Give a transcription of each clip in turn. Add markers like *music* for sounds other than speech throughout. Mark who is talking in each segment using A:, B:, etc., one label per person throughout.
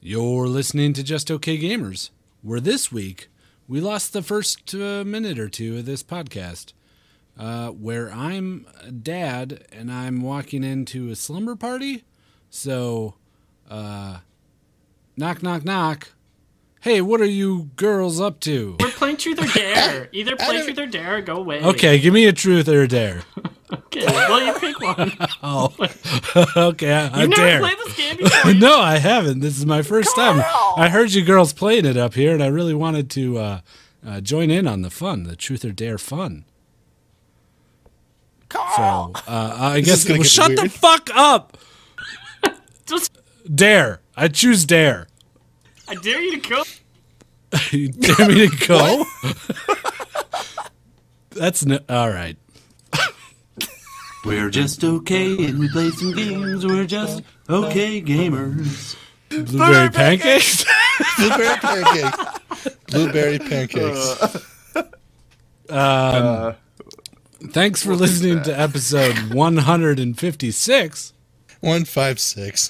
A: You're listening to Just Okay Gamers, where this week we lost the first uh, minute or two of this podcast, uh, where I'm a dad and I'm walking into a slumber party. So, uh, knock, knock, knock. Hey, what are you girls up to?
B: We're playing Truth or
C: *laughs*
B: Dare. Either play Truth or Dare or go away.
A: Okay, give me a truth or a dare.
B: Okay, well, you pick
D: *laughs*
B: one.
A: Oh, *laughs* okay, I, I
B: You've never
A: dare.
B: played this game before.
A: *laughs* no, I haven't. This is my first time. I heard you girls playing it up here, and I really wanted to uh, uh, join in on the fun, the truth or dare fun. So uh, I
D: is
A: guess
D: gonna
A: well,
D: get
A: shut the
D: weird.
A: fuck up.
B: Just,
A: Dare. I choose dare.
B: *laughs* I dare you to go.
A: *laughs* you dare me to *laughs* go? *laughs* That's no- all right.
E: We're just okay and we play some games. We're just okay gamers.
A: Blueberry pancakes.
D: *laughs*
A: *laughs*
D: Blueberry pancakes. Blueberry pancakes.
A: *laughs* Um, Thanks for listening to episode 156.
D: One five six.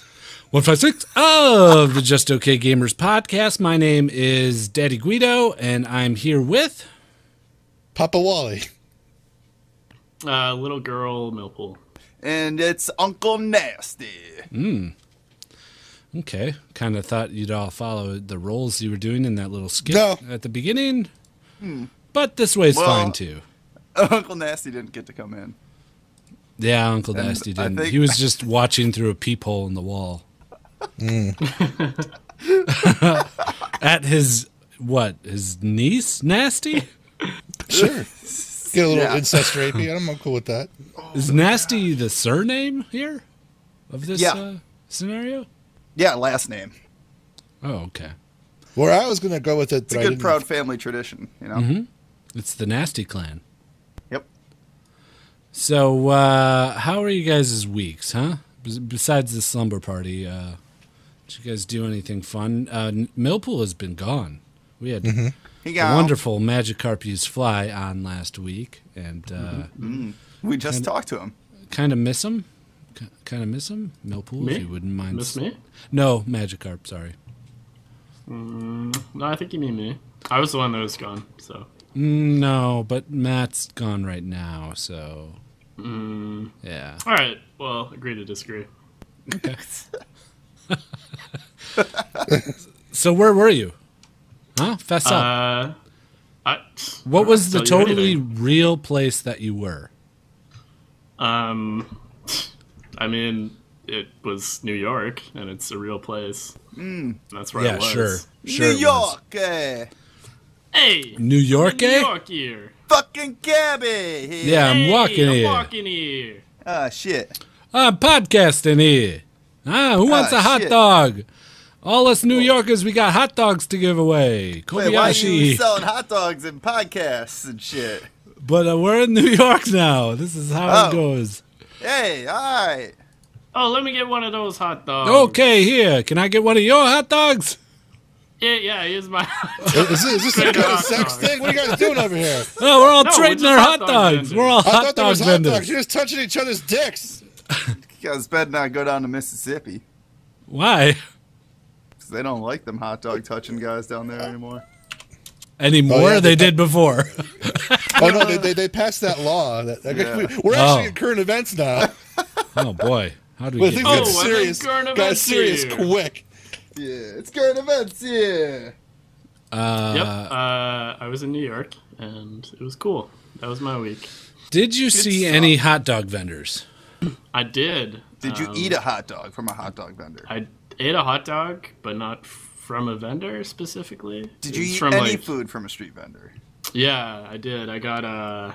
A: 156 of the Just Okay Gamers podcast. My name is Daddy Guido, and I'm here with.
D: Papa Wally.
B: Uh, little girl Millpool.
C: and it's Uncle Nasty.
A: Hmm. Okay, kind of thought you'd all follow the roles you were doing in that little skit
D: No.
A: at the beginning, but this way's
C: Hmm. Well-
A: fine too.
C: *laughs* Uncle Nasty didn't get to come in.
A: Yeah, Uncle
C: And
A: Nasty
C: I
A: didn't.
C: think- *laughs*
A: He was just watching through a peephole in the wall.
C: Mm.
A: *laughs* at his what? His niece, Nasty.
D: Sure. Get a little
C: Yeah.
D: incest rapey. I'm cool with that.
A: Is Nasty the surname here of this
C: Yeah.
A: uh, scenario?
C: Yeah, last name.
A: Oh, okay.
D: Where I was gonna go with it,
C: It's
D: but
C: a
D: I
C: good
D: didn't-
C: proud family tradition, you know.
A: Mm-hmm. It's the Nasty Clan.
C: Yep.
A: So, uh, how are you guys' weeks, huh? Bes- Besides the slumber party, uh, did you guys do anything fun? Uh, N- Millpool has been gone. We had
B: Mm-hmm.
C: He
A: a
C: got
A: wonderful Magikarp use Fly on last week, and uh,
C: Mm-hmm. We just talked to him.
A: kind of miss him. Kind of miss him, Millpool,
B: Me?
A: if you wouldn't mind.
B: Miss me?
A: No, Magikarp. Sorry.
B: Mm, No, I think you mean me. I was the one that was gone, so.
A: Mm, No, but Matt's gone right now, so
B: Mm.
A: yeah.
B: All right, well, agree to disagree.
A: *laughs* So where were you? Huh? Fess up.
B: Uh, I,
A: What was the
B: I'll tell you
A: totally
B: anything.
A: real place that you were?
B: Um, I mean, it was New York, and it's a real place. That's where I
A: yeah,
B: was.
A: sure.
C: Mm. New
A: sure it was.
C: York, eh?
B: Hey,
A: New York,
B: New
A: eh?
B: York here.
C: Fucking cabbie. here.
A: Yeah, I'm
B: Hey,
A: walking
B: I'm
A: here.
B: walking here.
C: Ah, shit.
A: I'm podcasting here. Ah, who wants
C: Ah,
A: a hot
C: shit. Oh.
A: dog? All us New Yorkers, we got hot dogs to give away.
C: Wait, why are
A: Kobayashi.
C: you selling hot dogs and podcasts and shit?
A: but uh, we're in New York now. This is how it
C: Oh.
A: goes.
C: Hey, all right.
B: Oh, let me get one of those hot dogs.
D: Oh.
A: Okay, here. Can I get one of your hot dogs?
B: Yeah, yeah, here's my.
D: Is this, is this
B: *laughs*
D: some
B: Straight
D: kind of
B: hot
D: sex
B: dog.
D: thing? What are you guys doing over
A: *laughs*
D: here?
A: Oh, we're all
B: No, we're
A: trading
B: just
A: our hot
B: hot
A: dogs.
B: dog vendors.
A: We're all
D: I
A: hot
D: thought there
A: dog
D: was hot
A: vendors.
D: dogs. You're just touching each
C: *laughs*
D: other's dicks.
C: You guys better not go down to Mississippi.
A: Why?
C: 'cause They don't like them hot dog touching guys down there anymore.
A: Anymore?
D: Oh, yeah,
A: they
D: they-
A: did before.
D: *laughs* Oh no, they, they, they passed that law. That, I guess we, *laughs* we're
A: Oh.
D: actually in current
C: *laughs*
D: events now.
A: oh, boy. How do we
D: Well,
A: get
D: things
B: Oh,
D: got
B: I'm in
D: serious.
B: current
D: Got
B: events
D: serious
B: here.
D: quick.
C: Yeah, it's current events, yeah.
B: yep. Uh, I was in New York, and it was cool. That was my week.
A: Did you see
C: stuff.
A: any hot dog vendors?
B: I did.
C: Did you
B: um,
C: eat a hot dog from a hot dog vendor?
B: I ate a hot dog, but not from a vendor specifically.
C: Did
B: It
C: you
B: was
C: eat
B: from,
C: any
B: like-
C: food from a street vendor?
B: Yeah, I did. I got a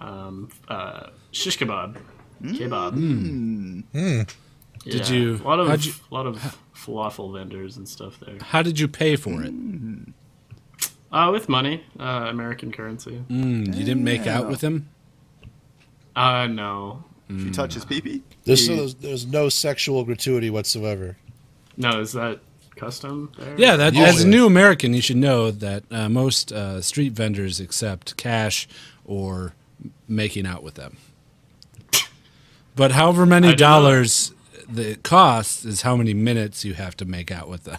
B: um, uh, shish kebab,
C: Mm.
B: kebab.
C: Hmm.
B: Yeah,
A: Did you-
B: A lot
A: how'd
B: of
A: you-
B: lot of falafel vendors and stuff there.
A: How did you pay for it?
B: Hmm. Uh, with money, uh, American currency.
A: Mm, you didn't make out with him?
B: Uh, no,
C: She touches pee pee.
D: There's, no, there's no sexual gratuity whatsoever.
B: no. Is that custom there?
A: Yeah, that,
D: Usually.
A: as a new American, you should know that uh, most uh, street vendors accept cash or making out with them. But however
B: I
A: many
B: do not-
A: dollars the it costs is how many minutes you have to make out with them.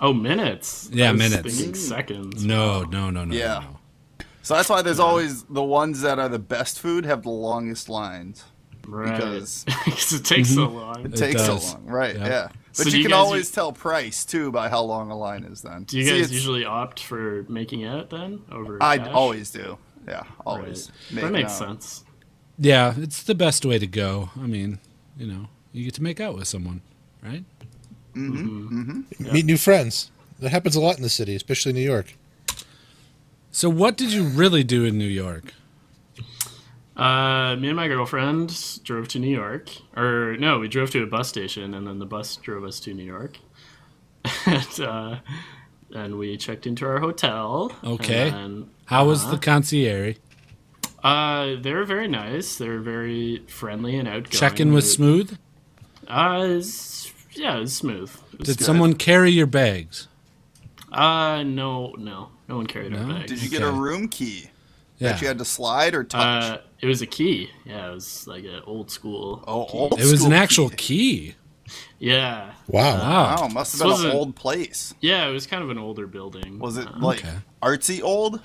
B: Oh, minutes.
A: Yeah,
B: I was
A: minutes.
B: Thinking seconds.
A: No, no,
B: Oh,
A: no, no.
C: Yeah.
A: No, no.
C: So that's why there's always the ones that are the best food have the longest lines.
B: Right.
C: because-
B: *laughs* 'Cause it takes so long.
C: It takes so
A: does.
C: long, right?
A: Yep.
C: Yeah,
B: So do
C: but you
B: you
C: can
B: guys
C: always
B: u-
C: tell price too by how long a line is. Then
B: Do you
C: See,
B: guys
C: it's-
B: usually opt for making it then over?
C: I
B: cash?
C: always do. Yeah,
B: Right.
C: always. Make
B: That
C: it
B: makes
C: out.
B: sense.
A: Yeah, it's the best way to go. I mean, you know, you get to make out with someone, right?
C: Mm-hmm,
B: Mm-hmm.
D: Meet new friends. That happens a lot in the city, especially New York.
A: So, what did you really do in New York?
B: Uh, me and my girlfriend drove to New York, or no, we drove to a bus station, and then the bus drove us to New York, *laughs* and uh, and we checked into our hotel.
A: Okay.
B: And uh-huh.
A: How was the concierge?
B: then, uh, they were very nice. They were very friendly and outgoing.
A: Check-in was
B: They-
A: smooth.
B: Uh, it's- yeah, it was smooth. It was
A: Did
B: good.
A: someone carry your bags?
B: Uh, no, no, no one carried our
A: No?
B: bags.
C: Did you get a
A: Okay.
C: room key
A: Yeah,
C: that you had to slide or touch?
B: Uh, it was a key. Yeah, it was like an old school.
C: oh,
B: key.
C: old
A: it was an
C: school
A: actual key.
B: Yeah,
D: Wow.
A: Wow.
C: Wow, must
B: This
C: have been
B: wasn't-
C: an old place.
B: yeah, it was kind of an older building.
C: Was it
B: Uh,
C: like
A: okay.
C: artsy old?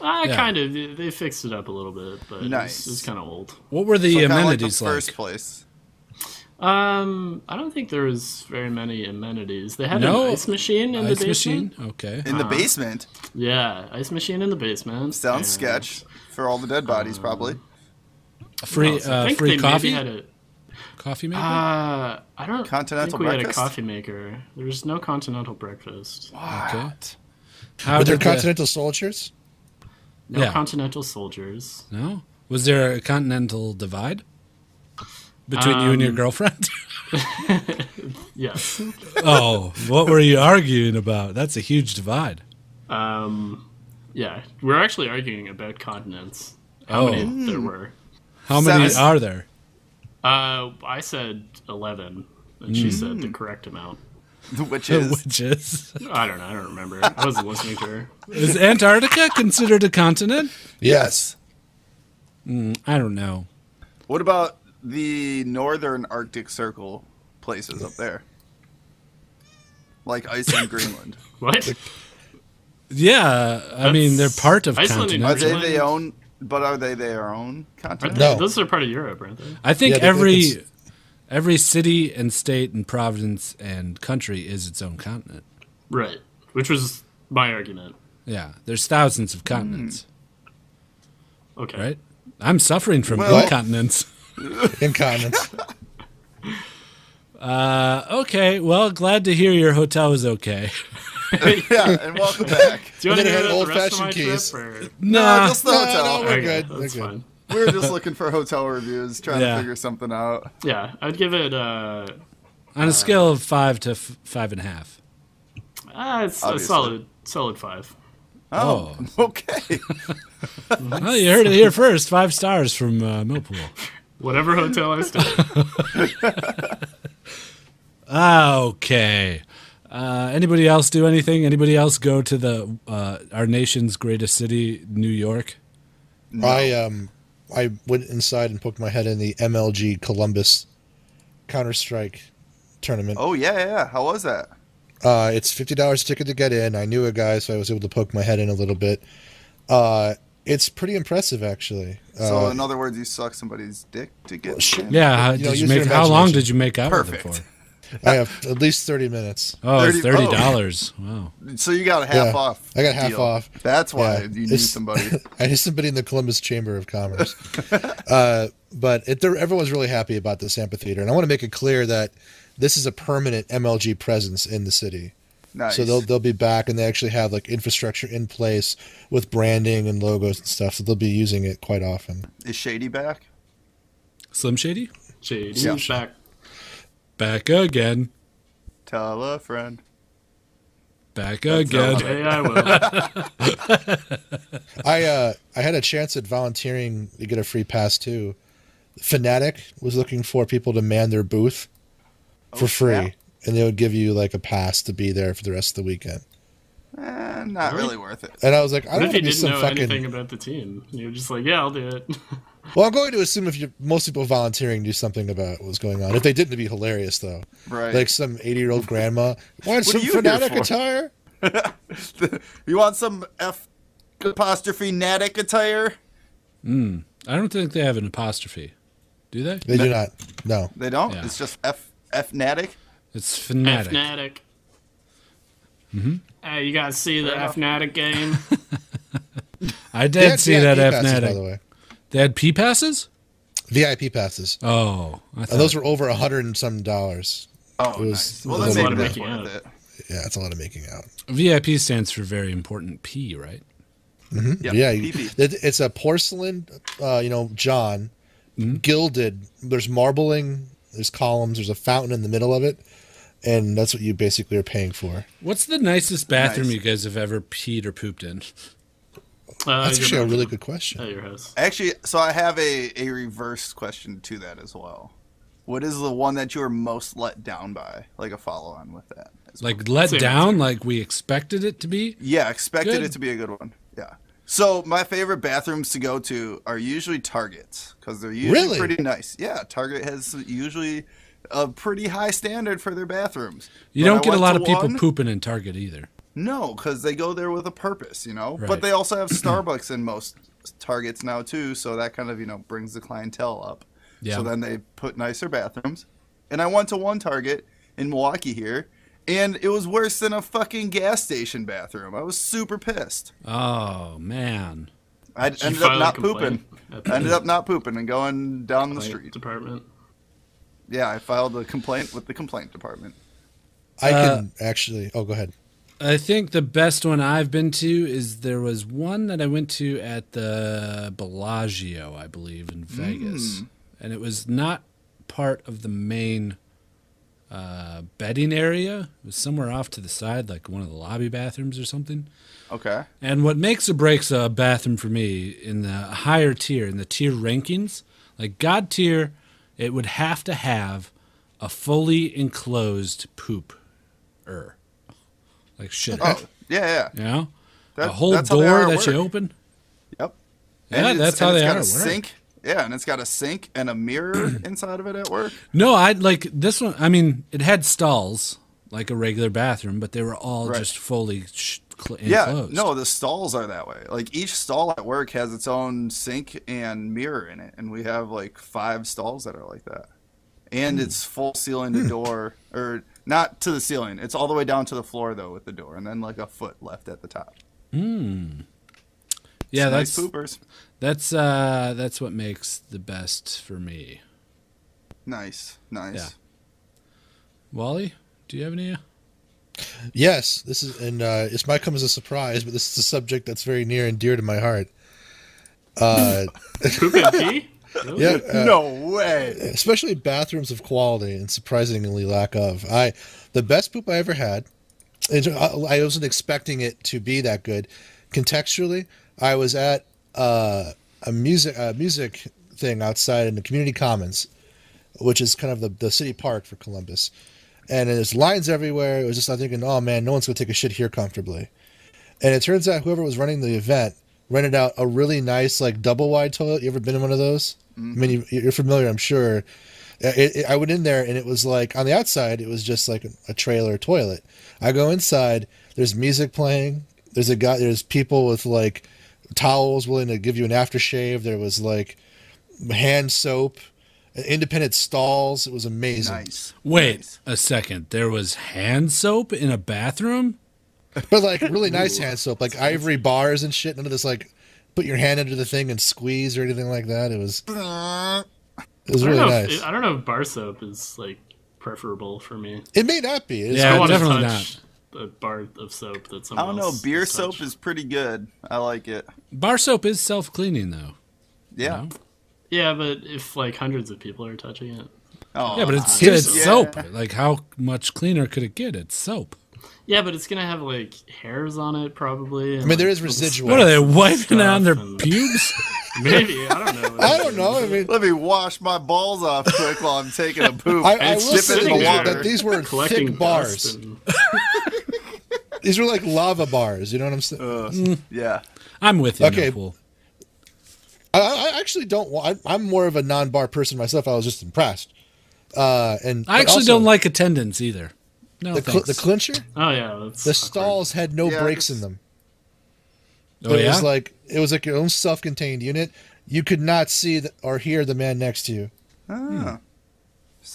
B: Uh,
A: Yeah.
B: kind of. They- They fixed it up a little bit, but it's,
C: Nice.
B: it's kind of old.
A: What were the
C: So kinda
A: amenities
C: like the
A: like?
C: first place.
B: Um, I don't think there was very many amenities. They had
A: No.
B: an ice machine in
A: Ice
B: the basement. Uh-huh.
A: machine. Okay.
C: In the basement.
B: Yeah, ice machine in the basement.
C: Sounds
B: and-
C: sketch for all the dead bodies,
B: Um,
C: probably.
A: Free
B: So I
A: uh,
B: think
A: free
B: they
A: coffee.
B: Maybe had a,
A: coffee maker.
B: uh, I don't
C: Continental
B: think we
C: breakfast?
B: had a coffee maker. There was no continental breakfast.
A: okay. How
D: Were there
A: did the-
D: continental soldiers?
B: No
A: Yeah.
B: continental soldiers. *laughs*
A: No. Was there a continental divide between you
B: Um,
A: and your girlfriend? *laughs*
B: Yes.
A: oh, what were you arguing about? That's a huge divide.
B: um, yeah, we're actually arguing about continents. How
A: Oh,
B: many there were?
A: how many
C: Hmm. Seven.
A: are there?
B: Uh, I said eleven, and she said
C: Hmm.
B: the correct amount.
C: Which is
A: Which is
B: I don't know. I don't remember. I wasn't listening to her.
A: is Antarctica considered a continent? Mm,
D: Yes.
A: I don't know.
C: what about the northern Arctic Circle places up there?
B: *laughs*
C: Like Iceland, Greenland.
B: What?
A: Yeah, I mean they're
B: That's-
A: part of
B: Iceland and
C: Are
A: continent.
C: they
B: Greenland.
C: their own? But are they their own continent?
D: No.
B: Those are part of Europe, aren't they?
A: I think
D: Yeah, they-
A: every
D: it's-
A: every city and state and province and country is its own continent.
B: Right. Which was my argument.
A: Yeah, there's thousands of continents,
B: Hmm. Okay.
A: right? I'm suffering from
C: Well-
A: incontinence. *laughs*
D: Incontinence.
A: Uh, Okay, well, glad to hear your hotel
B: *laughs*
A: was okay.
C: Yeah, and welcome
A: *laughs*
C: back.
B: Do you want
D: They
B: to hear
D: had
B: about the rest of
D: old-fashioned
B: my
D: keys.
B: trip? Or...
C: *laughs*
A: Nah.
C: No, just the
D: No,
C: hotel.
D: no, we're
B: Okay,
D: good. We're
B: That's
D: good.
B: fine.
C: We were *laughs* just looking for hotel reviews, trying
A: Yeah.
C: to figure something out.
B: Yeah, I'd give it uh,
A: On a scale of five to f- five and a half.
B: ah, it's a
C: Obviously.
B: solid, solid
C: *laughs*
B: five.
A: Oh.
C: Okay.
A: Well, you heard it here first. Five stars from uh, Millpool.
B: *laughs* Whatever hotel I stayed. in.
A: *laughs*
C: Eh,
A: Okay. Uh, anybody else do anything? Anybody else go to the uh, our nation's greatest city, New York?
D: I um I went inside and poked my head in the MLG Columbus Counter Strike tournament.
C: Oh yeah, yeah, yeah. How was that?
D: Uh, it's fifty dollars ticket to get in. I knew a guy, so I was able to poke my head in a little bit. Uh, it's pretty impressive, actually.
C: So
D: Uh,
C: in other words, you suck somebody's dick to get. in?
A: Yeah. How,
D: You know,
A: did you
D: use your
A: make, how long
D: imagination.
A: did you make out with it
C: Perfect.
A: for?
D: I have at least thirty minutes.
A: Oh, it's
C: Thirty-
A: thirty
C: oh.
A: dollars. Wow.
C: So you got a half
D: Yeah,
C: off.
D: I got half
C: deal.
D: off.
C: That's why
D: Yeah,
C: you knew
D: it's-
C: somebody.
D: *laughs* I had somebody in the Columbus Chamber
C: *laughs*
D: of Commerce. uh, but it, they're- everyone's really happy about this amphitheater, and I want to make it clear that this is a permanent MLG presence in the city.
C: Nice.
D: So they'll they'll be back, and they actually have like infrastructure in place with branding and logos and stuff. So they'll be using it quite often.
C: Is Shady back?
A: Slim Shady
B: JD's
C: Yeah.
B: back.
A: back again,
C: Tell a friend.
A: back
C: all
A: again.
C: right.
B: Okay, I will.
C: *laughs*
D: I uh, I had a chance at volunteering to get a free pass too. Fnatic was looking for people to man their booth for free,
C: yeah.
D: and they would give you like a pass to be there for the rest of the weekend.
C: Eh, eh, not really worth it.
D: And I was like, I
B: What
D: don't
B: if you
D: want to be
B: didn't
D: some
B: know anything
D: fucking.
B: about the team? You're just like, yeah, I'll do it. *laughs*
D: Well, I'm going to assume if you most people volunteering knew something about what was going on. If they didn't, it'd be hilarious though.
C: Right.
D: Like some 80 year old grandma. Want
C: are
D: some
C: you here
D: fanatic
C: for?"
D: attire?
C: *laughs* you want some F apostrophe natic attire?
A: Hmm. I don't think they have an apostrophe. Do they?
D: They do not. No.
C: They don't.
A: Yeah.
C: It's just F F natic.
A: It's fanatic.
B: Fnatic. Hey, you guys see the
C: enough.
B: Fnatic game?
A: I
D: They
A: did
D: had
A: see
D: VIP
A: that F
D: passes, by the
A: Fnatic.
D: way.
A: They had P passes?
D: VIP passes.
A: Oh. I thought,
D: And those were over a hundred and some dollars.
C: Oh,
D: was-
C: nice.
D: it
C: Well,
D: was
C: then
D: a
C: maybe
D: lot
C: that's
B: of
C: worth
B: making
C: it.
D: Yeah, that's a lot of making out.
A: VIP stands for very important P, right?
C: Yep.
D: Mm-hmm. yeah, you-
C: PP.
D: it- it's a porcelain, uh, you know, John, gilded. There's marbling. There's columns. There's a fountain in the middle of it, and that's what you basically are paying for.
A: What's the nicest bathroom
C: Nice.
A: you guys have ever peed or pooped in?
B: Uh,
D: That's
B: your
D: actually a
B: house.
D: really good question.
B: At your house.
C: Actually, so I have a a reverse question to that as well. What is the one that you were most let down by? Like a follow on with that. as well.
A: Like let
B: Same
A: down like we expected it to be?
C: Yeah, expected
A: Good.
C: it to be a good one. Yeah. So my favorite bathrooms to go to are usually Targets because they're usually
D: Really?
C: pretty nice. Yeah, Target has usually a pretty high standard for their bathrooms.
A: You
C: But I
A: don't get a
C: went
A: lot
C: to
A: of people
C: one-
A: pooping in Target either.
C: No, because they go there with a purpose, you know.
A: Right.
C: But they also
A: *clears throat*
C: have Starbucks in most Targets now too, so that kind of you know brings the clientele up.
A: Yeah.
C: So then they put nicer bathrooms. And I went to one Target in Milwaukee here, and it was worse than a fucking gas station bathroom. I was super pissed.
A: Oh man.
C: I
B: You
C: ended up
B: filed a
C: not
B: complaint
C: pooping.
B: at the
C: I ended up not pooping and going down the
B: complaint
C: street.
B: department.
C: Yeah, I filed a complaint with the complaint department.
D: I can actually. Oh, go ahead.
A: I think the best one I've been to is there was one that I went to at the Bellagio, I believe, in Vegas. And it was not part of the main uh, betting area. It was somewhere off to the side, like one of the lobby bathrooms or something.
C: Okay.
A: And what makes or breaks a bathroom for me in the higher tier, in the tier rankings, like God tier, it would have to have a fully enclosed poop er. Like shit.
C: Oh, yeah, yeah.
A: You know?
C: That-
A: a whole
C: that's how they are
A: door
C: at
A: that you
C: work.
A: open.
C: Yep.
A: Yeah,
C: And it's-
A: that's how
C: and
A: they
C: it's
A: are
C: got
A: at
C: a
A: work.
C: sink. Yeah, and it's got a sink and a
A: *clears throat*
C: mirror inside of it at work.
A: No, I like this one. I mean, it had stalls like a regular bathroom, but they were all
C: Right.
A: just fully sh- cl-
C: Yeah,
A: enclosed.
C: no, the stalls are that way. Like each stall at work has its own sink and mirror in it, and we have like five stalls that are like that. And
D: Hmm.
C: it's full ceiling to door, or not to the ceiling. It's all the way down to the floor though with the door, and then like a foot left at the top.
A: Hmm. yeah,
C: Nice
A: that's
C: poopers.
A: that's uh that's what makes the best for me.
C: Nice, nice.
A: Yeah. Wally, do you have any?
D: Yes, this is, and uh, this might come as a surprise, but this is a subject that's very near and dear to my heart. Uh,
B: Poop and
D: *laughs*
B: pee? Really?
D: yeah, uh,
C: no way.
D: especially bathrooms of quality and surprisingly lack of. I the best poop I ever had. and uh, I, I wasn't expecting it to be that good. Contextually, I was at uh, a music a music thing outside in the community commons, which is kind of the, the city park for Columbus, and there's lines everywhere. It was just I thinking, oh man, no one's gonna take a shit here comfortably, and it turns out whoever was running the event rented out a really nice like double wide toilet. You ever been in one of those? I mean, you, you're familiar, I'm sure. Uh, It, it, I went in there and it was like on the outside, it was just like a trailer toilet. I go inside. There's music playing. There's a guy. There's people with like towels willing to give you an aftershave. There was like hand soap, independent stalls. It was amazing.
C: Nice.
A: Wait
C: Nice.
A: a second. There was hand soap in a bathroom.
D: But *laughs* like really nice hand soap, like ivory bars and shit. None of this like put your hand under the thing and squeeze or anything like that. It was it was
B: I don't,
D: really
B: know if,
D: nice.
B: I don't know if bar soap is like preferable for me.
D: It may not be. It's-
A: Yeah,
B: I wanna
A: definitely
B: touch A bar of soap that
C: I
B: someone
C: don't know.
B: else
C: Beer
B: has
C: soap
B: touched.
C: is pretty good. I like it.
A: Bar soap is self cleaning though.
C: Yeah.
A: No?
B: Yeah, but if like hundreds of people are touching it.
C: Oh,
A: Yeah, but it's,
D: here's-
A: it's
C: Yeah.
A: soap. Like, how much cleaner could it get? It's soap.
B: Yeah, but it's gonna have like hairs on it probably.
D: I mean, there is residual.
A: What are they
B: *laughs*
A: wiping
B: Stuff
A: on their
B: and-
A: pubes?
B: *laughs* *laughs* Maybe I don't know.
D: *laughs* I don't know. I mean,
C: let me wash my balls off quick while I'm taking a poop.
D: I, I will
B: It's just
D: say
C: sitting
D: though
C: there
D: that these were
B: collecting
D: thick
B: dust
D: bars.
B: and-
D: *laughs* These were like lava bars. You know what I'm saying?
C: Uh, yeah.
A: I'm with you.
D: Okay.
A: Okay. Pool.
D: I, I actually don't. wa- I, I'm more of a non-bar person myself. I was just impressed. Uh, and
A: I
D: but
A: actually
D: also,
A: don't like attendance either. No
D: the, cl-
A: thanks.
D: the clincher.
B: Oh yeah, that's
D: The
B: awkward.
D: stalls had no
C: Yeah,
D: breaks
C: it's-
D: in them.
A: oh
D: It
A: yeah.
D: was like it was like your own self-contained unit. You could not see the, or hear the man next to you.
C: Solid.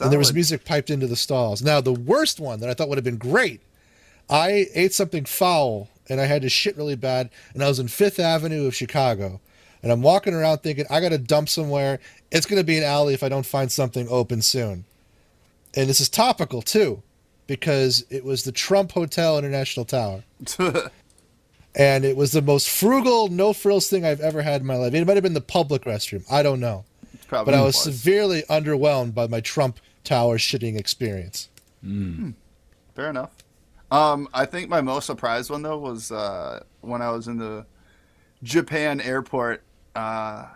D: and there was music piped into the stalls. Now, the worst one that I thought would have been great, I ate something foul and I had to shit really bad, and I was in Fifth Avenue of Chicago, and I'm walking around thinking I got to dump somewhere. It's going to be an alley if I don't find something open soon. And this is topical too, because it was the Trump Hotel International Tower. And it was the most frugal, no frills thing I've ever had in my life. It might have been the public restroom. I don't know
C: Probably
D: but I was
C: was.
D: severely underwhelmed by my Trump Tower shitting experience.
C: Fair enough. Um, I think my most surprised one though was uh, when I was in the Japan airport. Uh, I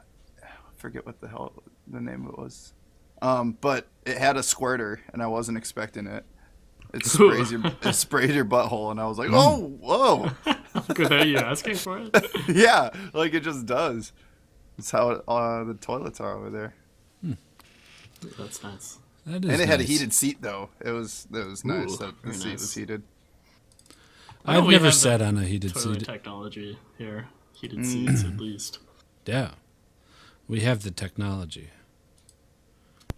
C: forget what the hell the name of it was, um, but it had a squirter, and I wasn't expecting it. It sprays your it sprayed your butthole, and I was like, "Oh, whoa,
B: without you asking for it.
C: *laughs* yeah!" Like it just does. That's how uh, the toilets are over there.
B: That's nice.
A: That is
C: And it had a
A: nice.
C: heated seat though. It was it was nice
B: Ooh,
C: that the
B: very
C: seat
B: nice.
C: was heated.
B: Why don't
A: I've
B: we
A: never
B: have
A: sat
B: that
A: on a heated
B: Toilet
A: seat.
B: technology here, heated
C: Mm.
B: seats at least.
A: Yeah. We have the technology. *laughs*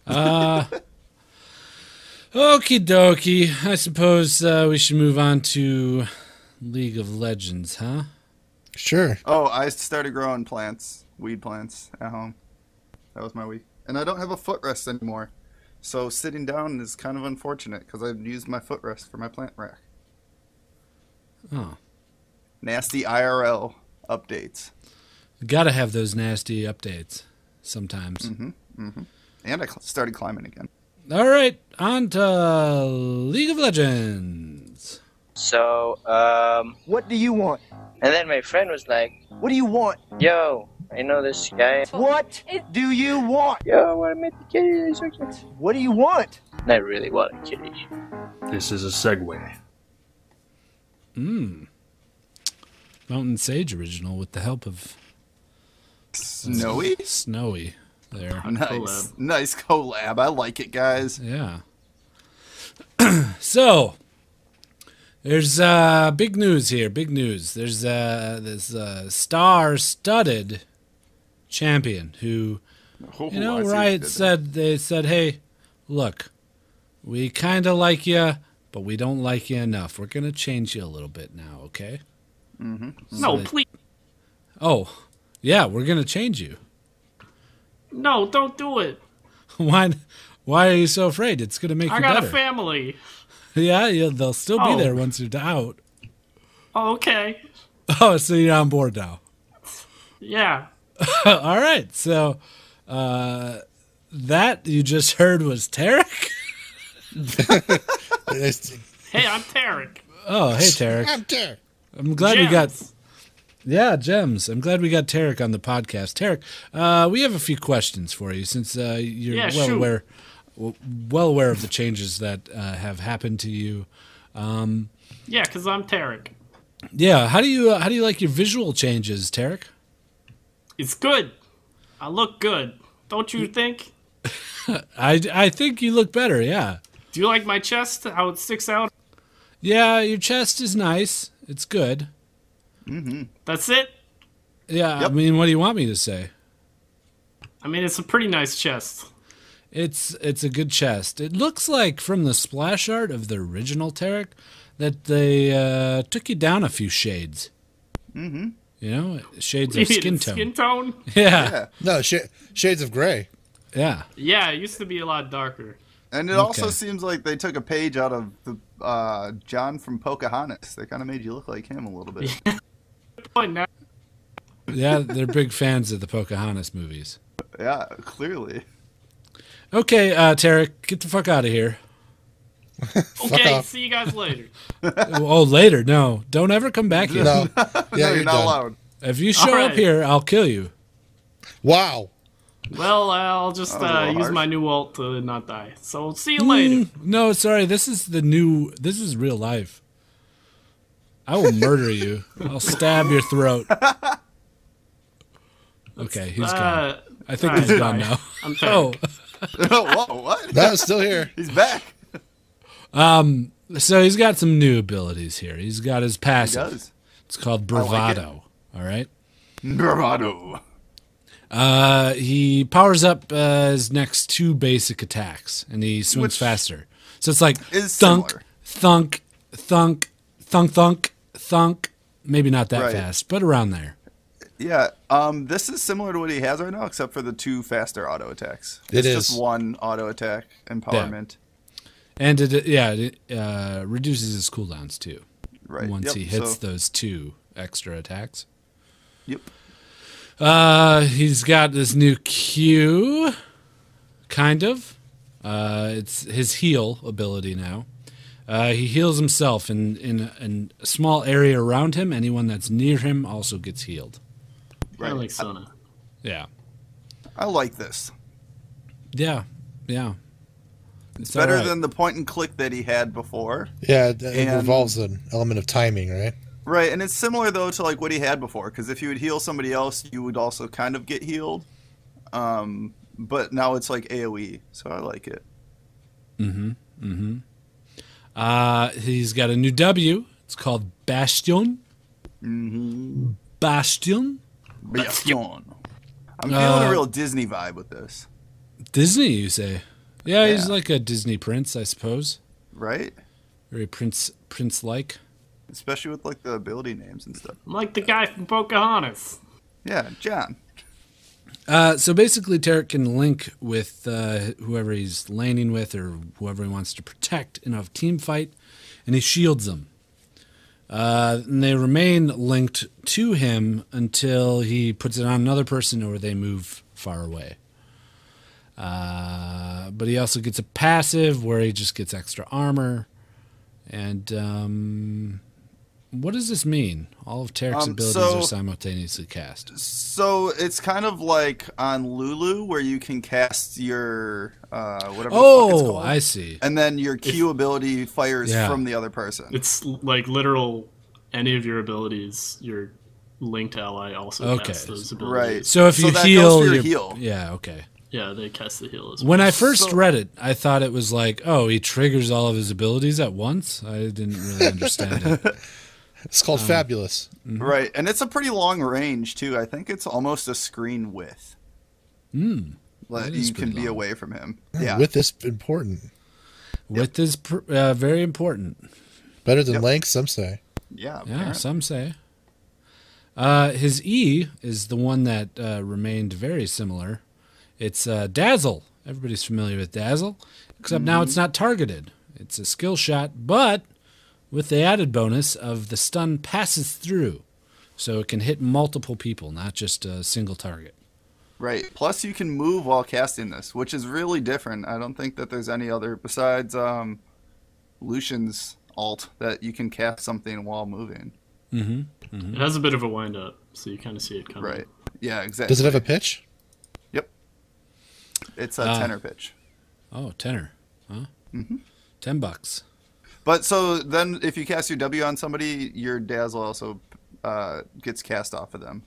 A: Uh, okie dokie. I suppose uh, we should move on to League of Legends, huh?
D: Sure.
C: Oh, I started growing plants, weed plants at home. That was my week. And I don't have a footrest anymore. So sitting down is kind of unfortunate because I've used my footrest for my plant rack.
A: Oh.
C: Nasty IRL updates.
A: Gotta have those nasty updates sometimes.
C: Mm-hmm, And I cl- started climbing again.
A: All right, on to League of Legends.
F: *laughs* So, um,
G: What do you want?
F: and then my friend was like,
G: What do you want?
F: "Yo, I know this guy."
G: What do you want?
F: Yo, I want to meet the kitty. He's okay.
G: What do you want?
F: And I really want a kitty.
H: This is a segue.
A: Hmm. Mountain Sage original with the help of
C: Snowy? Oh,
A: Snowy there.
C: *laughs* Nice. Nice collab. I like it, guys.
A: Uh-huh. Yeah. *clears throat* so there's uh big news here, big news. There's uh this uh star-studded champion who
C: Oh,
A: you
C: I
A: know
C: see what you
A: Riot
C: did
A: said they said, "Hey, look. We kind of like you, but we don't like you enough. We're going to change you a little bit now, okay?"
C: Mm-hmm.
B: No, please,
A: Oh, yeah, we're going to change you. *laughs*
B: no, don't do it.
A: why why are you so afraid it's going to make
B: I
A: you
B: got
A: better
B: a family.
A: *laughs* yeah, yeah they'll still be
B: Oh.
A: there once you're out
B: Oh, okay,
A: *laughs* oh so you're on board now *laughs*
B: yeah.
A: all right so uh that you just heard was Tarek. *laughs*
D: It's-
B: Hey,
A: *laughs*
B: I'm Tarek.
A: Oh, hey Tarek.
D: I'm there.
A: I'm glad we got
B: Gems.
A: yeah gems. I'm glad we got Tarek on the podcast. Tarek, uh, we have a few questions for you since uh, you're
B: Yeah,
A: well
B: shoot.
A: aware w- well aware of the changes that uh, have happened to you. Um,
B: Yeah, because I'm Tarek.
A: Yeah, how do you uh, how do you like your visual changes, Tarek?
B: It's good. I look good. Don't you think?
A: I, I think you look better. Yeah.
B: Do you like my chest? How it sticks out?
A: Yeah, your chest is nice. It's good.
B: That's it.
A: Yeah, I mean, what do you want me to say?
B: I mean, it's a pretty nice chest.
A: It's it's a good chest. It looks like from the splash art of the original Tarek that they uh, took you down a few shades. Mm-hmm. You know, shades
B: *laughs*
A: of skin tone.
B: Skin tone?
A: yeah,
D: No, sh- Shades of Grey.
A: yeah.
B: Yeah, it used to be a lot darker.
C: And it also
A: Okay.
C: seems like they took a page out of the uh, John from Pocahontas. They kind of made you look like him a little
A: *laughs*
C: bit.
B: But now,
A: Yeah, they're big fans of the Pocahontas movies.
C: yeah, clearly.
A: Okay, uh, Tarek, get the fuck out of here.
B: okay,
D: off.
B: see you guys later.
A: *laughs* oh, later. No, don't ever come back here.
D: No, *laughs* yeah,
C: no,
D: you're,
C: you're, not
D: done.
C: allowed.
A: If you show
B: All
A: up
B: right.
A: here, I'll kill you.
D: Wow.
B: Well, I'll just
C: was a
B: uh,
C: little
B: use
C: harsh.
B: my new alt to not die. So
A: Mm,
B: see you later.
A: No, sorry. This is the new. This is real life. I will
B: *laughs*
A: murder you. I'll stab your throat. Okay, he's gone.
B: Uh,
A: I think
B: all
A: he's
B: right,
A: gone
B: bye.
A: now. *laughs*
B: I'm back.
D: *laughs*
A: Oh,
C: *laughs* Whoa, what?
D: No, it's still here.
C: *laughs* He's back.
A: Um, so he's got some new abilities here. He's got his
C: He
A: passive.
C: does.
A: It's called
C: like it.
A: bravado. All right.
C: Bravado.
A: Uh, he powers up uh, his next two basic attacks, and he swings
C: Which
A: faster. So it's like
C: is
A: thunk,
C: similar.
A: thunk, thunk, thunk, thunk, thunk. Maybe not that
C: Right.
A: fast, but around there.
C: Yeah, um, this is similar to what he has right now, except for the two faster auto attacks.
D: It
C: it's
D: is.
C: just one auto attack empowerment.
A: And it, yeah, it uh, reduces his cooldowns too
C: Right.
A: once
C: Yep,
A: he hits
C: so-
A: those two extra attacks.
C: Yep.
A: Uh, he's got this new Q, kind of. Uh, it's his heal ability now. Uh, he heals himself in, in, in a small area around him. Anyone that's near him also gets healed.
B: I like Sona.
A: Yeah.
C: I like this.
A: Yeah. Yeah. It's,
C: Better
A: alright.
C: than the point and click that he had before.
D: Yeah, it, it
C: And-
D: involves an element of timing, right?
C: Right, and it's similar though to like what he had before, because if you would heal somebody else, you would also kind of get healed. Um, but now it's like AOE, so I like it.
A: Mm-hmm, Uh, he's got a new W. It's called Bastion. Bastion.
C: Mm-hmm. Bastion. I'm feeling
A: Uh,
C: a real Disney vibe with this,
A: Disney, you say? yeah, he's
C: Yeah.
A: like a Disney prince, I suppose.
C: right?
A: Very prince prince like.
C: Especially with like the ability names and stuff.
B: I'm like the guy from Pocahontas.
C: Yeah, John.
A: Uh, so basically, Tarek can link with uh, whoever he's landing with or whoever he wants to protect in a team fight, and he shields them. Uh, and they remain linked to him until he puts it on another person or they move far away. Uh, but he also gets a passive where he just gets extra armor. And um, what does this mean? All of Tarek's
C: Um,
A: abilities
C: so-
A: are simultaneously cast.
C: So it's kind of like on Lulu where you can cast your uh, whatever. the fuck it's
A: Oh,
C: called,
A: I see.
C: And then your Q ability fires
A: Yeah.
C: from the other person.
B: It's l- like literal. Any of your abilities, your linked ally also
A: Okay.
B: casts those
C: Right.
B: abilities.
A: So if
C: So
A: you
C: that goes
A: heal,
C: for your
A: you're-
C: heal.
A: yeah, okay.
B: Yeah, they cast the heal as well.
A: When I first
C: So-
A: read it, I thought it was like, oh, he triggers all of his abilities at once. I didn't really understand
D: *laughs*
A: it. Um,
D: It's called Fabulous.
A: Mm-hmm.
C: Right. And it's a pretty long range too. I think it's almost a screen width. Hmm. That
A: That is
C: you can
A: pretty
C: be
A: long.
C: away from him. Yeah.
D: With this important,
A: Width is pr- uh, very important.
D: better than length, some say.
C: yeah.
A: Yeah,
C: apparently.
A: some say. Uh, his E is the one that uh, remained very similar. It's uh, Dazzle. Everybody's familiar with Dazzle, except now it's not targeted. It's a skill shot, but with the added bonus of the stun passes through, so it can hit multiple people, not just a single target.
C: Right. Plus, you can move while casting this, which is really different. I don't think that there's any other besides um, Lucian's alt that you can cast something while moving.
B: Mm-hmm.
A: Mm-hmm.
B: It has a bit of a wind up, so you kind of see it coming.
C: Right. Yeah. Exactly.
D: Does it have a pitch?
C: Yep. It's
A: Ah.
C: a tenor pitch.
A: Oh, tenor, huh? Mm-hmm. Ten bucks.
C: But so then, if you cast your W on somebody, your dazzle also uh, gets cast off of them.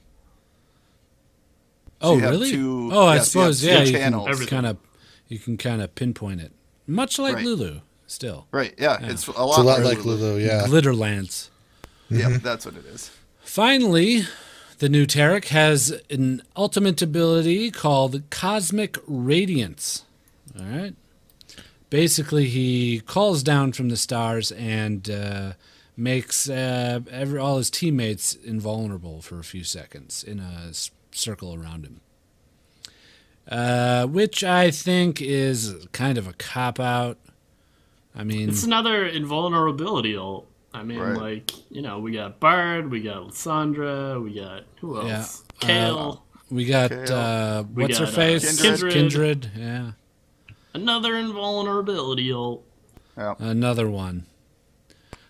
A: Oh,
C: you have
A: really?
C: two-
A: oh, I
C: yes, you have
A: suppose
C: two
A: yeah. You
C: channels.
A: can
B: Everything.
A: kind of, you can kind of pinpoint it, much like
C: Right.
A: Lulu. Still.
C: Right. Yeah. It's a lot,
D: It's a lot
C: more
D: like Lulu, yeah.
A: Glitter Lance.
C: *laughs*
D: *laughs*
C: Yeah. That's what it is.
A: Finally, the new Tarek has an ultimate ability called Cosmic Radiance. All right. Basically, he calls down from the stars and uh, makes uh, every, all his teammates invulnerable for a few seconds in a s- circle around him. Uh, which I think is kind of a cop out. I mean,
B: It's another invulnerability ult. I mean,
C: Right.
B: like, you know, we got Bard, we got Lissandra, we got who else?
A: Yeah. uh,
B: Kale.
A: We got
C: Kale.
A: uh,
B: We
A: what's
B: got,
A: her
B: uh,
A: face?
B: Kindred.
A: Kindred, Yeah,
B: another invulnerability ult.
A: another one.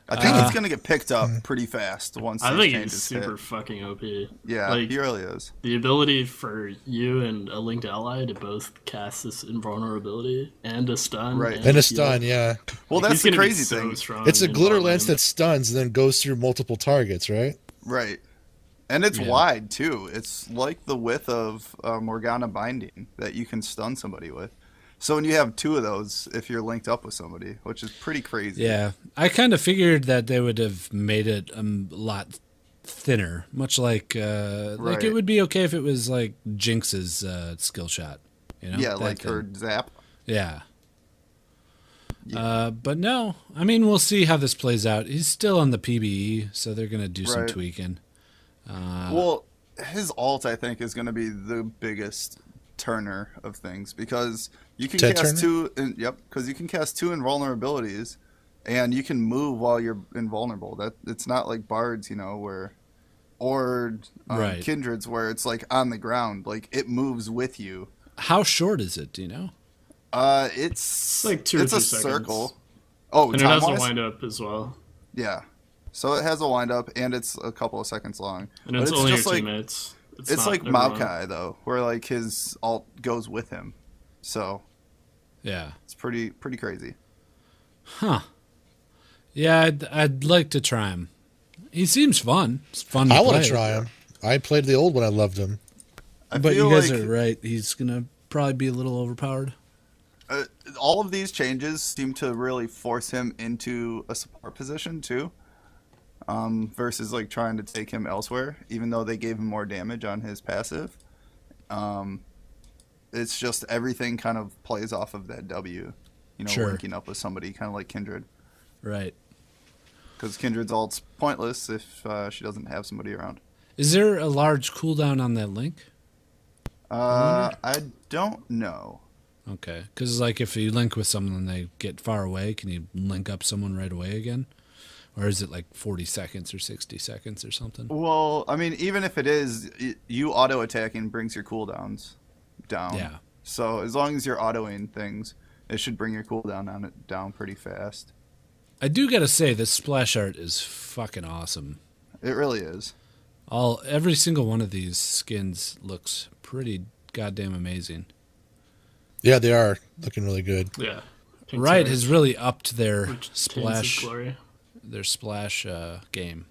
C: I think
A: Uh,
C: it's gonna get picked up pretty fast once.
B: I
C: these
B: think he's
C: changes
B: super
C: Hit.
B: fucking OP.
C: Yeah,
B: like
C: he really is.
B: the ability for you and a linked ally to both cast this invulnerability and a stun,
C: Right.
D: And
B: heal.
D: a stun, yeah.
C: Well,
B: Like,
C: that's
B: he's
C: the
B: gonna be
C: crazy
B: so
C: thing,
B: strong
D: It's a
B: in
D: glitter
B: Bomberman.
D: lance that stuns and then goes through multiple targets, right?
C: right? And it's
B: Yeah.
C: wide too. It's like the width of uh, Morgana Binding that you can stun somebody with. So when you have two of those, if you're linked up with somebody, which is pretty crazy.
A: Yeah, I kind of figured that they would have made it a m- lot thinner, much like uh, like it
C: Right.
A: would be okay if it was like Jinx's uh, skill shot. You know,
C: yeah,
A: that
C: like
A: thing.
C: her zap.
A: Yeah. Uh, but no, I mean we'll see how this plays out. He's still on the PBE, so they're gonna do some
C: Right.
A: tweaking. uh,
C: Well, his alt I think is going to be the biggest turner of things because you can
D: Ted
C: cast
D: Turner?
C: two. And, yep, because you can cast two invulnerabilities, and you can move while you're invulnerable. That it's not like bards, you know, where or um,
A: Right.
C: kindreds where it's like on the ground, like it moves with you.
A: How short is it? Do you know?
C: Uh, it's
B: like two or
C: It's a
B: three seconds.
C: circle. Oh,
B: and it has
C: time-wise?
B: a wind up as well,
C: Yeah, so it has a wind up, and it's a couple of seconds long.
B: and
C: But
B: it's, only your
C: just like
B: teammates. It's,
C: It's
B: not
C: like
B: everyone.
C: Maokai though, where like his alt goes with him, so
A: Yeah.
C: it's pretty pretty crazy.
A: Yeah, I'd, I'd like to try him. He seems fun. It's fun. To
D: I want
A: play.
D: to try him. I played the old one. I loved him.
C: I
A: but
C: feel
A: you guys
C: like
A: are right. He's gonna probably be a little overpowered.
C: uh, all of these changes seem to really force him into a support position too, um, versus like trying to take him elsewhere. Even though they gave him more damage on his passive, um, it's just everything kind of plays off of that W, you know,
A: Sure.
C: linking up with somebody kind of like Kindred,
A: Right.
C: because Kindred's alt's pointless if uh, she doesn't have somebody around.
A: Is there a large cooldown on that link?
C: Uh, I don't know.
A: Okay, because like if you link with someone and they get far away, can you link up someone right away again, or is it like forty seconds or sixty seconds or something?
C: Well, I mean, even if it is, y- you auto attacking brings your cooldowns down.
A: Yeah.
C: So as long as you're autoing things, it should bring your cooldown on it down pretty fast.
A: I do gotta say this splash art is fucking awesome.
C: It really is.
A: All every single one of these skins looks pretty goddamn amazing.
D: Yeah, they are looking really good.
B: Yeah, Pink
A: Riot
B: Terror,
A: has really upped their
B: which taints his
A: splash
B: glory.
A: their splash uh, game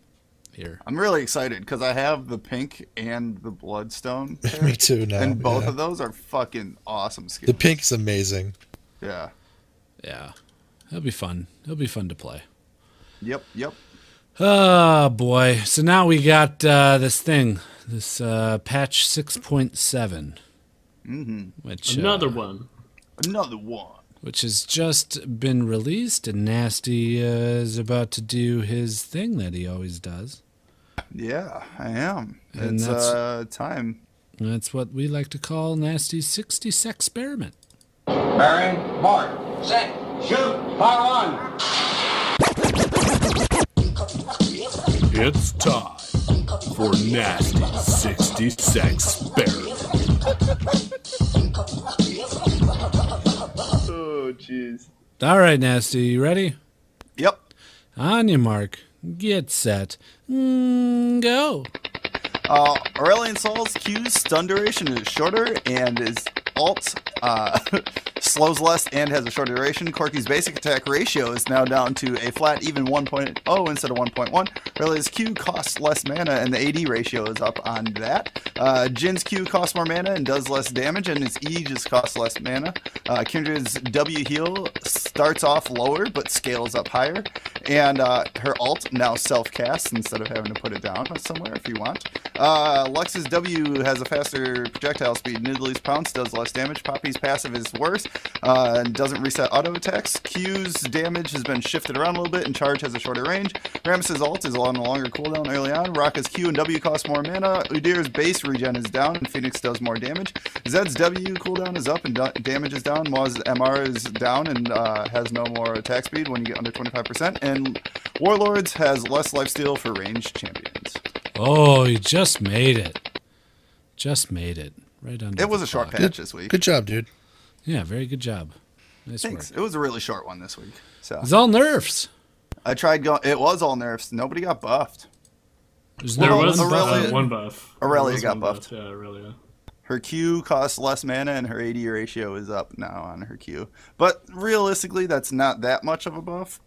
A: here.
C: I'm really excited because I have the pink and the bloodstone, pair,
D: *laughs* Me too. Now,
C: and both
D: yeah.
C: of those are fucking awesome
D: the
C: skins.
D: pink is amazing.
C: yeah.
A: Yeah, it'll be fun. It'll be fun to play.
C: Yep. Yep.
A: Oh boy! So now we got uh, this thing, this uh, patch six point seven, mm-hmm. which uh,
B: Another one.
C: Another one.
A: which has just been released, and Nasty uh, is about to do his thing that he always does.
C: Yeah, I am.
A: And
C: it's
A: that's-
C: uh time.
A: That's what we like to call Nasty's sixty sexperiment.
I: Bearing, board, set, shoot, fire on.
H: It's time for Nasty 60 Sex Experiment.
C: Oh jeez.
A: All right, Nasty, you ready?
C: Yep.
A: On your mark, get set, mm, go.
C: Uh, Aurelian Soul's Q's stun duration is shorter, and his alt uh, *laughs* slows less and has a shorter duration. Corky's basic attack ratio is now down to a flat even 1.0 instead of 1.1. Aurelian's Q costs less mana, and the AD ratio is up on that. Uh, Jin's Q costs more mana and does less damage, and his E just costs less mana. Uh, Kindred's W heal starts off lower but scales up higher, and uh, her alt now self casts instead of having to put it down somewhere if you want. Uh, Lux's W has a faster projectile speed. Nidalee pounce does less damage. Poppy's passive is worse uh, and doesn't reset auto attacks. Q's damage has been shifted around a little bit, and charge has a shorter range. Rammus's ult is on a longer cooldown early on. Raka's Q and W cost more mana. Udir's base regen is down, and Phoenix does more damage. Zed's W cooldown is up, and da- damage is down. Maw's MR is down and uh, has no more attack speed when you get under 25%. And Warlords has less lifesteal for ranged champions.
A: Oh, you just made it. Just made it. Right under
C: It was
A: the
C: a short
A: clock.
C: patch this week.
D: Good job, dude.
A: Yeah, very good job. Nice
C: Thanks.
A: work.
C: It was a really short one this week. So
A: It's all nerfs.
C: I tried going. It was all nerfs. Nobody got buffed.
A: There's
B: There
A: no
C: Well,
B: was uh,
C: Aurelia-
B: one buff. There
C: Aurelia
B: was one
C: got buffed.
B: Yeah, Aurelia.
C: Her Q costs less mana, and her AD ratio is up now on her Q. But realistically, that's not that much of a buff,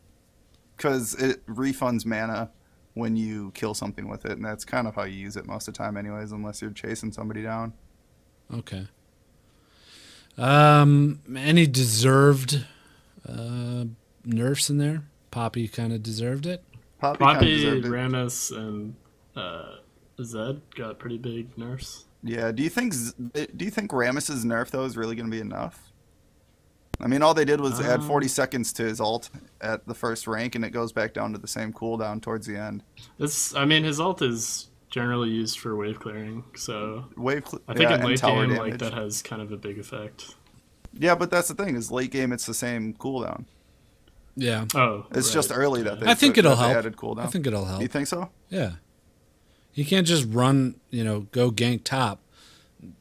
C: because it refunds mana when you kill something with it, and that's kind of how you use it most of the time, anyways, unless you're chasing somebody down.
A: Okay. Um, any deserved uh, nerfs in there? Poppy kind of deserved it.
C: Poppy, kind of
B: Poppy,
C: deserved it.
B: Ramus, and uh, Zed got pretty big nerfs.
C: Yeah. Do you think Z- eh, do you think Rammus's nerf though is really going to be enough? I mean, all they did was add 40
B: Um.
C: seconds to his ult at the first rank, and it goes back down to the same cooldown towards the end.
B: It's, I mean, his ult is generally used for wave clearing, so
C: Wave. Cl-
B: I think
C: yeah,
B: in
C: and
B: late
C: tower
B: game,
C: damage.
B: like that has kind of a big effect.
C: Yeah, but that's the thing is late game it's the same cooldown.
A: Yeah,
B: Oh,
C: It's
B: right.
C: just early that they.
A: I think
C: took-
A: it'll
C: that they
A: help.
C: Added cooldown.
A: I think it'll
C: You
A: help.
C: think so?
A: Yeah, he can't just run. You know, go gank top,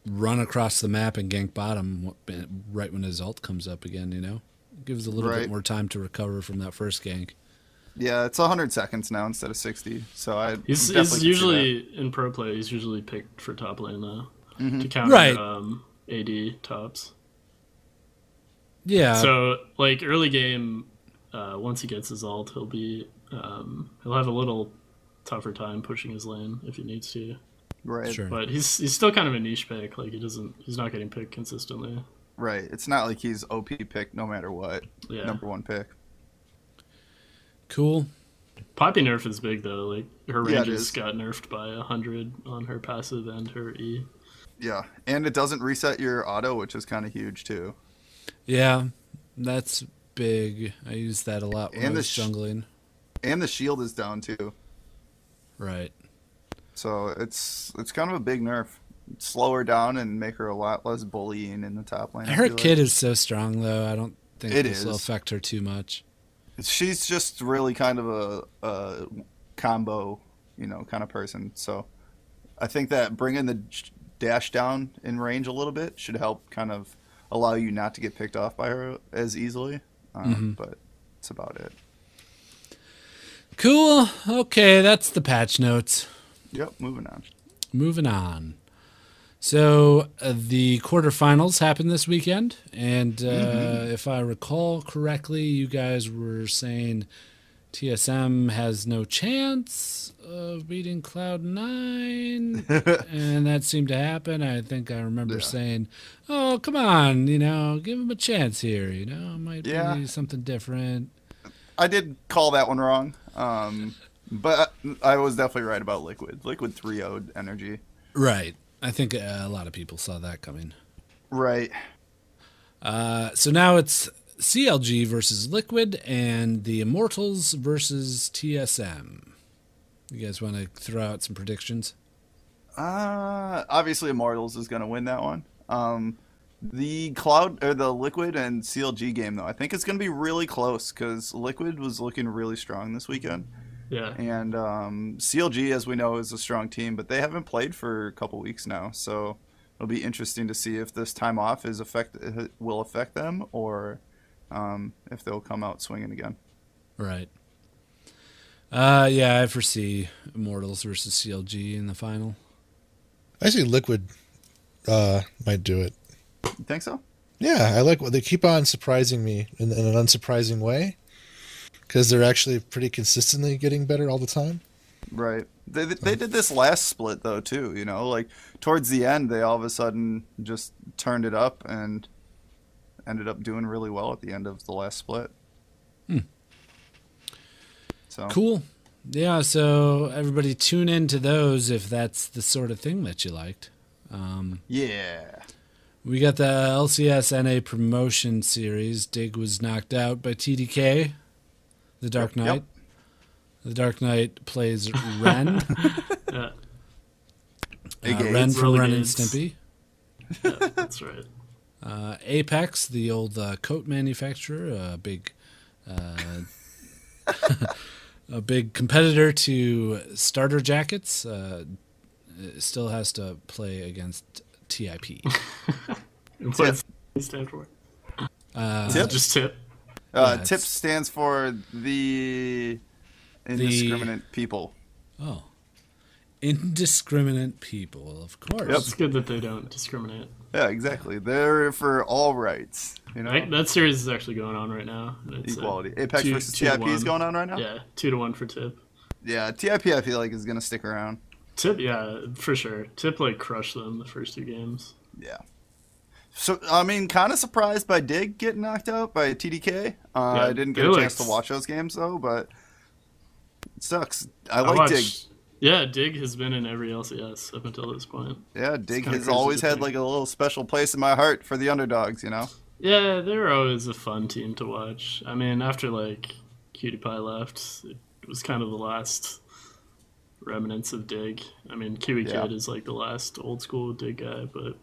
A: run across the map and gank bottom wh- right when his ult comes up again. You know, gives a little
C: Right.
A: bit more time to recover from that first gank.
C: Yeah, it's 100 seconds now instead of 60. So I.
B: He's, he's
C: definitely can see that. Mm-hmm.
B: usually in pro play. He's usually picked for top lane though to counter
A: Right.
B: um, AD tops.
A: Yeah,
B: so like early game, uh, once he gets his ult, he'll be um, he'll have a little tougher time pushing his lane if he needs to.
C: right.
A: sure.
B: But he's he's still kind of a niche pick. Like he doesn't he's not getting picked consistently.
C: Right. It's not like he's OP pick no matter what.
B: Yeah,
C: Number one pick.
A: Cool.
B: Poppy nerf is big though. Like her
C: Yeah, it
B: ranges
C: is.
B: got nerfed by hundred on her passive and
C: *laughs*
B: her E.
C: Yeah, and it doesn't reset your auto, which is kind of huge too.
A: Yeah, that's big. I use that a lot when
C: And
A: I
C: the
A: was
C: sh-
A: jungling.
C: And the shield is down too.
A: Right.
C: So it's it's kind of a big nerf. Slow her down and make her a lot less bullying in the top lane. I
A: Her
C: feel like.
A: kid is so strong, though. I don't think
C: It
A: this will
C: is.
A: affect her too much.
C: she's just really kind of a, a combo, you know, kind of person. So I think that bringing the j- dash down in range a little bit should help kind of allow you not to get picked off by her as easily. Um,
A: Mm-hmm.
C: But it's about it.
A: Cool. Okay, that's the patch notes.
C: Yep, moving on.
A: Moving on. So uh, the quarterfinals happened this weekend, and uh,
C: Mm-hmm.
A: if I recall correctly, you guys were saying TSM has no chance of beating Cloud Nine, and that seemed to happen. I think I remember saying, "Oh, come on, you know, give him a chance here. You know, it might
C: Yeah.
A: be something different."
C: I did call that one wrong. Um, but I was definitely right about Liquid. Liquid 3 0 energy.
A: Right. I think uh, a lot of people saw that coming. Uh,
C: Right.
A: So now it's CLG versus Liquid and the Immortals versus TSM. You guys want to throw out some predictions?
C: Uh, obviously, Immortals is going to win that one. Um, the Cloud or the Liquid and CLG game, though, I think it's going to be really close because Liquid was looking really strong this weekend.
B: Yeah,
C: And um, CLG, as we know, is a strong team, but they haven't played for a couple weeks now. So it'll be interesting to see if this time off is affect uh, will affect them or um, if they'll come out swinging again.
A: Right. Uh, yeah, I foresee Immortals versus CLG in the final.
D: I see Liquid uh, might do it.
C: You think so?
D: Yeah, I like what they keep on surprising me in, in an unsurprising way because they're actually pretty consistently getting better all the time.
C: Right. They, they did this last split though too. You know, like towards the end, they all of a sudden just turned it up and ended up doing really well at the end of the last split. So
A: Cool. Yeah, so everybody tune in to those if that's the sort of thing that you liked. Um,
C: Yeah.
A: We got the LCS NA promotion series. Dig was knocked out by TDK, the Dark
C: Yep.
A: Knight. The Dark
C: *laughs*
A: Knight plays Ren. Uh,
C: Again,
A: Ren
C: it's
A: from Ren and
B: Renegades.
A: Stimpy.
B: that's right.
A: Uh, Apex, the old uh, coat manufacturer, a big, uh, *laughs* a big competitor to Starter Jackets, uh, still has to play against
B: *laughs*
A: TIP.
B: What's does it stand for?
C: tip.
B: Just tip.
C: uh,
A: Uh, it's-
C: tip stands for the indiscriminate people.
A: Oh. Indiscriminate people, of course.
C: Yep.
B: It's good that they don't discriminate.
C: Yeah, exactly. They're for all rights. You know,
B: Right? That series is actually going on right now. and It's, uh,
C: equality. Apex
B: two-
C: versus
B: two to
C: TIP is
B: one.
C: going on right now.
B: Yeah, two to one for Tip.
C: Yeah, TIP I feel like is gonna stick around.
B: Tip, yeah, for sure. Tip like crushed them the first two games.
C: Yeah. So I mean, kind of surprised by Dig getting knocked out by TDK. Uh,
B: Yeah,
C: I didn't get a
B: Felix.
C: chance to watch those games though, but it sucks. I,
B: I
C: like
B: watched-
C: Dig.
B: Yeah, Dig has been in every LCS up until this point.
C: Yeah, Dig
B: kinda
C: has
B: crazy
C: always
B: to
C: had
B: think.
C: like a little special place in my heart for the underdogs. You know.
B: Yeah, they were always a fun team to watch. I mean, after like Cutie Pie left, it was kind of the last remnants of Dig. I mean, Kiwi
C: Yeah.
B: Kid is like the last old school Dig guy, but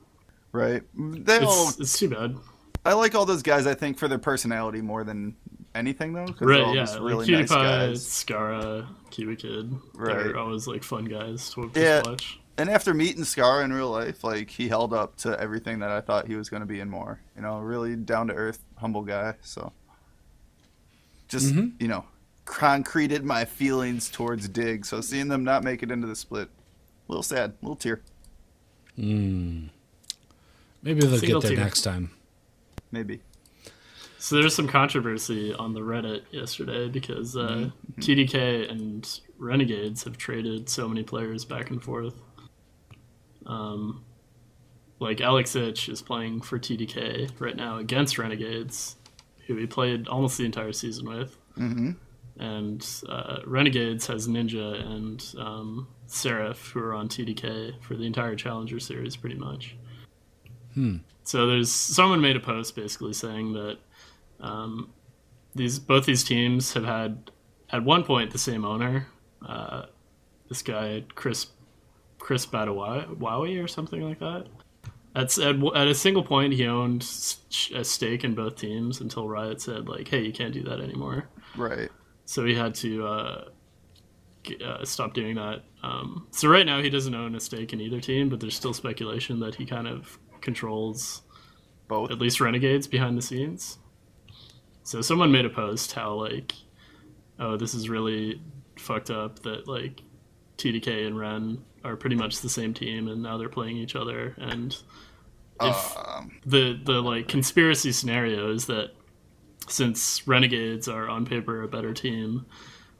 C: Right. They all.
B: it's, it's too bad.
C: I like all those guys. I think for their personality more than anything though. 'cause they're
B: Right?
C: all
B: Yeah,
C: just
B: like
C: really
B: Cutie
C: nice
B: Pie,
C: guys.
B: Skara, Kiwi Kid.
C: Right.
B: They're always like fun guys to just
C: Yeah.
B: watch.
C: and after meeting Scar in real life, like he held up to everything that I thought he was going to be and more. You know, really down to earth, humble guy. So, just
B: Mm-hmm.
C: you know, concreted my feelings towards Dig. So seeing them not make it into the split, a little sad, a little tear.
A: Hmm. Maybe they'll
B: Single
A: get there
B: team.
A: next time.
C: Maybe
B: So there's some controversy on the Reddit yesterday because uh, TDK and Renegades have traded so many players back and forth. Um, like Alex Itch is playing for TDK right now against Renegades, who he played almost the entire season with. Mm-hmm. And uh, Renegades has Ninja and um, Seraph, who are on TDK for the entire Challenger series, pretty much.
A: Hmm.
B: So there's someone made a post basically saying that um, these both these teams have had at one point the same owner. Uh, this guy Chris Chris Badawi or something like that. At, at, at a single point, he owned s- a stake in both teams until Riot said, like, hey, you can't do that anymore.
C: right.
B: So he had to uh, g- uh, stop doing that. Um, so right now, he doesn't own a stake in either team, but there's still speculation that he kind of controls
C: Both.
B: at least renegades behind the scenes. So someone made a post how like, oh, this is really fucked up that like TDK and Ren are pretty much the same team and now they're playing each other and if the the like conspiracy scenario is that since renegades are on paper a better team,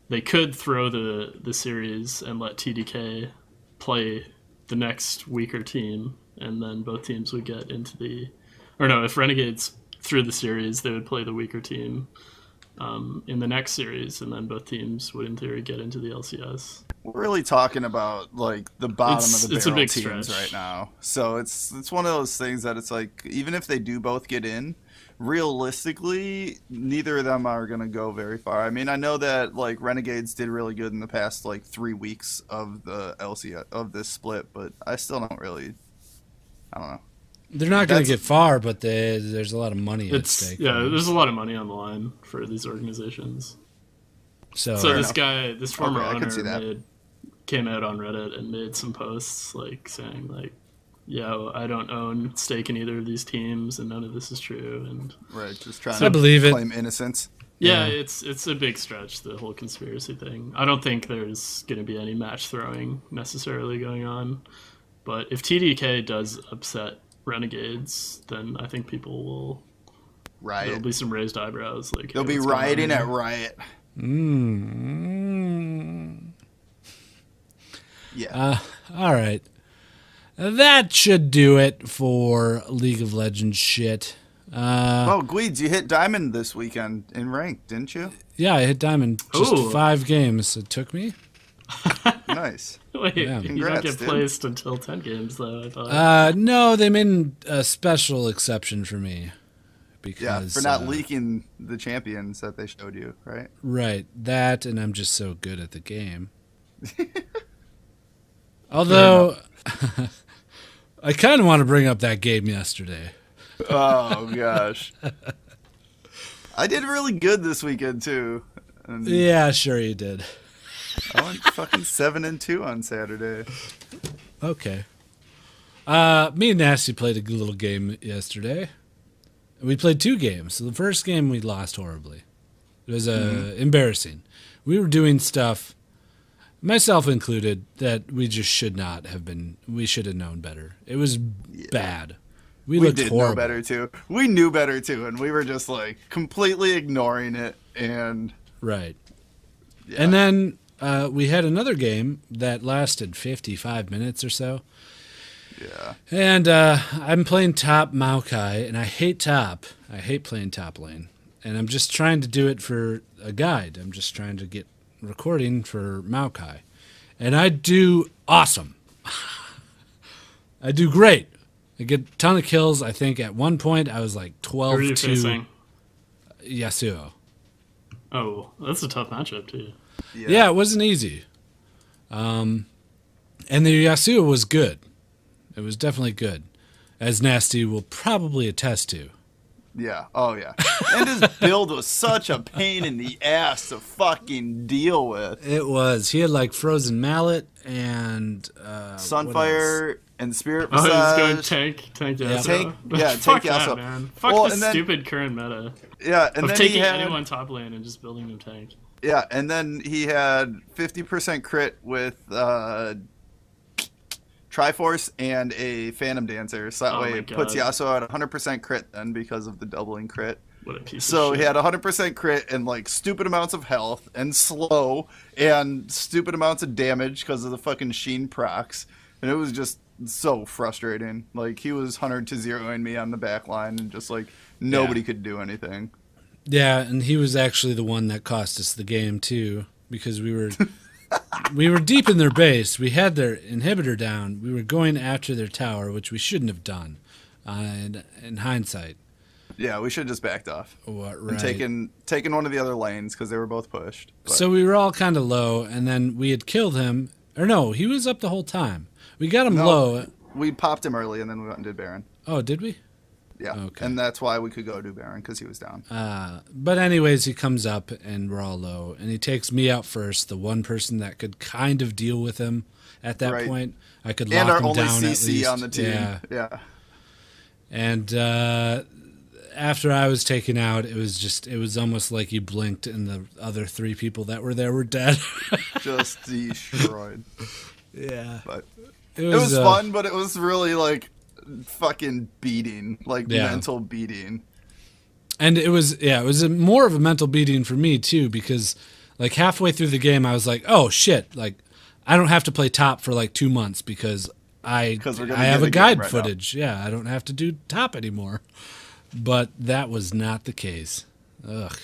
B: they could throw the the series and let TDK play the next weaker team and then both teams would get into the or no, if Renegades threw the series, they would play the weaker team um, in the next series, and then both teams would, in theory, get into the LCS.
C: We're really talking about like the bottom
B: It's-
C: of the
B: it's a
C: barrel
B: big
C: teams
B: stretch.
C: right now. So it's it's one of those things that it's like even if they do both get in, realistically, neither of them are gonna go very far. I mean, I know that like Renegades did really good in the past like three weeks of the LCS of this split, but I still don't really. I don't know.
A: They're not going
C: That's-
A: to get far, but they, there's a lot of money at
B: It's
A: stake.
B: yeah, there's a lot of money on the line for these organizations.
A: So,
B: so this guy, this former
C: Okay, I can
B: owner,
C: see that.
B: made, came out on Reddit and made some posts like saying like, "Yo, I don't own stake in either of these teams, and none of this is true." And
C: Right, just trying
A: I
C: to
A: believe it.
C: claim innocence.
B: Yeah, it's it's a big stretch the whole conspiracy thing. I don't think there's going to be any match throwing necessarily going on, but if TDK does upset Renegades, then I think people will there'll
C: Riot.
B: be some raised eyebrows. Like
C: They'll
B: hey,
C: be
B: what's going on
C: rioting
B: here?
C: at riot.
A: Mm-hmm. Mm.
C: Yeah.
A: Uh, all right. That should do it for League of Legends shit. Uh,
C: oh, Guides, you hit diamond this weekend in ranked,
B: *laughs*
C: didn't you?
A: Yeah, I hit diamond just
B: Ooh.
A: five games. It took me.
C: Nice.
B: Wait, you don't
C: Congrats,
B: get
C: dude.
B: placed *laughs* until ten games though. I thought.
A: Uh, no, they made a special exception for me
C: Yeah,
A: because
C: for not
A: uh,
C: leaking the champions that they showed you, right?
A: Right, that, and I'm just so good at the game. *laughs* Although, *laughs* I kind of want to bring up that game yesterday. *laughs*
C: Oh gosh. I did really good this weekend too. And
A: Yeah, sure you did.
C: I went fucking seven and two on Saturday.
A: Okay. Uh, me and Nasty played a little game yesterday.
C: Mm-hmm.
A: We played two games. So the first game we lost horribly. It was uh, embarrassing. we were doing stuff, myself included, that we just should not have been. We should have known better. It was bad. We,
C: we
A: looked
C: did
A: horrible.
C: know better too. We knew better too, and we were just like completely ignoring it. And
A: Right. And then uh, we had another game that lasted 55 minutes or so.
C: yeah,
A: And uh, I'm playing top Maokai, and I hate top. I hate playing top lane. And I'm just trying to do it for a guide. I'm just trying to get recording for Maokai. And I do awesome. *laughs* I do great. I get a ton of kills. I think at one point I was like
B: Who
A: 12
B: are you
A: to
B: facing?
A: Yasuo.
B: Oh, that's a tough matchup too.
C: yeah,
A: Yeah, it wasn't easy. Um, and the Yasuo was good. It was definitely good, as Nasty will probably attest to.
C: yeah. Oh yeah. And his
A: *laughs*
C: build was such a pain in the ass to fucking deal with.
A: It was. He had like frozen mallet and uh, what else?
C: Sunfire and Spirit
B: *laughs* Oh,
C: Massage.
B: he's going tank, tank Yasuo.
C: Tank-
B: *laughs*
C: yeah,
B: Fuck
C: tank
B: that,
C: Yasuo.
B: man. Fuck
C: Well,
B: this
C: and then-
B: stupid current meta
C: yeah, and
B: of
C: then he
B: taking
C: had
B: anyone top lane and just building them tank.
C: yeah, and then he had fifty percent crit with. uh Triforce and a Phantom Dancer, so that
B: Oh my
C: way it puts
B: God.
C: Yasuo at 100% crit then because of the doubling crit.
B: What a piece
C: So
B: of shit.
C: he had 100% crit and like stupid amounts of health and slow and stupid amounts of damage because of the fucking Sheen procs. And it was just so frustrating. Like he was 100 to 0ing me on the back line and just like nobody could do anything.
A: Yeah, and he was actually the one that cost us the game too, because we *laughs* were we were deep in their base. We had their inhibitor down. We were going after their tower, which we shouldn't have done. Uh, in, in hindsight,
C: Yeah, we should have just backed off
A: what right?
C: and taken taken one of the other lanes because they were both pushed. But,
A: So we were all kind of low, and then we had killed him. Or no, he was up the whole time. We got him
C: No.
A: low.
C: we popped him early and then we went and did Baron.
A: Oh, did we?
C: Yeah,
A: Okay.
C: and that's why we could go do Baron because he was down.
A: Uh, But anyways, he comes up and we're all low, and he takes me out first, the one person that could kind of deal with him at that
C: Right.
A: point. I could lock
C: and our
A: him
C: only
A: down at
C: CC
A: least.
C: on the team.
A: Yeah.
C: yeah.
A: And uh, after I was taken out, it was just it was almost like you blinked, and the other three people that were there were dead. *laughs*
C: just destroyed.
A: yeah,
C: But
A: it
C: it was
A: uh,
C: fun, but it was really like fucking beating, like
A: Yeah.
C: mental beating.
A: And it was yeah, it was a, more of a mental beating for me too because like halfway through the game I was like, "Oh shit, like I don't have to play top for like 2 months because I
C: 'Cause we're gonna
A: I have
C: get
A: a
C: a game
A: guide
C: right now."
A: footage. Yeah, I don't have to do top anymore." But that was not the case. Ugh.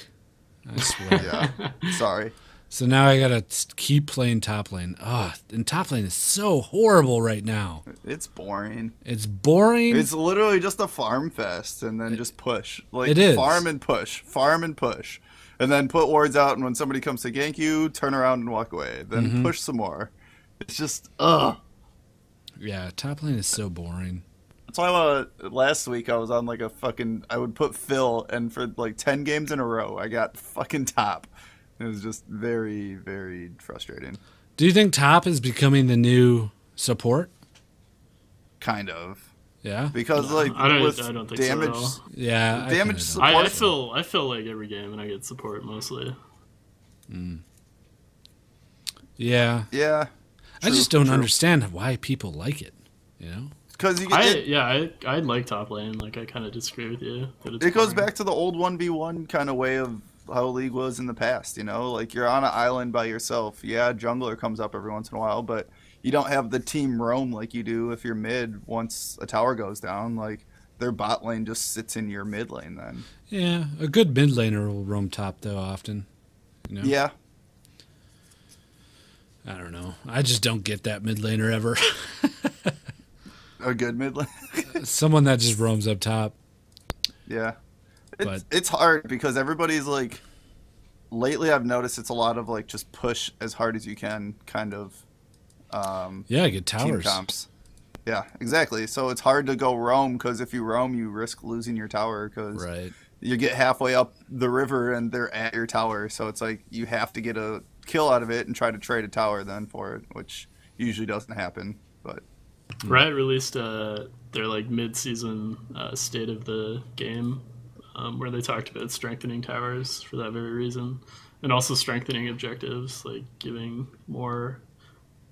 A: I
C: *laughs*
A: swear.
C: Yeah, sorry.
A: So now I got to keep playing top lane. Ugh, and top lane is so horrible right now.
C: It's boring.
A: It's boring.
C: It's literally just a farm fest, and then just push. Like
A: It is.
C: farm and push, farm and push, and then put wards out. And when somebody comes to gank you, turn around and walk away. Then
A: Mm-hmm.
C: push some more. It's just ugh.
A: yeah, top lane is so boring.
C: That's why uh, last week I was on like a fucking. I would put Phil, and for like ten games in a row, I got fucking top. It was just very, very frustrating.
A: Do you think top is becoming the new support?
C: Kind of
A: Yeah.
C: because like
B: I don't-
C: with
B: I don't think so at
C: damage,
B: all.
A: Yeah. I
C: damage
A: kinda don't.
B: I, I
C: support.
B: feel I feel like every game and I get support mostly.
A: Mm. Yeah.
C: yeah,
A: I just don't understand why people like it. You know?
C: because you get,
B: I
C: it,
B: yeah I I like top lane. Like I kind of disagree with you. that it's
C: it goes
B: boring.
C: back to the old one v one kind of way of how league was in the past. You know, like you're on an island by yourself. Yeah, jungler comes up every once in a while, but you don't have the team roam like you do if you're mid. Once a tower goes down, like their bot lane just sits in your mid lane. Then
A: Yeah. A good mid laner will roam top though often. You know?
C: yeah,
A: I don't know. I just don't get that mid laner ever. *laughs*
C: a good mid lane.
A: Someone that just roams up top.
C: Yeah. It's,
A: But-
C: it's hard because everybody's like lately I've noticed it's a lot of like just push as hard as you can kind of um
A: Yeah, good
C: team
A: towers.
C: comps. Yeah, exactly. So it's hard to go roam cuz if you roam you risk losing your tower cuz
A: Right.
C: you get halfway up the river and they're at your tower. So it's like you have to get a kill out of it and try to trade a tower then for it, which usually doesn't happen. But Hmm.
B: Riot released uh, their like mid-season uh, state of the game, um, where they talked about strengthening towers for that very reason, and also strengthening objectives, like giving more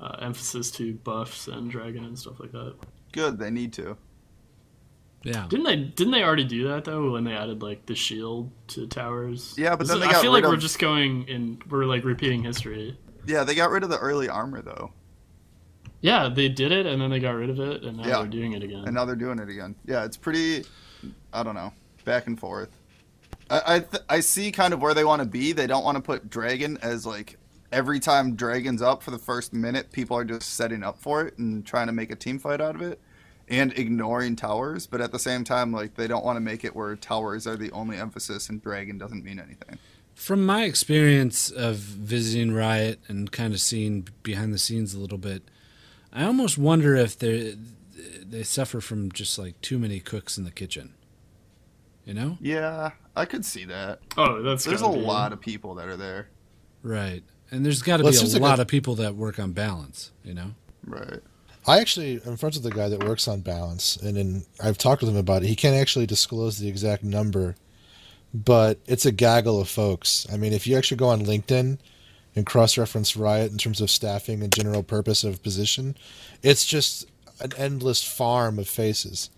B: uh, emphasis to buffs and dragon and stuff like that.
C: Good, they need to.
A: Yeah.
B: Didn't they? Didn't they already do that though? When they added like the shield to towers?
C: Yeah, but
B: This
C: then
B: is-
C: they
B: I
C: got
B: feel
C: rid
B: like we're
C: of-
B: just going in. We're like repeating history.
C: Yeah, they got rid of the early armor though,
B: Yeah, they did it, and then they got rid of it, and now
C: Yeah.
B: they're doing it again.
C: and now they're doing it again. Yeah, it's pretty. I don't know, back and forth. I I, th- I see kind of where they want to be. They don't want to put dragon as like every time dragon's up for the first minute, people are just setting up for it and trying to make a team fight out of it, and ignoring towers. But at the same time, like they don't want to make it where towers are the only emphasis and dragon doesn't mean anything.
A: From my experience of visiting Riot and kind of seeing behind the scenes a little bit, I almost wonder if they they suffer from just like too many cooks in the kitchen. You know?
C: Yeah, I could see that.
B: oh, that's
C: There's a
B: gotta be-
C: lot of people that are there.
A: Right. And there's got to
D: Well, it
A: be a
D: seems like
A: lot
D: a-
A: of people that work on balance, you know?
C: Right.
D: I actually am friends with the guy that works on balance, and then I've talked with him about it. He can't actually disclose the exact number, but it's a gaggle of folks. I mean, if you actually go on LinkedIn and cross-reference Riot in terms of staffing and general purpose of position, it's just an endless farm of faces.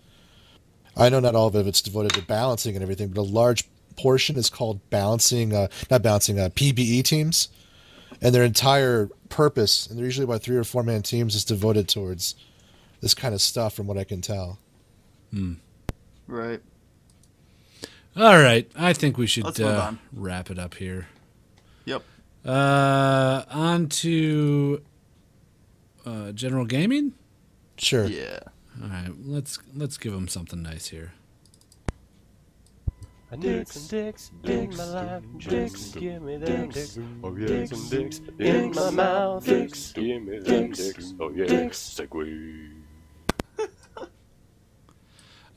D: I know not all of it's devoted to balancing and everything, but a large portion is called balancing, uh, not balancing, uh, PBE teams, and their entire purpose, and they're usually about three or four man teams, is devoted towards this kind of stuff, from what I can tell.
C: Right.
A: All right. I think we should
C: Let's move
A: uh,
C: on.
A: wrap it up here.
C: Yep.
A: Uh, on to uh, general gaming.
D: Sure.
C: Yeah.
A: All right, let's let's give him something nice here.
J: I need some dicks in my life. Dicks, give me them dicks. Oh yeah, dicks, some dicks in my mouth. Dicks, give me them dicks. Oh yeah, dicks. Segway.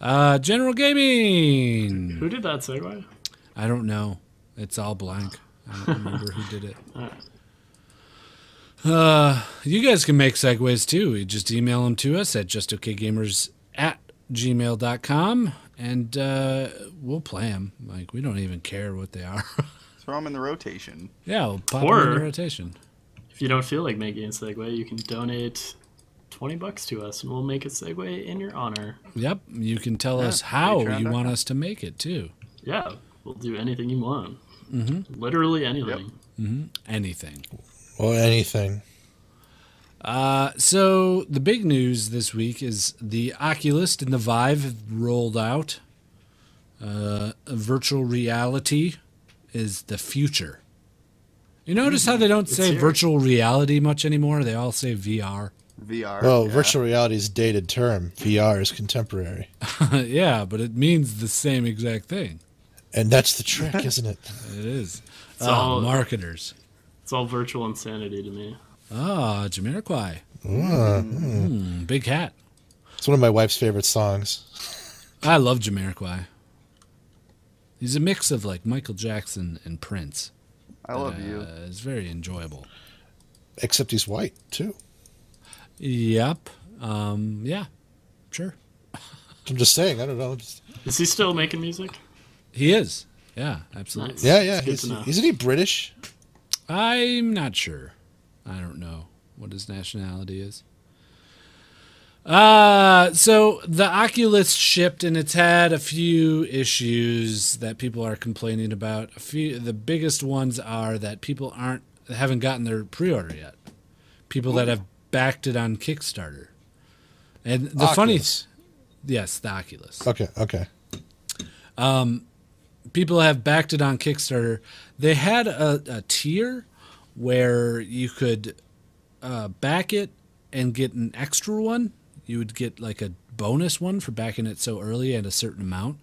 A: Uh, general gaming.
B: Who did that segue? *laughs*
A: I don't know. It's all blank. I don't remember who did it. Uh, you guys can make segues too. You just email them to us at justokgamers at gmail.com and uh, we'll play them. Like, we don't even care what they are. *laughs*
C: Throw them in the rotation.
A: yeah, we'll pop 'em in
B: Or-
A: the rotation.
B: If you don't feel like making a segue, you can donate twenty bucks to us, and we'll make a segue in your honor.
A: Yep. You can tell us how you
C: patreon.com.
A: want us to make it too.
B: Yeah, we'll do anything you want. Mm-hmm. Literally anything.
A: Mm-hmm. Anything.
D: Or anything.
A: Uh, So the big news this week is the Oculus and the Vive have rolled out. Uh, virtual reality is the future. You notice how they don't say
B: here.
A: virtual reality much anymore? They all say VR.
C: VR.
D: Well,
A: *laughs*
C: yeah.
D: virtual reality is dated term. VR is contemporary,
A: yeah, but it means the same exact thing.
D: and that's
C: *laughs*
D: the trick, isn't it?
A: *laughs* It is.
B: It's
A: Oh,
B: all-
A: marketers.
B: It's all virtual insanity to me.
A: Ah, Jamiroquai.
D: Ah, hmm.
A: Mm, big hat.
D: It's one of my wife's favorite songs.
A: I love Jamiroquai. He's a mix of like Michael Jackson and Prince.
C: I love you.
A: Uh, it's very enjoyable.
D: Except he's white too.
A: Yep. Um, yeah. Sure.
D: I'm just saying. I don't know. Just,
B: Is he still making music?
A: He is. Yeah, absolutely.
B: Nice.
D: yeah, yeah.
B: It's good
D: He's,
B: to know.
D: isn't he British?
A: I'm not sure. I don't know what his nationality is. Uh, so the Oculus shipped and it's had a few issues that people are complaining about. A few the biggest ones are that people aren't haven't gotten their pre-order yet. People that have backed it on Kickstarter. And the funny
D: Oculus.
A: yes, the Oculus.
D: Okay, okay.
A: Um, people have backed it on Kickstarter. They had a, a tier where you could uh, back it and get an extra one. You would get like a bonus one for backing it so early at a certain amount.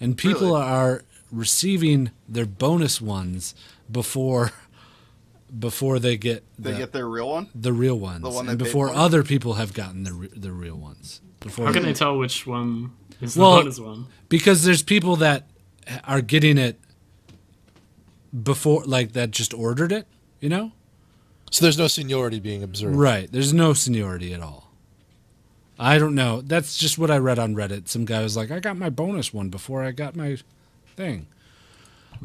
A: And people
C: Really?
A: are receiving their bonus ones before before they get
C: They
A: the,
C: get their real one.
A: the real ones
C: one
A: and
C: they paid
A: before
C: for?
A: other people have gotten the re- the real ones. Before
B: How can they tell which one is the
A: Well-
B: bonus one?
A: because there's people that are getting it before like that just ordered it you know
D: So there's no seniority being observed.
A: right there's no seniority at all i don't know that's just what i read on reddit some guy was like i got my bonus one before i got my thing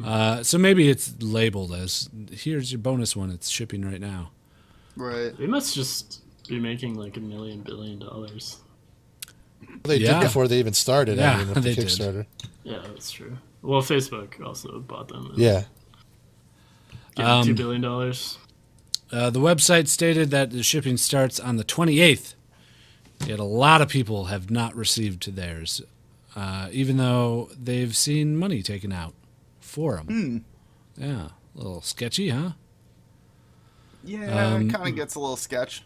A: Uh, so maybe it's labeled as here's your bonus one. It's shipping right now.
C: Right.
B: They must just be making like a million billion dollars.
D: They
A: Yeah.
D: did before they even started.
A: Yeah,
D: I mean, with the
A: they did.
D: Kickstarter.
B: Yeah, that's true. Well, Facebook also bought them. and
D: Yeah. um,
B: gave them two billion dollars.
A: Uh, the website stated that the shipping starts on the 28th. Yet a lot of people have not received theirs, uh, even though they've seen money taken out for them. Yeah, a little sketchy, huh?
C: Yeah,
B: Um,
C: it kind of gets a little sketch.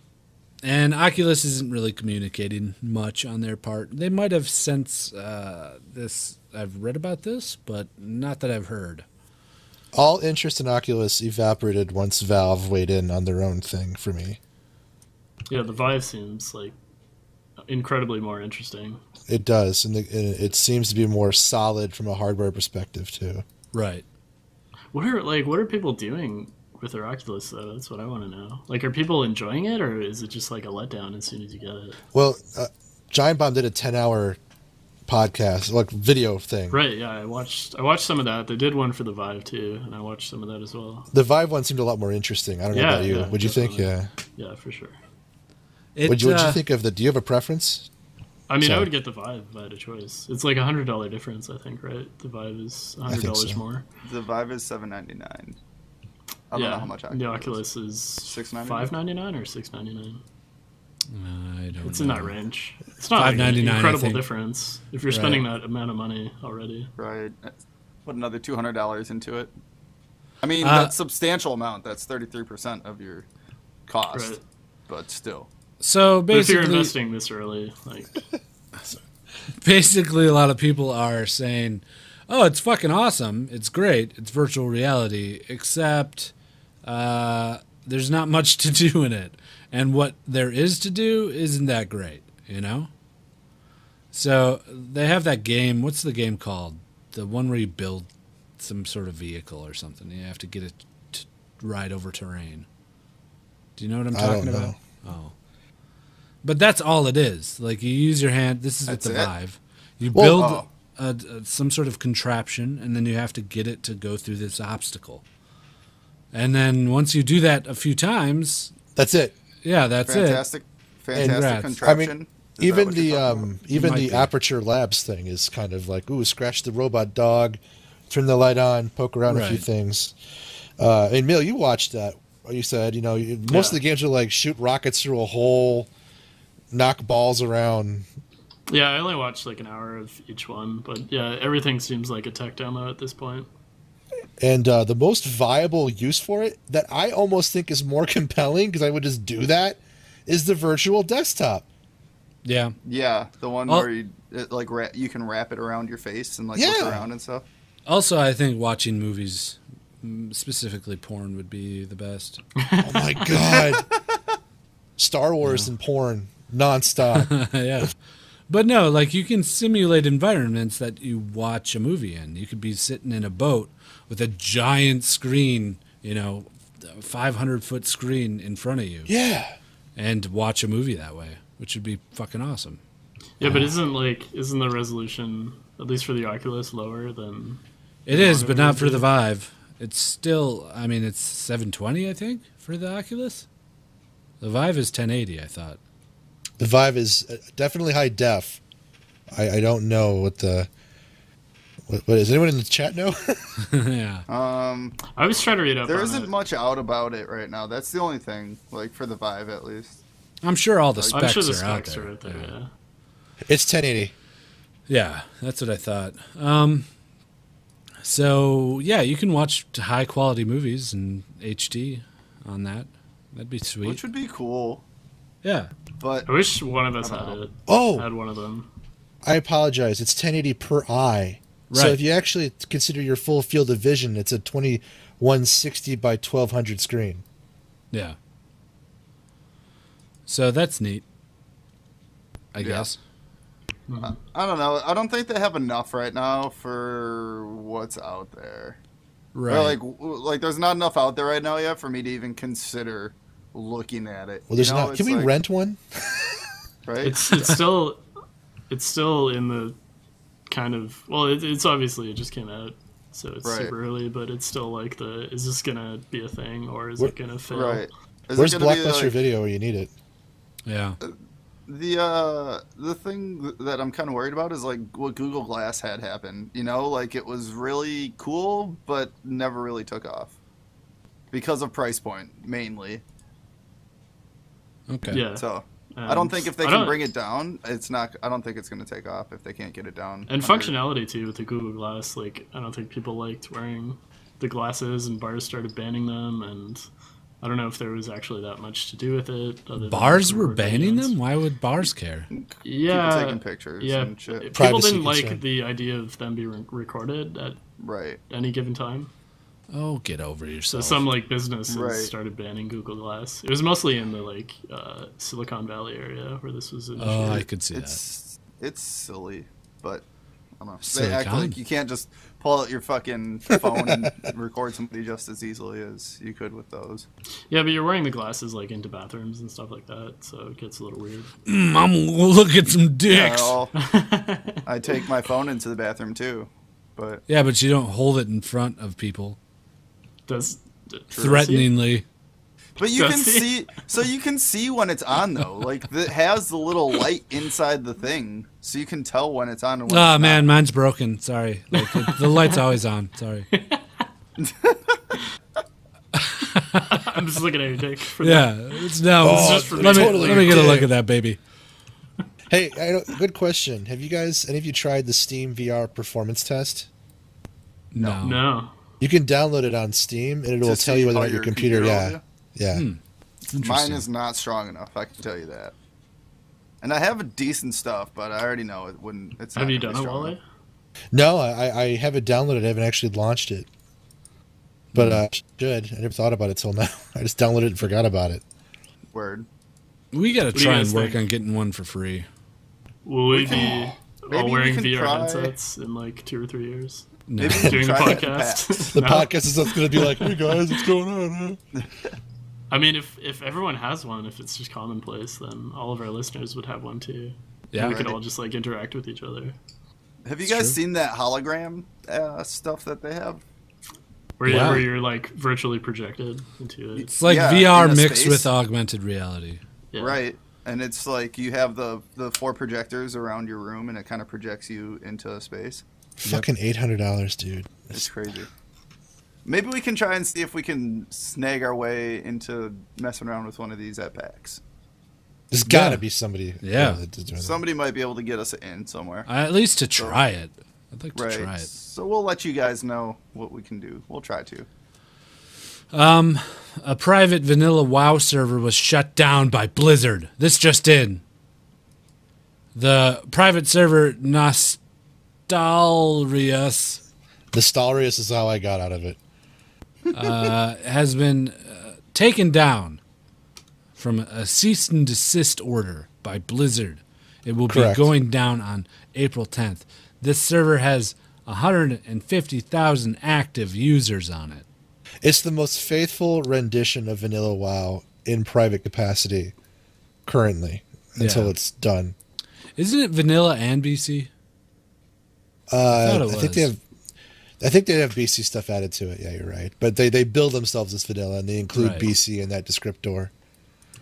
A: And Oculus isn't really communicating much on their part. They might have since uh, this. I've read about this, but not that I've heard.
D: All interest in Oculus evaporated once Valve weighed in on their own thing for me.
B: Yeah, the Vive seems like incredibly more interesting.
D: It does, and, the, and it seems to be more solid from a hardware perspective too.
A: Right.
B: What are like what are people doing with their Oculus though? That's what I want to know. Like, are people enjoying it, or is it just like a letdown as soon as you get it?
D: Well, uh, Giant Bomb did a ten-hour podcast, like video thing.
B: Right. Yeah, I watched I watched some of that. They did one for the Vive too, and I watched some of that as well.
D: The Vive one seemed a lot more interesting. I don't
B: Yeah,
D: know about you.
B: yeah,
D: Would you think? Yeah.
B: definitely. Yeah, for sure.
A: It,
D: Would you, would you
A: uh,
D: think of the? Do you have a preference?
B: I mean, I
D: So-
B: would get the Vive if I had a choice. It's like a hundred dollar difference, I think, right? The Vive is a hundred dollars
D: so.
B: more.
C: The Vive is seven ninety nine. I don't
B: yeah,
C: know how much
B: the Oculus is
C: $6.99?
B: five ninety nine or six ninety nine.
A: I don't
B: It's
A: know.
B: in that range. It's not like an
A: $5.99, I
B: incredible
A: think.
B: difference if you're spending that amount of money already.
C: Right. Put another two hundred dollars into it. I mean,
A: Uh,
C: that's substantial amount. That's thirty three percent of your cost,
B: Right.
C: but still.
A: So
B: But if you're
A: basically,
B: investing this early, like
A: *laughs* basically a lot of people are saying, "Oh, it's fucking awesome. It's great. It's virtual reality, except uh, there's not much to do in it, and what there is to do isn't that great, you know." So they have that game. What's the game called? The one where you build some sort of vehicle or something. You have to get it to ride over terrain. Do you know what I'm
D: I
A: talking
D: don't
A: about? Oh. But that's all it is. Like you use your hand. This is
C: That's
A: with the
C: it?
A: Vive. You
D: Well-
A: build
C: Oh.
A: a, a- some sort of contraption, and then you have to get it to go through this obstacle. And then once you do that a few times,
D: That's it.
A: yeah, that's
C: Fantastic,
A: Congrats.
C: fantastic
D: I
C: contraption.
D: mean,
C: Is that
D: even
C: what you're
D: the
C: talking
D: um, even
A: Might
D: the
A: be.
D: Aperture Labs thing is kind of like, ooh, scratch the robot dog, turn the light on, poke around a few
A: Right.
D: things. Uh, and Mill, you watched that. You said, you know, you- most of
B: Yeah.
D: the games are like shoot rockets through a hole, knock balls around.
B: yeah, I only watched like an hour of each one, but yeah, everything seems like a tech demo at this point.
D: And uh, the most viable use for it that I almost think is more *laughs* compelling because I would just do that is the
C: *laughs*
D: virtual desktop.
A: it. Yeah,
C: about. Yeah, the one
A: Oh.
C: where you it, like ra- you can wrap it around your face and like
D: Yeah.
C: look around and stuff.
A: Also, I think watching movies, mm, specifically porn, would be the best.
D: *laughs* Oh my god, Star Wars and porn nonstop.
A: *laughs* yeah. But no, like you can simulate environments that you watch a movie in. You could be sitting in a boat with a giant screen, you know, 500 foot screen in front of you
D: Yeah.
A: and watch a movie that way, which would be fucking awesome.
B: Yeah, but isn't like isn't the resolution at least for the Oculus lower than
A: It is, but not for the Vive. It's still, I mean, it's 720, I think, for the Oculus. The Vive is 1080, I thought.
D: The Vive is uh, definitely high def. I, I don't know what the. What, what is anyone in the chat know? *laughs*
A: yeah.
C: Um,
B: I was trying to read up.
C: there
B: on
C: isn't
B: it.
C: much out about it right now. That's the only thing, like for the Vive at least.
A: I'm sure all the specs,
B: I'm sure the
A: are, out
B: specs
A: there.
B: are out there.
A: Yeah.
B: Yeah.
D: it's 1080.
A: Yeah, that's what I thought. Um, so yeah, you can watch high quality movies in HD on that. That'd be sweet.
C: Which would be cool,
A: yeah,
C: but
B: I wish one of us had it. Had
D: Oh,
B: one of them.
D: I apologize. It's 1080 per eye. So
A: Right.
D: if you actually consider your full field of vision, it's a 2160 by 1200 screen.
A: yeah. So that's neat. I guess.
B: Uh-huh.
C: I don't know. I don't think they have enough right now for what's out there.
A: Right.
C: Or like, w- like there's not enough out there right now yet for me to even consider looking at it.
D: Well, there's
C: You know,
D: not.
C: it's
D: Can we
C: like-
D: rent one?
C: Right?
B: It's it's still it's still in the kind of well, it, it's obviously it just came out so it's
C: Right.
B: super early, but it's still like the is this gonna be a thing or is
D: Where-
B: it gonna fail?
C: Right. Is it
D: Where's
C: gonna be,
D: Blockbuster
C: like,
D: Video where you need it?
A: Yeah.
C: the uh the thing th- that i'm kind of worried about is like what google glass had happen you know like it was really cool but never really took off because of price point mainly
A: Okay.
B: Yeah. Um,
C: so
B: and
C: i don't think if they
B: I
C: can
B: don't-
C: bring it down it's not i don't think it's going to take off if they can't get it down
B: and
C: under-
B: functionality too with the Google Glass, like I don't think people liked wearing the glasses, and bars started banning them, and I don't know if there was actually that much to do with it. other than
A: Bars
B: some
A: were
B: revenge.
A: banning them. Why would bars care?
B: Yeah,
C: people taking pictures
B: yeah.
C: and shit
B: People
D: Privacy
B: didn't
D: concern.
B: like the idea of them being recorded at
C: right
B: any given time.
A: Oh, get over
B: So
A: yourself.
B: some like businesses
C: Right.
B: started banning Google Glass. It was mostly in the like uh, Silicon Valley area where this was.
A: oh, I
B: initiated.
A: could see that.
C: it's it's silly but I don't know. They
A: Silly
C: act
A: con.
C: like you can't just pull out your fucking phone
A: *laughs*
C: and record somebody just as easily as you could with those.
B: yeah, but you're wearing the glasses like into bathrooms and stuff like that, so it gets a little weird.
A: Mm, I'm gonna look at some dicks. *laughs*
C: Well, I take my phone into the bathroom too, but
A: Yeah, but you don't hold it in front of people
B: Does
A: threateningly.
C: but you
B: Does
C: can
B: he?
C: see so you can see when it's on though. Like it has the little light inside the thing, so you can tell when it's on. And when
A: Oh
C: it's
A: man, mine's broken. Sorry, like, the, the light's always on.
C: *laughs*
A: Sorry.
B: *laughs* I'm just looking at your dick. *laughs* For yeah.
A: Yeah, it's no.
D: Oh,
A: just
B: for
A: let me
B: me.
D: Totally
A: let me get a
D: did.
A: look at that baby.
D: Hey, I don't, good question. Have you guys any of you tried the Steam VR performance test?
A: No.
B: No.
D: You can download it on Steam, and it will
C: Just
D: tell
C: see
D: you whether
C: how
D: or not your
C: your
D: computer.
C: computer
D: yeah,
C: will
D: yeah.
A: Hmm.
C: not.
A: Interesting.
C: Mine is not strong enough. I can tell you that. And I have a decent stuff, but I already know it wouldn't. It's
B: Have
C: not
B: you
C: gonna
B: done
C: be
B: it,
C: strong
B: Wally?
C: enough.
D: No, I, I have it downloaded. I haven't actually launched it,
A: Hmm.
D: but uh, I should. I never thought about it till now. *laughs* I just downloaded it and forgot about it.
C: Word.
A: we gotta
B: do you
A: try
B: guys
A: and work
B: think?
A: on getting one for free.
B: Will we be
C: maybe
B: all
C: we
B: wearing
C: can
B: VR
C: try-
B: headsets in like two or three years?
A: No.
C: Maybe we
B: Doing a
C: can try that in *laughs*
B: podcast?
D: The
B: No?
D: podcast is just going to be like, "Hey guys, what's going on?" huh?"
B: I mean, if if everyone has one, if it's just commonplace, then all of our listeners would have one too.
A: yeah,
B: we could all just like interact with each other.
C: *laughs* Have you
A: It's
C: guys
A: true.
C: seen that hologram uh, stuff that they have?
B: Where, you,
A: Yeah.
B: where you're like virtually projected into it.
A: it's like
C: Yeah, in
A: VR
C: a
A: mixed
C: space.
A: with uh, augmented reality.
B: Yeah.
C: Right. And it's like you have the the four projectors around your room, and it kind of projects you into space.
D: *laughs* Fucking eight hundred dollars, dude.
C: It's crazy. Maybe we can try and see if we can snag our way into messing around with one of these at PAX.
D: There's got to
A: Yeah.
D: be somebody. Uh,
A: Yeah.
D: that- that's doing that.
C: Somebody might be able to get us in somewhere.
A: I, at least to try it. I'd like to
C: right.
A: try it.
C: So we'll let you guys know what we can do. We'll try to.
A: Um, A private vanilla WoW server was shut down by Blizzard. This just in. The private server Nostalrius
D: the Stalrius is how I got out of it.
A: has been uh, taken down from a cease and desist order by Blizzard. It will
D: Correct.
A: be going down on April 10th. This server has 150,000 active users on it.
D: It's the most faithful rendition of Vanilla WoW in private capacity currently until
A: Yeah.
D: it's done.
A: Isn't it vanilla and BC?
D: Uh,
A: thought it
D: think they
A: was.
D: have. I think they have BC stuff added to it. Yeah, you're right. But they, they build themselves as vanilla and they include
A: Right.
D: BC in that descriptor.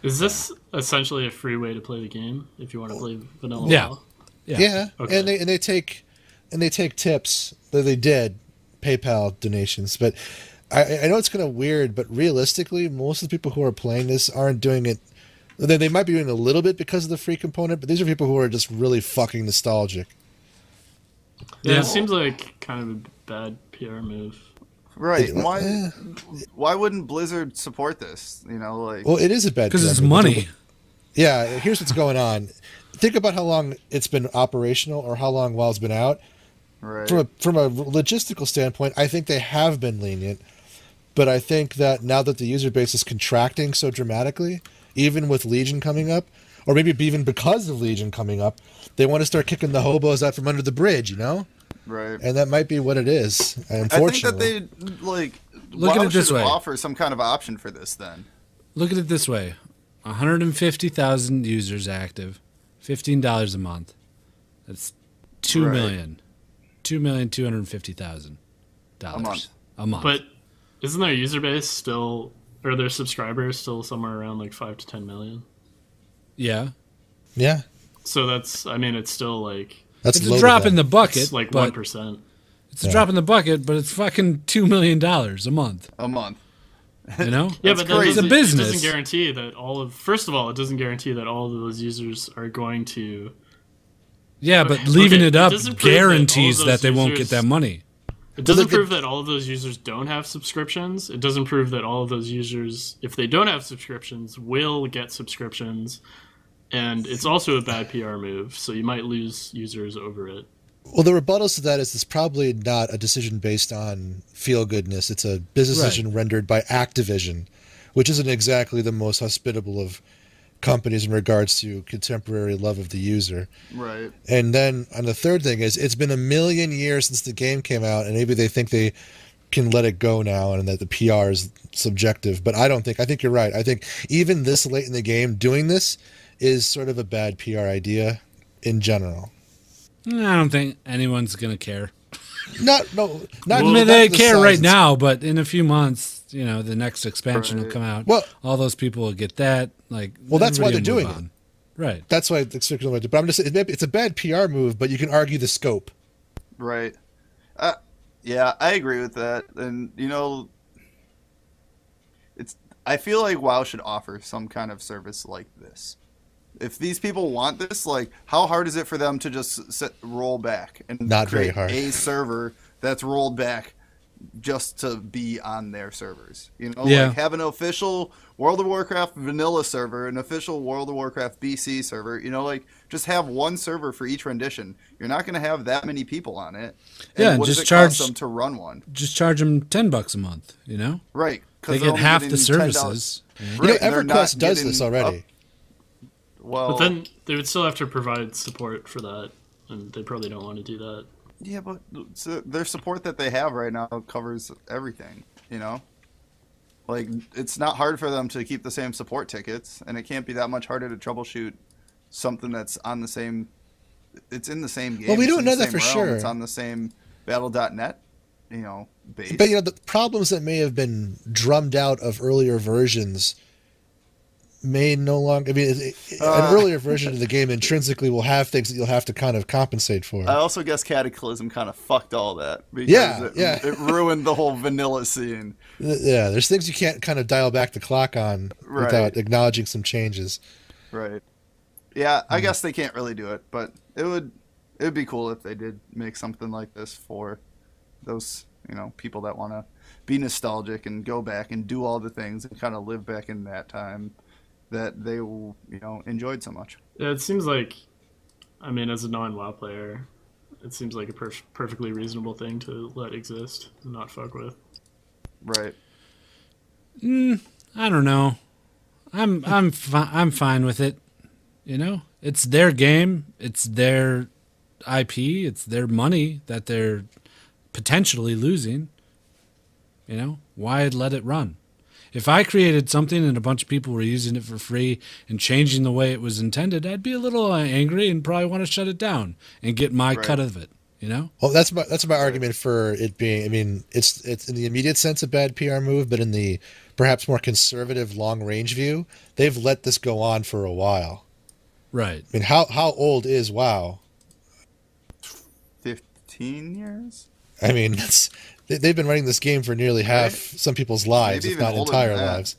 B: Is this essentially a free way to play the game if you want to play vanilla?
A: Yeah.
B: Oh, WoW?
A: Yeah.
D: Yeah,
B: Okay.
D: and they and they take and they take tips that they did PayPal donations. But I, I know it's kind of weird, but realistically, most of the people who are playing this aren't doing it. They, they might be doing it a little bit because of the free component, but these are people who are just really fucking nostalgic.
B: Yeah,
A: Yeah.
B: it seems like kind of a bad PR move.
C: Right.
D: It-
C: Why why wouldn't Blizzard support this? You know, like
D: Well, it is a bad
A: Because it's
D: drug, but
A: money.
D: Yeah, here's what's going on. Think about how long it's been operational or how long WoW's been out.
C: right.
D: From a from a logistical standpoint, I think they have been lenient, but I think that now that the user base is contracting so dramatically, even with Legion coming up, or maybe even because of Legion coming up, they want to start kicking the hobos out from under the bridge, you know?
C: right.
D: And that might be what it is.
C: I think
D: Unfortunately,
C: that they like
A: Look at
C: WoW
A: it this
C: should
A: way.
C: offer some kind of option for this then.
A: Look at it this way 150,000 users active, $15 a month. That's two
C: Right.
A: million, two million two hundred fifty thousand. dollars
C: month.
A: A month.
B: But isn't their user base still, or their subscribers still somewhere around like five to ten million?
A: yeah,
D: Yeah,
B: So that's, I mean, it's still like
D: that's
A: it's a
D: loaded
A: drop
D: up.
A: in the bucket.
B: it's like
A: but
B: one percent.
A: It's a drop in the bucket, but it's fucking two million dollars a month.
C: a month.
A: You know?
B: *laughs* Yeah, but that
C: crazy.
A: it's a
B: doesn't- It
A: business.
B: doesn't guarantee that all of. First of all, it doesn't guarantee that all of those users are going to.
A: yeah, but
B: Okay,
A: leaving
B: it
A: it up
B: doesn't prove that all
A: guarantees
B: those
A: that, they won't get
B: users-
A: that money.
B: It doesn't
D: look at-
B: prove that all of those users don't have subscriptions. It doesn't prove that all of those users, if they don't have subscriptions, will get subscriptions. And it's also a bad PR move, so you might lose users over it.
D: Well, the rebuttals to that is it's probably not a decision based on feel goodness. It's a business
A: Right.
D: decision rendered by Activision, which isn't exactly the most hospitable of companies in regards to contemporary love of the user.
C: Right.
D: And then on the third thing is it's been a million years since the game came out, and maybe they think they can let it go now and that the PR is subjective. But I don't think I think you're right. I think even this late in the game doing this is sort of a bad PR idea in general.
A: Mm, I don't think anyone's gonna care.
D: Not no not
A: I mean,
D: not
A: they
D: the
A: care
D: size
A: right
D: and
A: now, but in a few months, you know, the next expansion will
C: Right.
A: come out.
D: Well-
A: all those people will get that. Like,
D: Well, that's why
A: everybody
D: they're
A: will
D: doing
A: move on. Right.
D: That's why it's fictional. But I'm just saying, it may be- it's a bad PR move, but you can argue the scope.
C: Right. Uh, yeah, I agree with that. And you know, it's. I feel like WoW should offer some kind of service like this. If these people want this, like, how hard is it for them to just sit, roll back and
D: Not very
C: create
D: hard.
C: a server that's rolled back just to be on their servers? You know,
A: Yeah.
C: like have an official World of Warcraft vanilla server, an official World of Warcraft BC server. You know, like just have one server for each rendition. You're not going to have that many people on it.
A: Yeah,
C: what
A: just
C: does it
A: charge-
C: cost them to run one.
A: Just charge them ten bucks a month. You know,
C: Right. 'cause
A: they
C: they're
A: get
C: only
A: half the
C: getting $10.
A: services. Yeah.
C: Right,
D: you
C: and
D: know,
C: they're not
D: EverQuest does
C: getting
D: this already.
C: up- well,
B: But then they would still have to provide support for that, and they probably don't want to do that.
C: yeah, but so their support that they have right now covers everything. You know, like it's not hard for them to keep the same support tickets, and it can't be that much harder to troubleshoot something that's on the same. It's in the same game.
D: Well, we
C: it's
D: don't
C: in
D: know
C: the
D: that
C: same
D: for
C: realm, It's
D: sure.
C: on the same Battle.net, you know, base.
D: But you know, the problems that may have been drummed out of earlier versions may no longer. I mean, it, it-
C: Uh.
D: an earlier version of the game intrinsically will have things that you'll have to kind of compensate for.
C: I also guess Cataclysm kind of fucked all that because
D: Yeah,
C: it,
D: yeah. *laughs*
C: it ruined the whole vanilla scene.
D: Th- yeah, there's things you can't kind of dial back the clock on
C: Right.
D: without acknowledging some changes.
C: Right. Yeah, I
D: Mm-hmm.
C: guess they can't really do it, but it would it would be cool if they did make something like this for those, you know, people that want to be nostalgic and go back and do all the things and kind of live back in that time that they, you know, enjoyed so much.
B: Yeah, It seems like, I mean, as a non-WoW player, it seems like a perf- perfectly reasonable thing to let exist and not fuck with.
C: Right.
A: Mm, I don't know. I'm I'm fi- I'm fine with it. You know, it's their game. It's their IP. It's their money that they're potentially losing. You know, why let it run? If I created something and a bunch of people were using it for free and changing the way it was intended, I'd be a little uh, angry and probably want to shut it down and get my cut of it. You know?
D: Well, that's my that's my argument for it being. I mean, it's it's in the immediate sense a bad PR move, but in the perhaps more conservative long range view, they've let this go on for a while.
A: Right.
D: I mean, how how old is WoW?
C: 15 years?
D: I mean, that's *laughs* they, they've been running this game for nearly half some people's lives,
C: Maybe
D: if
C: even
D: not
C: older
D: entire
C: than that.
D: lives.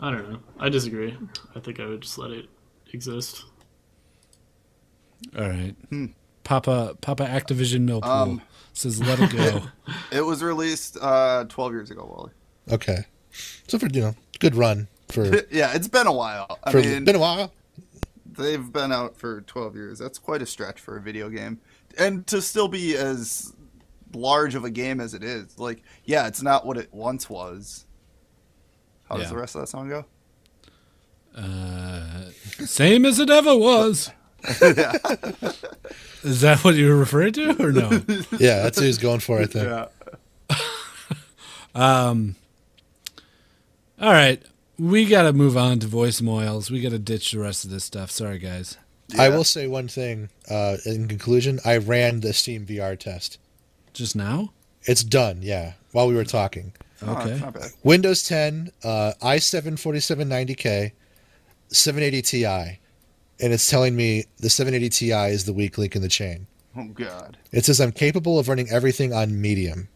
B: I don't know. I disagree. I think I would just let it exist.
C: Mm-hmm.
A: All right. Papa Papa Activision Millpool
C: Um.
A: says, "Let
C: *laughs*
A: it go."
C: It was released uh 12 years ago, Wally.
D: Okay, so for you know, good run
C: *laughs*
D: for
C: yeah, it's been a while. I
D: for
C: mean,
D: been a while.
C: they've been out for 12 years. That's quite a stretch for a video game. And to still be as large of a game as it is, like, yeah, it's not what it once was. How does
A: Yeah.
C: the rest of that song go?
A: Uh, Same as it
D: *laughs*
A: ever was. Is that what you were referring to, or no?
D: *laughs* Yeah, that's what he's going for. I think.
A: *laughs* Um, All right, we got to move on to voicemails. We got to ditch the rest of this stuff. Sorry, guys.
D: I will say one thing uh, in conclusion. I ran the Steam VR test.
A: Just now?
D: It's done, yeah, while we were talking.
A: Okay.
C: Oh, it's not bad.
D: Windows 10, uh, i7 4790K, 780 Ti. And it's telling me the 780 Ti is the weak link in the chain.
C: Oh god.
D: It says I'm capable of running everything on medium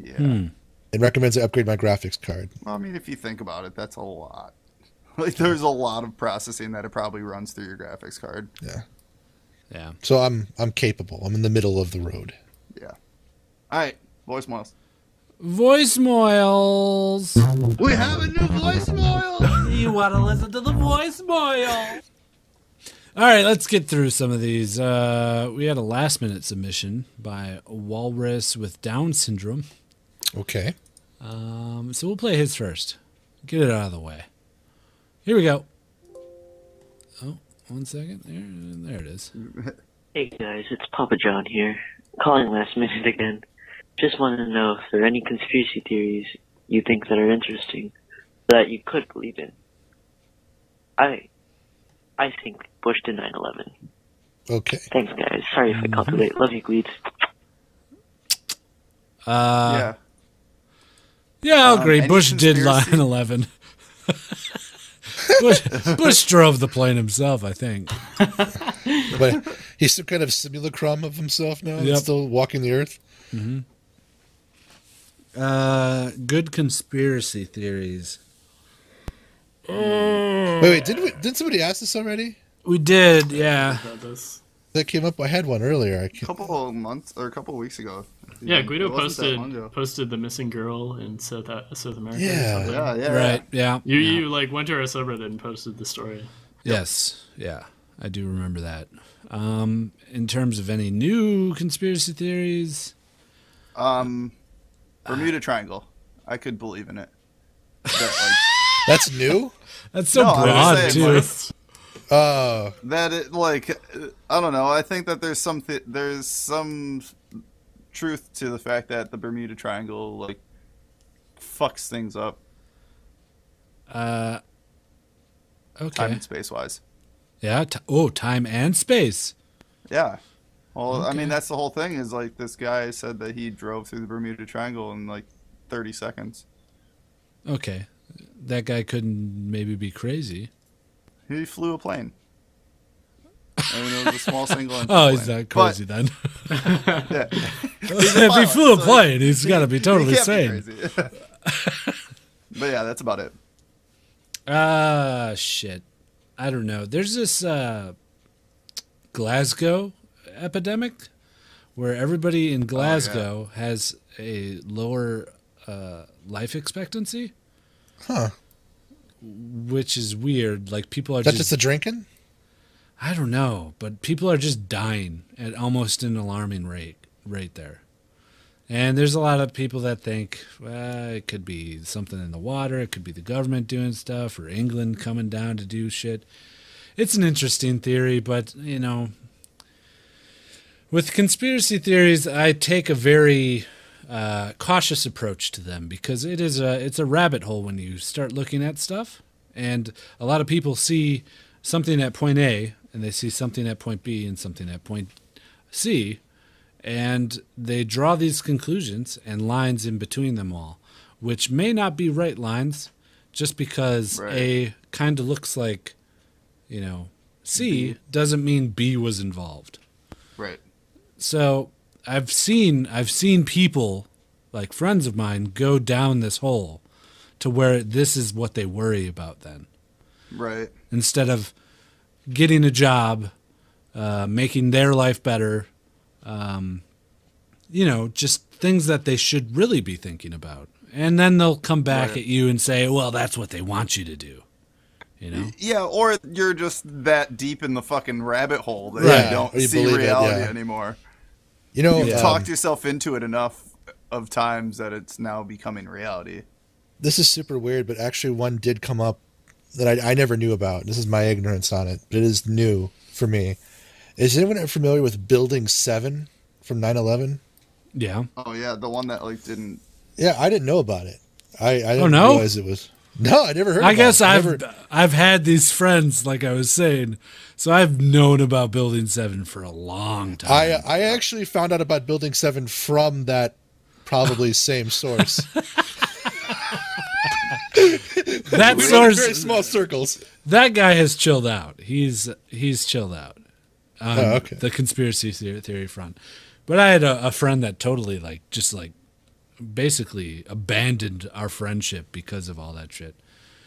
C: Yeah.
A: Hmm.
D: and recommends I upgrade my graphics card.
C: Well, I mean, if you think about it, that's a lot. *laughs* Like, there's a lot of processing that it probably runs through your graphics card.
A: Yeah.
D: So I'm I'm capable. I'm in the middle of the road.
C: Yeah. All right, voicemails.
A: Voicemails.
C: We have a new voicemail.
E: *laughs* You want to listen to the voicemail?
A: All right, let's get through some of these. Uh, we had a last minute submission by Walrus with Down syndrome.
D: Okay.
A: Um, so we'll play his first. Get it out of the way. Here we go. Oh, one second. There, there it *laughs* is.
K: Hey guys, it's Papa John here, calling last minute again. Just wanted to know if there are any conspiracy theories you think that are interesting that you could believe in. I, I think Bush did 9/11.
D: Okay.
K: Thanks guys. Sorry if I called too late. Love you, Gleeds.
A: Uh,
C: yeah.
A: yeah, I'll
C: Um,
A: agree.
C: any
A: Bush did lie
C: conspiracy-
A: in 11. *laughs* Bush, Bush drove the plane himself, I think.
D: *laughs* But he's some kind of simulacrum of himself now. and
A: Yep. Mm-hmm.
D: Still walking the earth.
A: Uh, good conspiracy theories.
C: Mm.
D: Wait, wait. Didn't we, didn't somebody ask this already?
A: We did, yeah.
B: About this.
D: That came up. I had one earlier. I
C: A
D: can't,
C: couple of months or a couple of weeks ago.
B: Yeah, Guido
C: It wasn't that long ago.
B: posted posted the missing girl in South uh, South America. or
D: Yeah.
B: something.
C: Yeah, yeah.
A: Right, yeah.
B: You
A: yeah.
B: you like went to our subreddit and posted the story.
A: Yes, yeah. I do remember that. Um, in terms of any new conspiracy theories,
C: Um, Bermuda Triangle. I could believe in it. That,
D: *laughs* that's new.
A: that's so
C: No, I was
A: broad,
C: saying,
A: too.
C: like-
D: *laughs* Oh,
C: like, that it like uh, I don't know. I think that there's something there's some truth to the fact that the Bermuda Triangle like fucks things up time
A: Uh, Okay.
C: and space wise.
A: Yeah. T- oh, time and space.
C: Yeah. Well, I mean, that's the whole thing is like this guy said that he drove through the Bermuda Triangle in like 30 seconds.
A: Okay. That guy couldn't maybe be crazy.
C: He flew a plane. I mean, it was a small single. engine
A: *laughs* Oh, he's
C: plane.
A: not crazy then.
C: But, *laughs* yeah, he
A: *laughs* if he
C: pilot,
A: flew a
C: so
A: plane, he's got
C: *laughs*
A: to be totally
C: can't be
A: sane.
C: crazy. *laughs* but yeah, that's about it.
A: Ah, shit. I don't know. There's this uh, Glasgow epidemic where everybody
D: Oh,
A: in Glasgow has a lower uh, life expectancy,
D: huh.
A: which is weird. Like people are
D: That's just
A: just
D: the drinking.
A: I don't know, but people are just dying at almost an alarming rate right there. And there's a lot of people that think well, it could be something in the water, it could be the government doing stuff, or England coming down to do shit. It's an interesting theory, but you know, with conspiracy theories, I take a very uh, cautious approach to them because it is a it's a rabbit hole when you start looking at stuff, and a lot of people see something at point A and they see something at point B and something at point C, and they draw these conclusions and lines in between them all, which may not be right lines, just because
C: Right.
A: A kind of looks like, you know, C doesn't mean B was involved
C: Right. Right.
A: instead of getting a job uh, making their life better um, you know just things that they should really be thinking about and then they'll come back at you and say well that's what they want you to do you know
C: Yeah, or you're just that deep in the fucking rabbit hole that
D: Right.
C: you don't
D: Or you
C: see
D: believe it,
C: reality
D: yeah.
C: anymore.
D: You know,
C: You've
D: um,
C: talked yourself into it enough of times that it's now becoming reality.
D: this is super weird, but actually one did come up that I, I never knew about. This is my ignorance on it, but it is new for me. Is anyone familiar with Building 7 from 9-11?
A: yeah
C: Oh yeah, the one that like didn't
D: Yeah, I didn't know about it. I, I didn't
A: Oh, no?
D: realize it was. No, I never heard.
A: I
D: about
A: guess
D: it.
A: I've
D: Never-
A: I've had these friends, like I was saying, so I've known about Building Seven for a long time.
D: I I actually found out about Building Seven from that
A: *laughs*
D: probably same source.
A: *laughs* That
D: We live in
A: source-
D: very small circles.
A: that guy has chilled out. He's he's chilled out. on
D: Oh, okay.
A: The conspiracy theory, theory front, but I had a, a friend that totally like just like basically abandoned our friendship because of all that shit.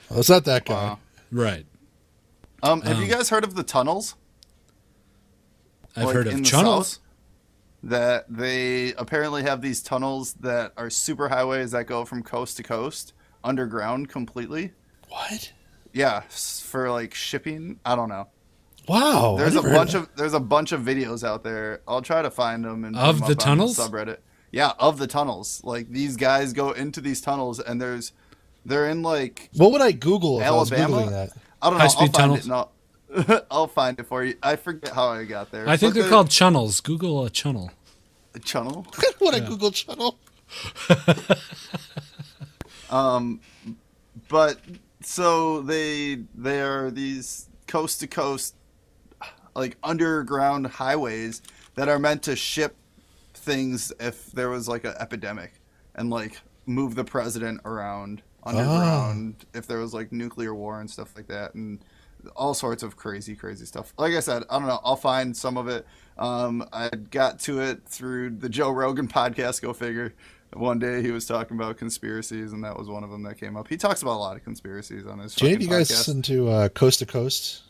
D: Well, Oh, it's not that guy.
A: Right.
C: Um, have you
A: Um,
C: guys heard of the tunnels?
A: I've
C: Like,
A: heard of
C: in the
A: tunnels.
C: South, that they apparently have these tunnels that are super highways that go from coast to coast underground completely.
D: What?
C: Yeah, s- for like shipping. I don't know.
D: Wow. Oh, I
C: there's a
D: never heard
C: bunch
D: that.
C: of, there's a bunch of videos out there. I'll try to find them and put
A: Of
C: 'em
A: the
C: up on
A: tunnels?
C: subreddit. Yeah, of the tunnels. Like these guys go into these tunnels and there's they're in like
D: What would I Google if I was
C: Alabama.
D: googling that?
C: I don't know. I'll find
A: High-speed tunnels?
C: it. And I'll, I'll *laughs* find it for you. I forget how I got there.
A: I think
C: But
A: they're called chunnels. Google a chunnel.
C: tunnel.
D: *laughs* what a Google channel.
C: *laughs* Um, but so they they are these coast to coast, like underground highways that are meant to ship things if there was like an epidemic, and like move the president around underground
D: Oh.
C: if there was like nuclear war and stuff like that, and all sorts of crazy crazy stuff. Like I said, I don't know. I'll find some of it. Um, I got to it through the Joe Rogan podcast. Go figure. One day he was talking about conspiracies, and that was one of them that came up. He talks about a lot of conspiracies on his.
D: Do any of
C: fucking
D: you guys
C: podcast.
D: listen to uh, Coast to Coast?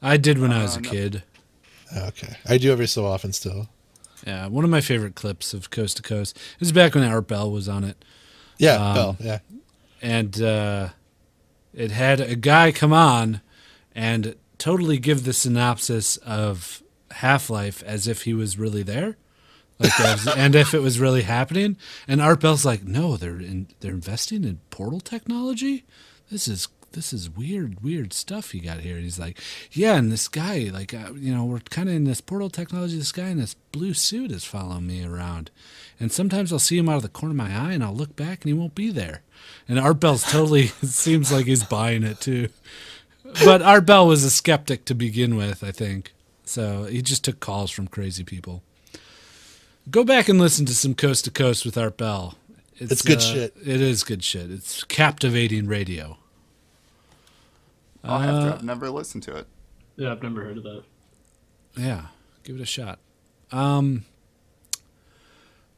A: I did when I was
C: Uh,
A: a
C: no.
A: kid.
D: Okay, I do every so often still.
A: Yeah, one of my favorite clips of Coast to Coast. This is back when Art Bell was on it.
D: Yeah,
A: Um,
D: Bell. Yeah,
A: and uh, it had a guy come on and totally give the synopsis of Half Life as if he was really there, like as, *laughs* and if it was really happening. And Art Bell's like, "No, they're in, they're investing in portal technology. This is." This is weird, weird stuff you got here. And he's like, yeah, and this guy, like, uh, you know, we're kind of in this portal technology. This guy in this blue suit is following me around, and sometimes I'll see him out of the corner of my eye, and I'll look back, and he won't be there. And Art Bell's totally *laughs* seems like he's buying it too. But Art Bell was a skeptic to begin with, I think. So he just took calls from crazy people. Go back and listen to some Coast to Coast with Art Bell. uh,
D: It's good shit.
A: It is good shit. It's captivating radio.
C: I'll have to
A: Uh,
C: have never listened to it.
B: Yeah, I've never heard of that.
A: Yeah, give it a shot. Um,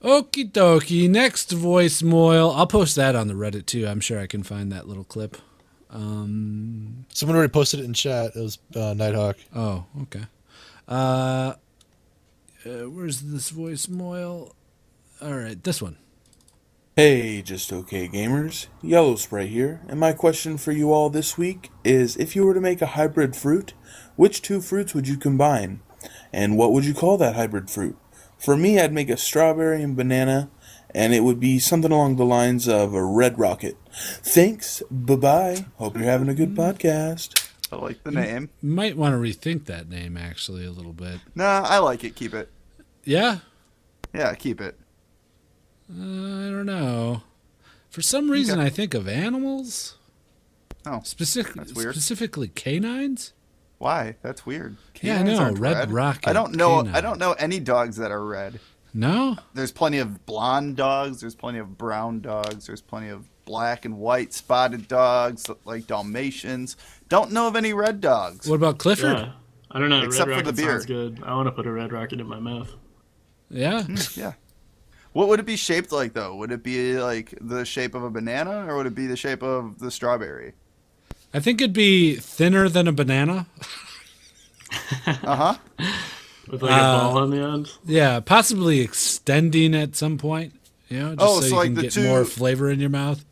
A: okie dokie. Next voicemail. I'll post that on the Reddit too. I'm sure I can find that little clip. Um,
D: someone already posted it in chat. It was uh, Nighthawk.
A: oh, okay. Uh, uh, where's this voicemail? All right, this one.
L: Hey, just okay gamers. Yellow Spray here, and my question for you all this week is if you were to make a hybrid fruit, which two fruits would you combine? And what would you call that hybrid fruit? For me, I'd make a strawberry and banana, and it would be something along the lines of a red rocket. Thanks, bye bye. Hope you're having a good podcast.
C: I like the name.
A: Might want to rethink that name actually a little bit.
C: Nah, I like it. Keep it.
A: Yeah,
C: Yeah, keep it.
A: uh, I don't know. For some reason, I think of animals.
C: Oh,
A: specific,
C: that's weird.
A: specifically canines.
C: Why? That's weird.
A: Yeah, I
C: Canines
A: know,
C: aren't
A: red rocket
C: I don't know. I
A: canine.
C: don't know any dogs that are red.
A: No,
C: There's plenty of blonde dogs. There's plenty of brown dogs. There's plenty of black and white spotted dogs, like Dalmatians. Don't know of any red dogs.
A: What about Clifford?
B: Yeah. I don't know.
C: Except for
B: red rocket
C: the beer.
B: sounds good. I want to put a red rocket in my mouth.
A: Yeah.
C: Mm, yeah. What would it be shaped like though? Would it be like the shape of a banana, or would it be the shape of
B: *laughs*
C: the strawberry?
A: I think it'd be thinner than a banana.
C: Uh huh.
B: With like a
A: Uh,
B: ball on the end.
A: Yeah, possibly extending at some point. You know, just
C: Oh,
A: so,
C: so
A: you
C: like
A: can
C: the
A: get
C: two-
A: more flavor in your mouth.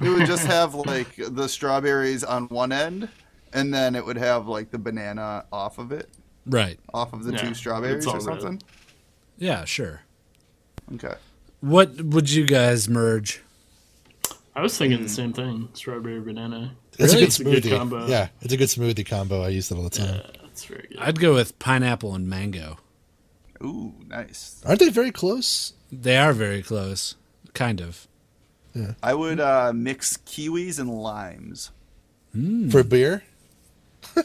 C: It would
A: *laughs*
C: just have like the strawberries on one end, and then it would have like the banana off of it,
A: Right.
C: off of the
B: Yeah,
C: two
B: it's
C: strawberries
B: all
C: or
B: red.
C: something.
A: Yeah, sure.
C: Okay.
A: What would you guys merge?
B: I was thinking
C: Mm.
B: the same thing. Strawberry banana.
D: It's
A: Really?
D: a
B: It's a
D: good
B: good
D: smoothie.
B: combo.
D: Yeah, it's a good smoothie combo. I use that all the time.
B: That's very good.
A: I'd go with pineapple and mango.
C: Ooh, nice.
D: Aren't they very close?
A: They are very close, kind of.
C: I would uh, mix kiwis and limes.
A: Hmm.
D: for beer.
C: For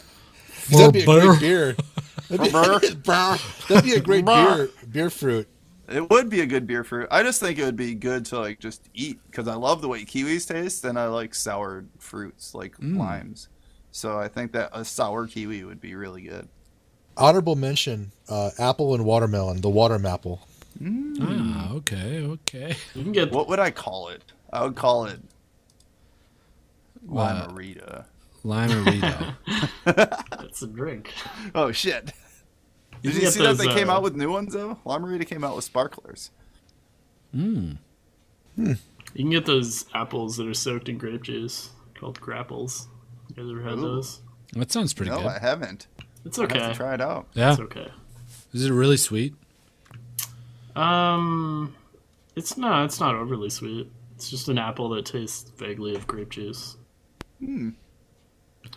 D: that'd be a
C: beer.
D: great beer. That'd *laughs*
C: For
D: be, that'd be a great beer beer fruit.
C: It would be a good beer fruit. I just think it would be good to like just eat because I love the way kiwis taste, and I like sour fruits like
D: Mm.
C: limes. So I think that a sour kiwi would be really good.
D: Honorable mention: uh, apple and watermelon. The water maple.
A: Ah, okay, okay.
B: You can get
C: what would I call it? I would call it
A: Uh,
C: limerita. *laughs*
A: Limerito.
B: *laughs* That's a drink.
C: Oh shit!
B: You
C: Did
B: can
C: you
B: get
C: see that
B: those,
C: they came
B: uh,
C: out with new ones though? Limerita came out with sparklers.
A: Mm.
B: You can get those apples that are soaked in grape juice called grapples. You guys ever had
C: Ooh.
B: those?
A: That sounds pretty
C: no,
A: good.
C: I haven't.
B: It's
C: I'll have
B: okay.
C: to try it out.
A: yeah.
B: It's okay.
A: Is it really sweet?
B: Um, it's not. It's not overly sweet. It's just an apple that tastes vaguely of grape juice.
C: Hmm.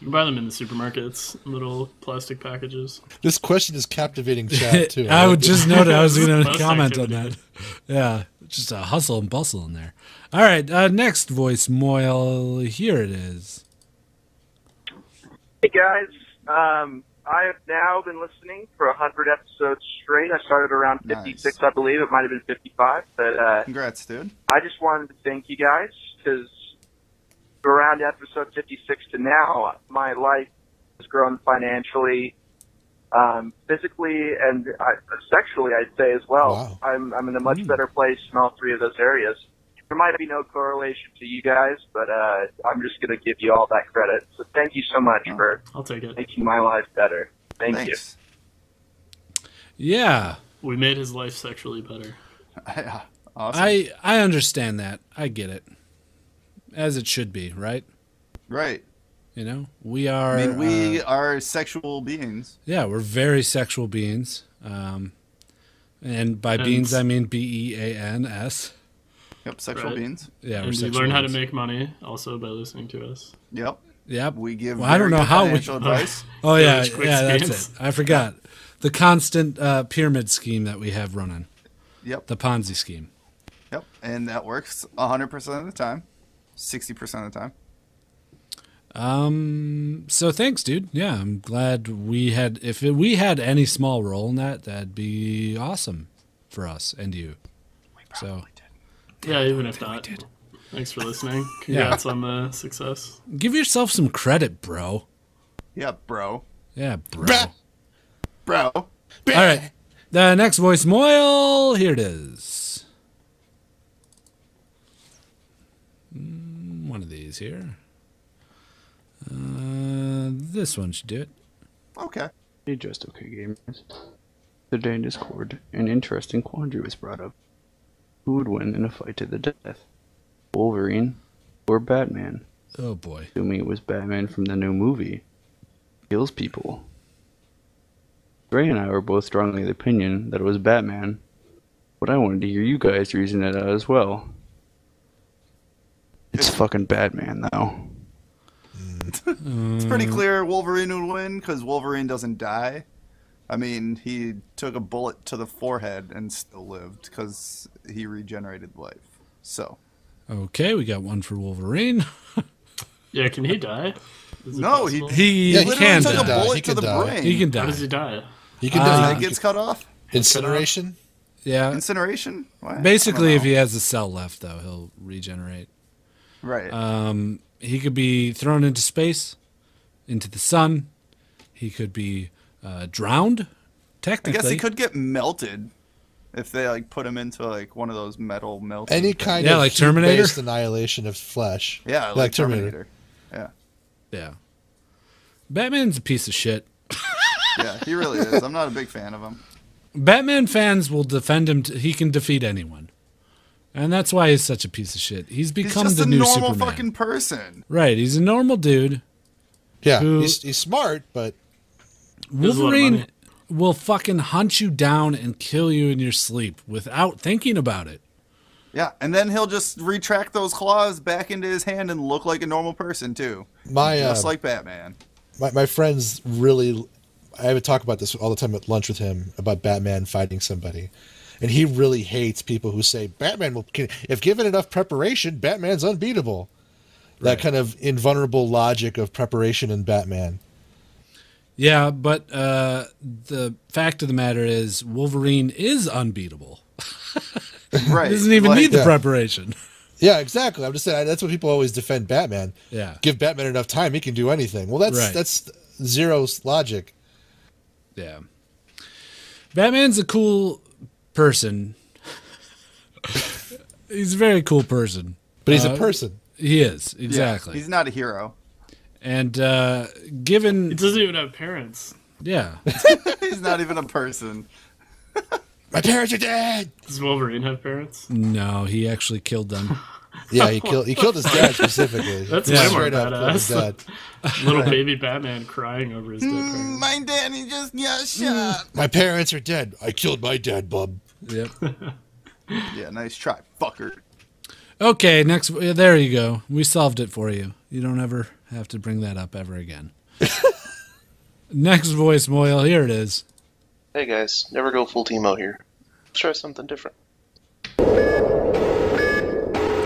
B: You can buy them in the supermarkets, in little plastic packages.
D: This question is
A: *laughs*
D: captivating chat too.
A: I would
D: like
A: just
D: it.
A: noted I was going
B: *laughs*
A: to
B: Most
A: comment on that. Yeah, just a hustle and bustle in there. All right, uh, next voice, Moyle. Here it is.
M: Hey guys, um, I have now been listening for a hundred episodes straight. I started around fifty-six, I believe. It might have been fifty-five, but uh,
C: Congrats, dude.
M: I just wanted to thank you guys because around episode fifty-six to now, my life has grown financially, um, physically, and I, sexually. I'd say as well. I'm I'm in a much better place in all three of those areas. There might be no correlation to you guys, but uh, I'm just going to give you all that credit. So thank you so much for
B: I'll take it.
M: making my life better. Thank
C: Thanks.
A: Yeah,
B: We made his life sexually
C: *laughs*
B: better.
C: Awesome.
A: I I understand that. I get it, as it should be, right?
C: Right.
A: You know, we are.
C: I mean, we
A: uh,
C: are sexual beings.
A: yeah, we're very sexual beings. Um, and by
B: And-
A: beings, I mean B E A N S.
C: Yep, sexual
B: Right.
C: beings.
A: Yeah, we're
B: and you
A: sexual
B: learn how to
A: beings.
B: make money also by listening to us.
C: Yep.
A: Yep.
C: We give.
A: Well, I don't
C: very good
A: know how
B: *laughs*
A: we. *laughs*
C: financial advice.
A: Oh yeah,
B: Quick
A: yeah, that's
B: scans.
A: it. I forgot the constant uh, pyramid scheme that we have running.
C: Yep.
A: The Ponzi scheme.
C: Yep, and that works 100% of the time, 60% of the time.
A: Um. So thanks, dude. Yeah, I'm glad we had. If it, we had any small role in that, that'd be awesome for us and you. so
B: yeah, even if not. Thanks for
D: *laughs*
B: listening. Congrats on the success.
A: give yourself some credit, bro.
C: Yeah, bro.
A: Yeah, bro.
C: Bro.
A: All right. The next voice, Moyle. Here it is. Mm, One of these here. Uh, this one should do it.
C: Okay.
N: Hey, just okay gamers. The day in Discord, an interesting quandary was brought up. Who would win in a fight to the death? Wolverine or Batman?
A: Oh boy.
N: Assuming it was Batman from the new movie. Kills people. Gray and I were both strongly of the opinion that it was Batman, but I wanted to hear you guys reason it out as well. It's fucking Batman, though.
C: *laughs* It's pretty
A: Mm.
C: clear Wolverine would win because Wolverine doesn't die. I mean, he took a bullet to the forehead and still lived because he regenerated life. So,
A: Okay, we got one for Wolverine. *laughs*
B: Yeah, can he die? Is it
C: no, he,
B: possible?
A: He
C: literally
A: can
C: took
A: die.
C: a bullet
A: He
C: to
A: can
C: the
A: die.
C: brain.
A: He can die.
B: How does he die?
D: He
A: can
C: can
A: die.
C: His head gets cut off.
D: Incineration.
A: Yeah.
C: Incineration? What? I don't
A: Basically, if
C: know.
A: he has a cell left, though, he'll regenerate.
C: Right.
A: Um, he could be thrown into space, into the sun. He could be uh, drowned.
C: I
A: Technically,
C: guess he could get melted if they like put him into like one of those metal melting.
D: *laughs* Any
C: things.
D: kind of heat-based annihilation of flesh.
C: Yeah, like, Terminator. Yeah.
A: Yeah. Batman's a piece of shit.
C: Yeah, he really is. I'm not a big fan of him.
A: Batman fans will defend him. T- he can defeat anyone, and that's why he's such a piece of shit. He's
C: He's
A: become
C: just
A: the
C: a
A: new
C: normal
A: Superman.
C: fucking person.
A: Right, he's a normal dude.
D: Yeah,
A: who-
D: he's, he's smart, but This is a lot of
A: Wolverine
D: money.
A: will fucking hunt you down and kill you in your sleep without thinking about it.
C: Yeah, and then he'll just retract those claws back into his hand and look like a normal person too.
D: My,
C: just
D: uh,
C: like Batman.
D: my, my friends really i would talk about this all the time at lunch with him about batman fighting somebody and he really hates people who say Batman will. Can, if given enough preparation, Batman's unbeatable. That kind of invulnerable logic of preparation in Batman.
A: Yeah, but uh, the fact of the matter is, Wolverine is unbeatable. *laughs*
C: Right.
A: Doesn't even
D: like-
A: need the
D: Yeah.
A: preparation.
D: Yeah, exactly. I'm just saying that's what people always defend Batman.
A: Yeah.
D: Give Batman enough time, he can do anything. Well, that's
A: Right.
D: that's zero logic.
A: Yeah. Batman's a cool person. he's a very cool person. Uh,
D: But he's a person.
A: He is,
C: Yeah,
A: exactly.
C: he's not a hero.
A: and uh, given.
B: It doesn't even have parents.
A: Yeah.
B: *laughs*
C: he's not e- even a person.
D: My parents are dead.
B: Does Wolverine have parents?
A: No, he actually killed them.
B: *laughs*
D: Yeah, he killed- he killed his dad specifically.
B: That's
D: Yeah.
B: way more
D: Straight up, that was
B: badass.
D: bad.
B: *laughs* Little
D: *laughs* Right.
B: baby Batman crying over his dead
D: *laughs*
B: parents.
C: My daddy just got shot.
D: My parents are dead. I killed my dad, bub.
A: Yep.
C: yeah, nice try, fucker.
A: Okay, next. yeah, There you go. We solved it for you. You don't ever have to bring that up ever again. next voice, Moyle. Here it is.
O: Hey guys, never go full team out here. Let's try something different.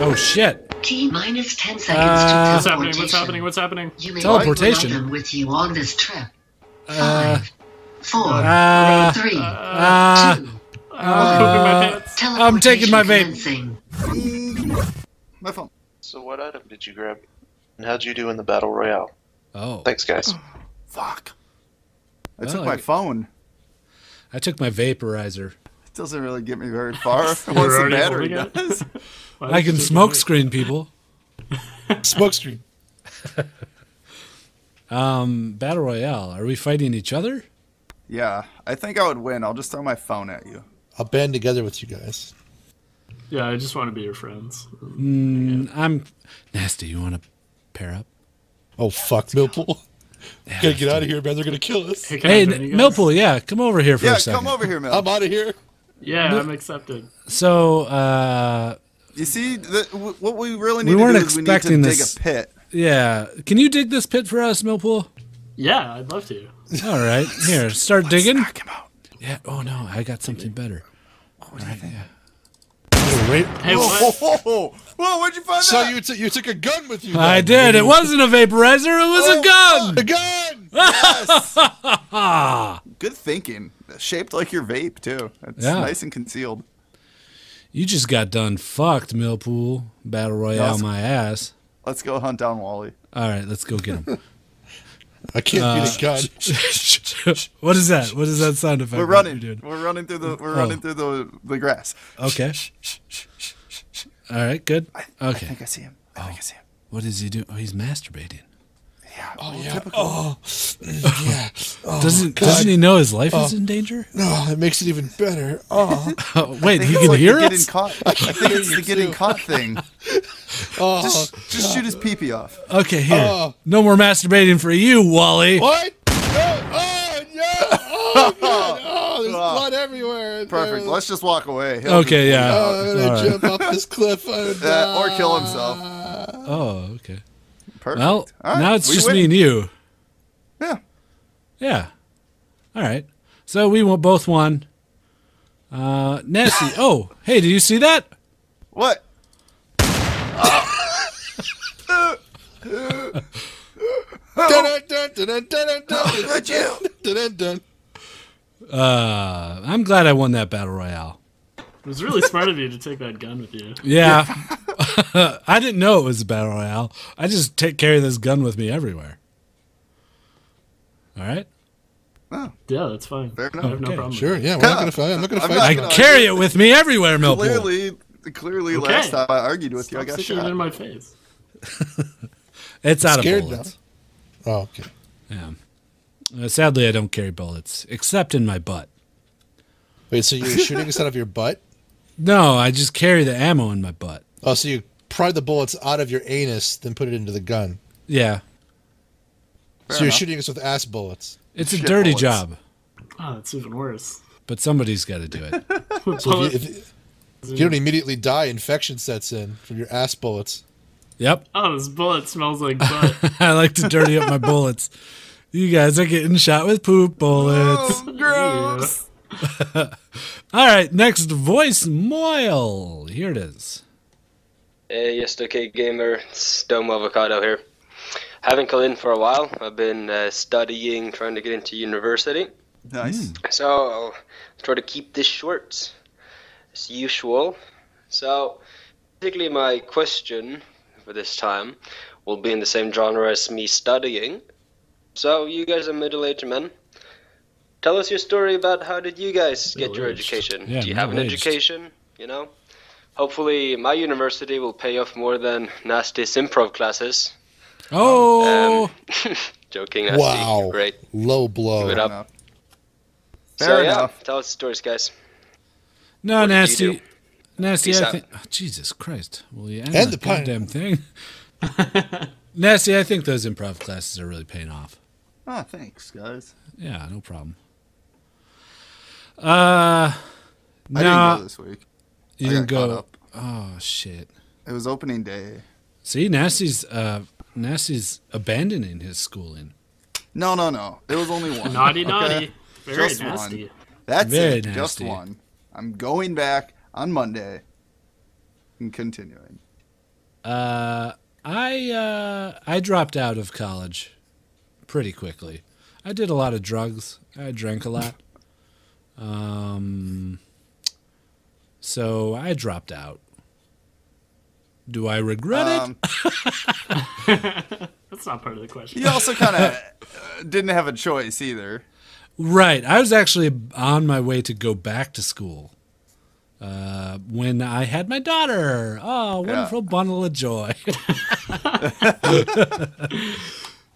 A: Oh, shit.
P: T minus 10 seconds
A: Uh,
P: to
A: What's
P: teleportation.
A: happening? What's happening? What's happening?
P: You may
A: Teleportation?
P: bring Veronica with you on this trip.
A: Uh,
P: Four,
A: Uh,
P: three,
A: uh,
P: two,
A: uh, I'm taking my vape.
C: My phone.
O: So what item did you grab? And how'd you do in the battle royale?
A: Oh.
O: Thanks guys.
C: Fuck. I
A: Well,
C: took my
A: I-
C: phone.
A: Oh, I took my vaporizer.
C: It doesn't really get me
B: *laughs*
C: very far. Once
A: You were
C: the
A: already
C: battery
A: holding it?
C: does.
A: I can smoke
B: *laughs*
A: screen people.
D: smoke screen.
A: *laughs* um, battle royale. Are we fighting each other?
C: Yeah, I think I would win. I'll just throw my phone at you.
D: I'll band together with you guys.
B: Yeah, I just want to be your friends.
A: Mm, I'm nasty. You want to pair up?
D: Oh fuck,
A: *laughs*
D: Millpool. Gotta get out of here, man. They're gonna kill us.
B: Hey,
A: Hey, N- Millpool. Yeah, come over here for a second.
C: here, Mill.
D: I'm out of here.
B: Yeah,
A: No-
B: I'm accepted.
A: So, uh,
C: You see, the, w- what we really need
A: we
C: to
A: weren't
C: do is we need
A: expecting
C: to
A: this.
C: dig a
A: *laughs*
C: pit.
A: Yeah, can you dig this pit for us, Millpool?
B: Yeah, I'd love to.
A: All right, here, start digging. Yeah. Oh no, I got something better. All right, yeah.
B: Hey,
D: whoa,
B: what?
D: whoa,
C: whoa, whoa, where'd you find
D: so that? So you, t- you took a gun with you.
A: I
D: then.
A: did. It wasn't a vaporizer. It was a gun.
D: Oh, A *laughs* gun.
C: Yes.
A: *laughs*
C: Good thinking. Shaped like your vape too. It's
A: Yeah.
C: nice and concealed.
A: You just got done fucked, Millpool. Battle royale,
C: Yes.
A: my ass.
C: Let's go hunt down Wally.
A: All right, let's go get him.
D: *laughs* I can't beat a gun.
A: Uh, *laughs* what is that? What is that sound effect?
C: We're
A: that you're
C: running.
A: doing?
C: We're running through the. We're
A: Oh.
C: running through the the grass.
A: Okay. All right, good. Okay. I think
C: I see him. I think I see him.
A: What is he doing? Oh, he's masturbating.
D: Oh, yeah. Oh, yeah. Oh,
A: *laughs* doesn't
D: God.
A: doesn't he know his life is
D: Oh.
A: in danger?
D: No, it makes it even better. Oh,
A: *laughs* Oh, *laughs* wait,
C: I think
A: he
C: it's
A: can
C: like the
A: hear
C: getting
A: us. *laughs*
C: caught. I think it's the getting caught thing.
D: oh.
C: Just, just shoot his peepee off.
A: Okay, here.
C: Oh.
A: No more masturbating for you, Wally.
D: What? Oh, no. Oh, man.
C: *laughs*
D: oh there's blood everywhere.
C: Perfect. Let's just walk away. He'll
A: Okay,
C: just-
A: yeah.
D: Oh, I'm gonna
A: All right.
D: jump off this cliff. Oh,
C: Uh,
D: no.
C: or kill himself.
A: Oh, okay.
C: Perfect.
A: Well,
C: All right,
A: now it's
C: we
A: just
C: win.
A: me and you.
C: Yeah.
A: Yeah. All right. So we wa- both won. Uh,
C: *laughs*
A: Nessie. oh, hey, did you see that?
C: What?
D: Dun, dun, dun, dun, dun, dun, dun. Dun, dun, dun.
A: Uh, I'm glad I won that battle royale.
B: It was really smart of you to take that gun with you.
A: Yeah.
D: *laughs*
A: *laughs* I didn't know it was a battle royale. I just take carry this gun with me everywhere. All right.
B: Yeah, that's fine. I have no
A: Okay,
B: problem. with
D: Sure.
B: it.
D: Yeah. We're not gonna fight. I'm not gonna
C: I'm
D: fight.
C: not
A: I
D: you.
C: gonna-
A: carry it with me everywhere, Millpool.
C: Clearly, clearly,
B: Okay.
C: last time I argued with you, I
B: Stop
C: got
B: sticking it
C: shot.
B: in my face.
A: It's out of
D: Scared
A: bullets.
D: now. Oh, okay.
A: Yeah. Uh, sadly, I don't carry bullets except in my butt.
D: Wait. So you're
A: *laughs*
D: shooting this out of your butt?
A: No, I just carry the ammo in my butt.
D: Oh, so you pry the bullets *laughs* out of your anus, then put it into the gun.
A: Yeah.
D: so you're shooting us with ass bullets.
A: It's a
D: Shit
A: dirty
D: bullets.
A: job,
B: Oh, that's even worse.
A: but somebody's got to do
B: *laughs*
A: it.
D: So if you, if, if you don't immediately die, infection sets in from your ass bullets.
A: yep.
B: Oh, this bullet smells like butt.
D: *laughs*
A: *laughs* I like to dirty
Q: Oh,
A: up my bullets. You guys are getting shot with poop bullets.
C: Gross.
A: *laughs* All right, next voice, Moyle. Here it is.
Q: Hey, yes, okay, gamer. It's Dome Avocado here. Haven't called in for a while. I've been uh, studying, trying to get into university.
C: Nice.
B: Mm.
Q: So I'll try to keep this short, as usual. So basically, my question for this time will be in the same genre as me studying. So you guys are middle-aged men. Tell us your story about how did you guys get your education?
A: Yeah,
Q: Do you have an
A: middle-aged.
Q: education? You know. Hopefully, my university will pay off more than Nasty's improv classes. *laughs*
A: Oh,
Q: Joking, Nasty.
D: wow.
Q: Great.
D: Low blow.
Q: Give it up.
D: Fair
Q: so, yeah,
D: enough.
Q: tell us stories, guys.
A: no,
Q: what did you
A: nasty,
Q: do?
A: nasty.
Q: Peace
A: I
Q: out.
A: think. oh, Jesus Christ! Will you end
D: And
A: the
D: the pine-
A: goddamn thing?
Q: *laughs*
A: nasty, I think those improv classes are really paying off.
C: Ah, thanks, guys.
A: Yeah, no problem. Uh,
C: I didn't
A: nah.
C: go this week.
A: You
C: I
A: didn't
C: got
A: go.
C: caught up.
A: Oh shit!
C: It was opening day.
A: See, Nasty's uh, Nasty's abandoning his schooling.
C: No, no, no. It was only one.
B: Naughty, naughty. Very nasty.
C: One. That's
A: Very
C: it. Just
A: nasty.
C: one. I'm going back on Monday and continuing.
A: Uh, I uh, I dropped out of college pretty quickly. I did a lot of drugs. I drank a lot. um, so I dropped out. Do I regret
C: Um,
A: it?
B: *laughs* That's not part of the question.
C: You also
B: *laughs*
C: kind of didn't have a choice either.
A: right. I was actually on my way to go back to school uh, when I had my daughter. Oh, wonderful bundle of joy. *laughs*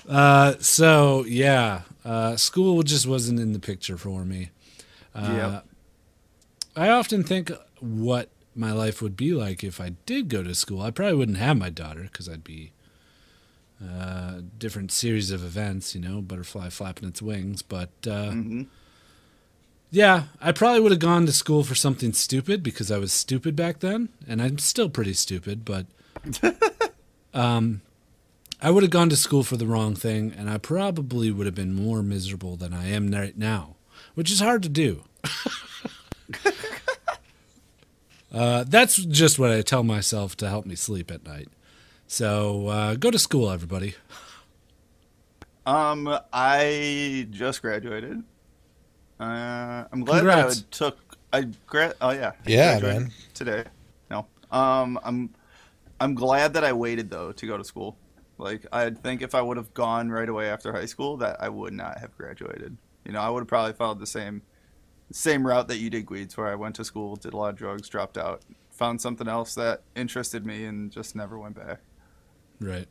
A: uh, so, yeah, uh, school just wasn't in the picture for me. Uh,
C: Yep.
A: I often think what my life would be like if I did go to school. I probably wouldn't have my daughter because I'd be uh, different series of events, you know, butterfly flapping its wings. But uh, yeah, I probably would have gone to school for something stupid because I was stupid back then, and I'm still pretty stupid. But um, I would have gone to school for the wrong thing, and I probably would have been more miserable than I am right now, which is hard
C: *laughs*
A: to do. Uh, that's just what I tell myself to help me sleep at night. So uh, go to school, everybody.
C: Um, I just graduated. Uh, I'm glad that I
A: Congrats.
C: took. I gra- Oh yeah. I
D: Yeah,
C: graduated
D: man.
C: Today. No. Um, I'm. I'm glad that I waited though to go to school. Like I think if I would have gone right away after high school, that I would not have graduated. You know, I would have probably followed the same, same route that you did, Gweeds, where I went to school, did a lot of drugs, dropped out, found something else that interested me, and just never went back.
A: Right.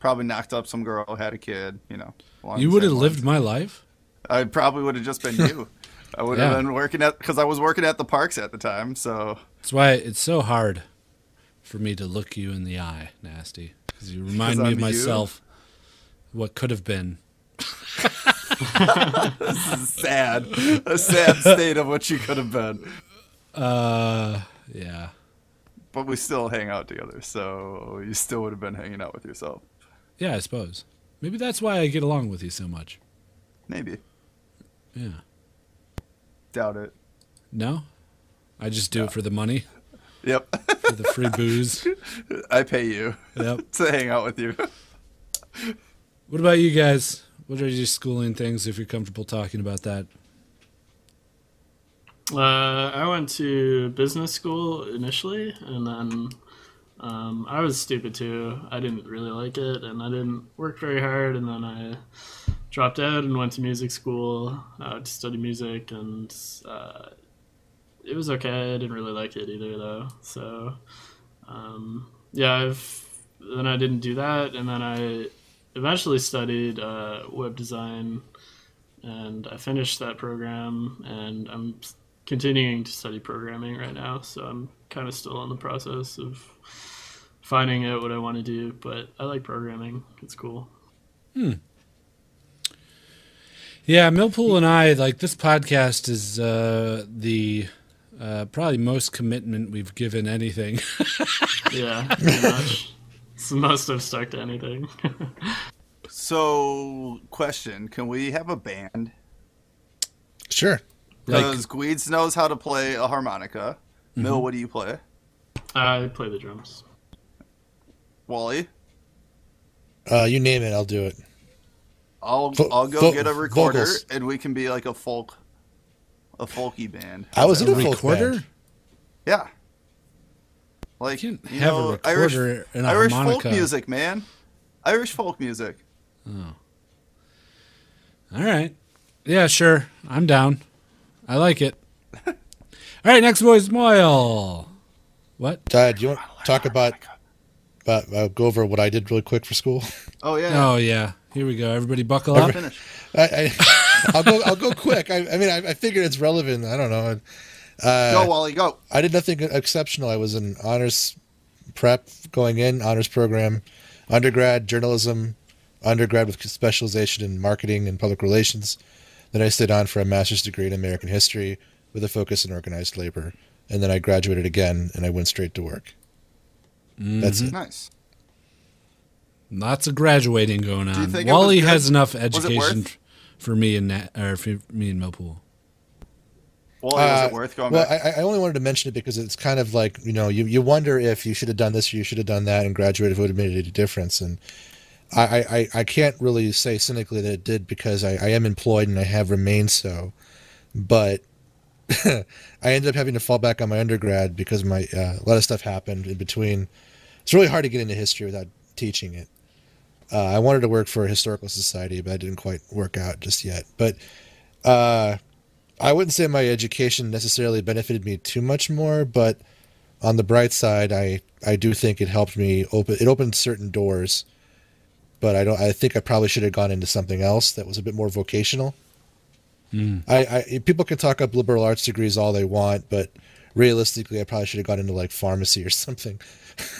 C: Probably knocked up some girl, had a kid. You know. along
A: You
C: the
A: would
C: same
A: have
C: lines.
A: lived my life.
C: I probably would have just been
A: *laughs*
C: you. I would have
A: Yeah.
C: been working at because I was working at the parks at the time. So *laughs*
A: That's why it's so hard for me to look you in the eye, nasty, because you
C: *laughs*
A: remind
C: 'Cause
A: me
C: I'm
A: of
C: you?
A: myself. What could have been.
C: this is sad, a
A: *laughs*
C: sad state of what you could have been.
A: Uh, yeah.
C: But we still hang out together, so you still would have been hanging out with yourself.
A: Yeah, I suppose. Maybe that's why I get along with you so much.
C: Maybe
A: Yeah.
C: doubt it.
A: No? I just do it for the money,
C: Yep,
A: for the free
C: *laughs*
A: booze.
C: I pay you
A: Yep.
C: to hang out with you. *laughs*
A: What about you guys? What are your schooling things if you're comfortable talking about that?
B: Uh, I went to business school initially, and then um, I was stupid too. I didn't really like it, and I didn't work very hard. And then I dropped out and went to music school uh, to study music, and uh, it was okay. I didn't really like it either, though. So um, yeah, I've then I didn't do that, and then I eventually studied uh, web design and I finished that program, and I'm s- continuing to study programming right now. So I'm kind of still in the process of finding out what I want to do. But I like programming; it's cool.
A: Hmm. Yeah, Millpool and I like this podcast is uh, the uh, probably most commitment we've given anything. *laughs*
B: Yeah, pretty much. It's the most I've stuck to anything. *laughs*
C: So, question: Can we have a band?
D: Sure.
C: Because Gweeds knows how to play a harmonica. Mill,
A: Mm-hmm.
B: Mhm.
C: what do you play?
B: I play the drums.
C: Wally,
D: Uh, you name it, I'll do it.
C: I'll
D: Vo-
C: I'll go
D: vo-
C: get a recorder
D: vocals.
C: and we can be like a folk, a folky band.
D: I was in a folk
C: recorder.
D: band.
C: Yeah. Like you,
A: have a
C: know, Irish,
A: recorder and a
C: Irish
A: harmonica.
C: folk music, man. Irish folk music.
A: Oh. All right. Yeah, sure. I'm down. I like
D: *laughs*
A: it. All right, next voice, Moyle. What?
D: Dad, you want to talk about, about uh, go over what I did really quick for school? *laughs*
C: Oh
A: yeah. Oh yeah. Here we go. Everybody buckle
D: Every-
A: up.
D: I, I, *laughs* I'll go. I'll go quick. I, I mean, I, I figured it's relevant. I don't know. Uh,
C: Go, Wally, go.
D: I did nothing exceptional. I was in honors prep going in honors program, undergrad journalism, undergrad with specialization in marketing and public relations. Then I stayed on for a master's degree in American history with a focus in organized labor, and then I graduated again and I went straight to work. That's it.
C: Nice.
A: Lots of graduating going on.
C: think it was
A: Wally
C: good?
A: has enough
C: Was it
A: education
C: worth-
A: f- for me and Nat, or for me and Millpool.
C: Wally, was
D: Uh,
C: it worth going
D: well,
C: back?
D: I, I only wanted to mention it because it's kind of like you know you, you wonder if you should have done this or you should have done that and graduated if it would have made any difference and I, I- I, I can't really say cynically that it did because I, I am employed and I have remained so but *laughs* I ended up having to fall back on my undergrad because my uh, a lot of stuff happened in between it's really hard to get into history without teaching it uh, I wanted to work for a historical society but that didn't quite work out just yet but uh, I wouldn't say my education necessarily benefited me too much more, but on the bright side, I I do think it helped me open it opened certain doors. But I don't. I think I probably should have gone into something else that was a bit more vocational. I, I people can talk up liberal arts degrees all they want, but realistically, I probably should have gone into like pharmacy or *laughs* something.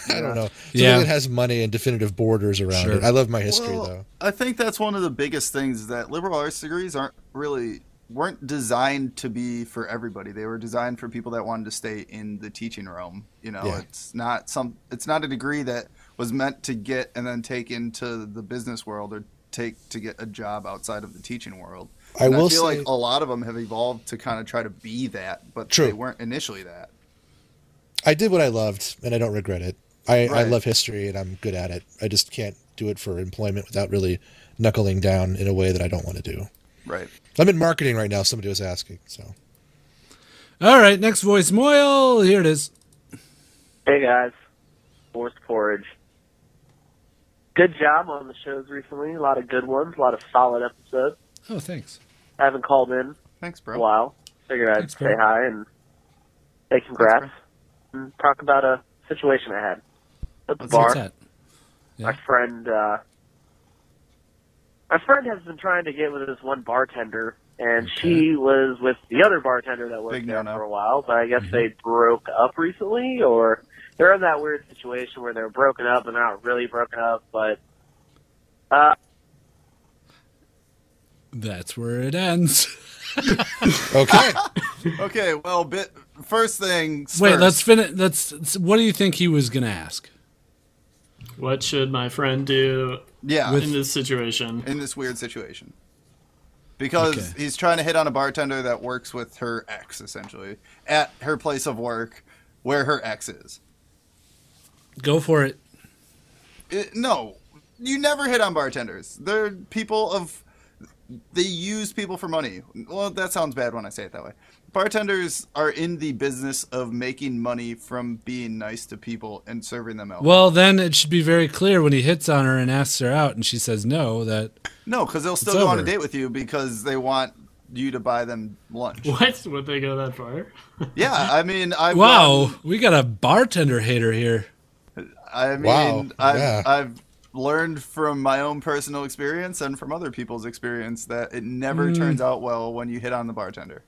D: I don't know. Something
A: Yeah.
D: that has money and definitive borders around
A: Sure.
D: it. I love my history
C: Well,
D: though.
C: I think that's one of the biggest things is that liberal arts degrees aren't really weren't designed to be for everybody. They were designed for people that wanted to stay in the teaching realm. You know,
D: Yeah.
C: it's not some it's not a degree that was meant to get and then take into the business world or take to get a job outside of the teaching world.
D: I
C: And
D: will
C: feel
D: say-
C: like a lot of them have evolved to kind of try to be that, but
D: True.
C: they weren't initially that.
D: I did what I loved, and I don't regret it. I, I
C: Right.
D: love history, and I'm good at it. I just can't do it for employment without really knuckling down in a way that I don't want to do.
C: Right.
D: I'm in marketing right now. Somebody was asking, so
A: All right, next voice, Moyle. Here it is.
R: Hey guys, Force Porridge. Good job on the shows recently. A lot of good ones, a lot of solid episodes.
A: Oh, thanks.
R: I haven't called in
C: Thanks,
R: a while. Figured I'd
A: Thanks,
R: say
A: bro.
R: hi and say congrats and talk about a situation I had at the
A: What's-
R: bar.
A: what's that?
R: My friend, uh, my friend has been trying to get with this one bartender, and she was with the other bartender that worked there for a while. But I guess
A: Mm-hmm.
R: they broke up recently, or they're in that weird situation where they're broken up, and they're not really broken up, but. Uh,
A: That's where it ends.
D: *laughs* okay.
C: okay. Well, bit first thing.
A: *laughs* Wait,
C: first.
A: let's finish. Let's. What do you think he was gonna ask?
B: What should my friend do?
C: Yeah.
B: in this situation.
C: in this weird situation because he's trying to hit on a bartender that works with her ex essentially at her place of work where her ex is
A: Go for it.
C: It- no you never hit on bartenders they're people of they use people for money well that sounds bad when i say it that way bartenders are in the business of making money from being nice to people and serving them out
A: Well, then it should be very clear when he hits on her and asks her out, and she says no. That
C: no because they'll still
A: It's
C: go on a
A: over.
C: date with you because they want you to buy them lunch
B: What would they go that far? *laughs*
C: yeah i mean i
A: wow, we got a bartender hater here.
C: I mean,
A: Wow,
C: I've,
A: yeah.
C: I've learned from my own personal experience and from other people's experience that it never
A: Mm.
C: turns out well when you hit on the bartender.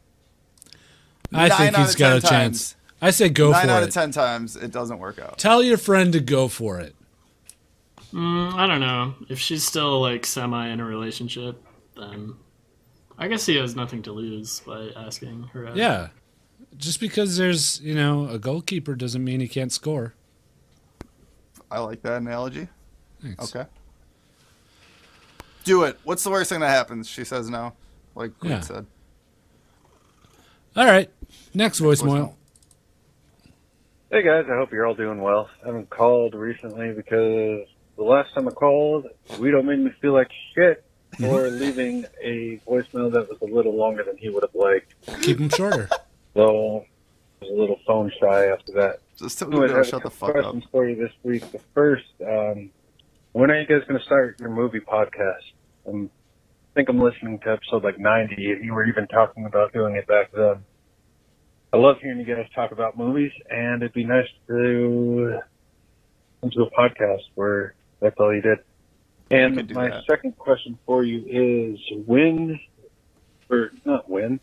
A: I
C: Nine
A: think
C: out
A: he's
C: of
A: got
C: 10
A: a chance. I say go
C: Nine
A: for
C: out
A: it.
C: of ten times, it doesn't work out.
A: Tell your friend to go for it.
B: Mm, I don't know. If she's still like semi in a relationship, then I guess he has nothing to lose by asking her.
C: Uh-huh.
B: out.
A: Yeah. Just because there's, you know, a goalkeeper doesn't mean he can't score.
C: I like that analogy.
A: Thanks.
C: Okay. Do it. What's the worst thing that happens? She says no. Like Gwen
A: Yeah.
C: said.
A: All right. Next voicemail.
S: Hey guys, I hope you're all doing well. I haven't called recently because the last time I called, we don't make me feel like shit for leaving a voicemail that was a little longer than he would have liked.
A: Keep them shorter.
S: So I was a little phone shy after that.
C: Just
A: tell Goodell, shut the fuck up.
S: questions for you this week. The first,
T: uh,
S: um, when are you guys going to start your movie podcast? Um, I think I'm listening to episode like 90. and You were even talking about doing it back then. I love hearing you guys talk about movies, and it'd be nice to come to a podcast where that's all you did.
C: We could
S: And
C: do
S: my
C: that.
S: second question for you is when, or not when,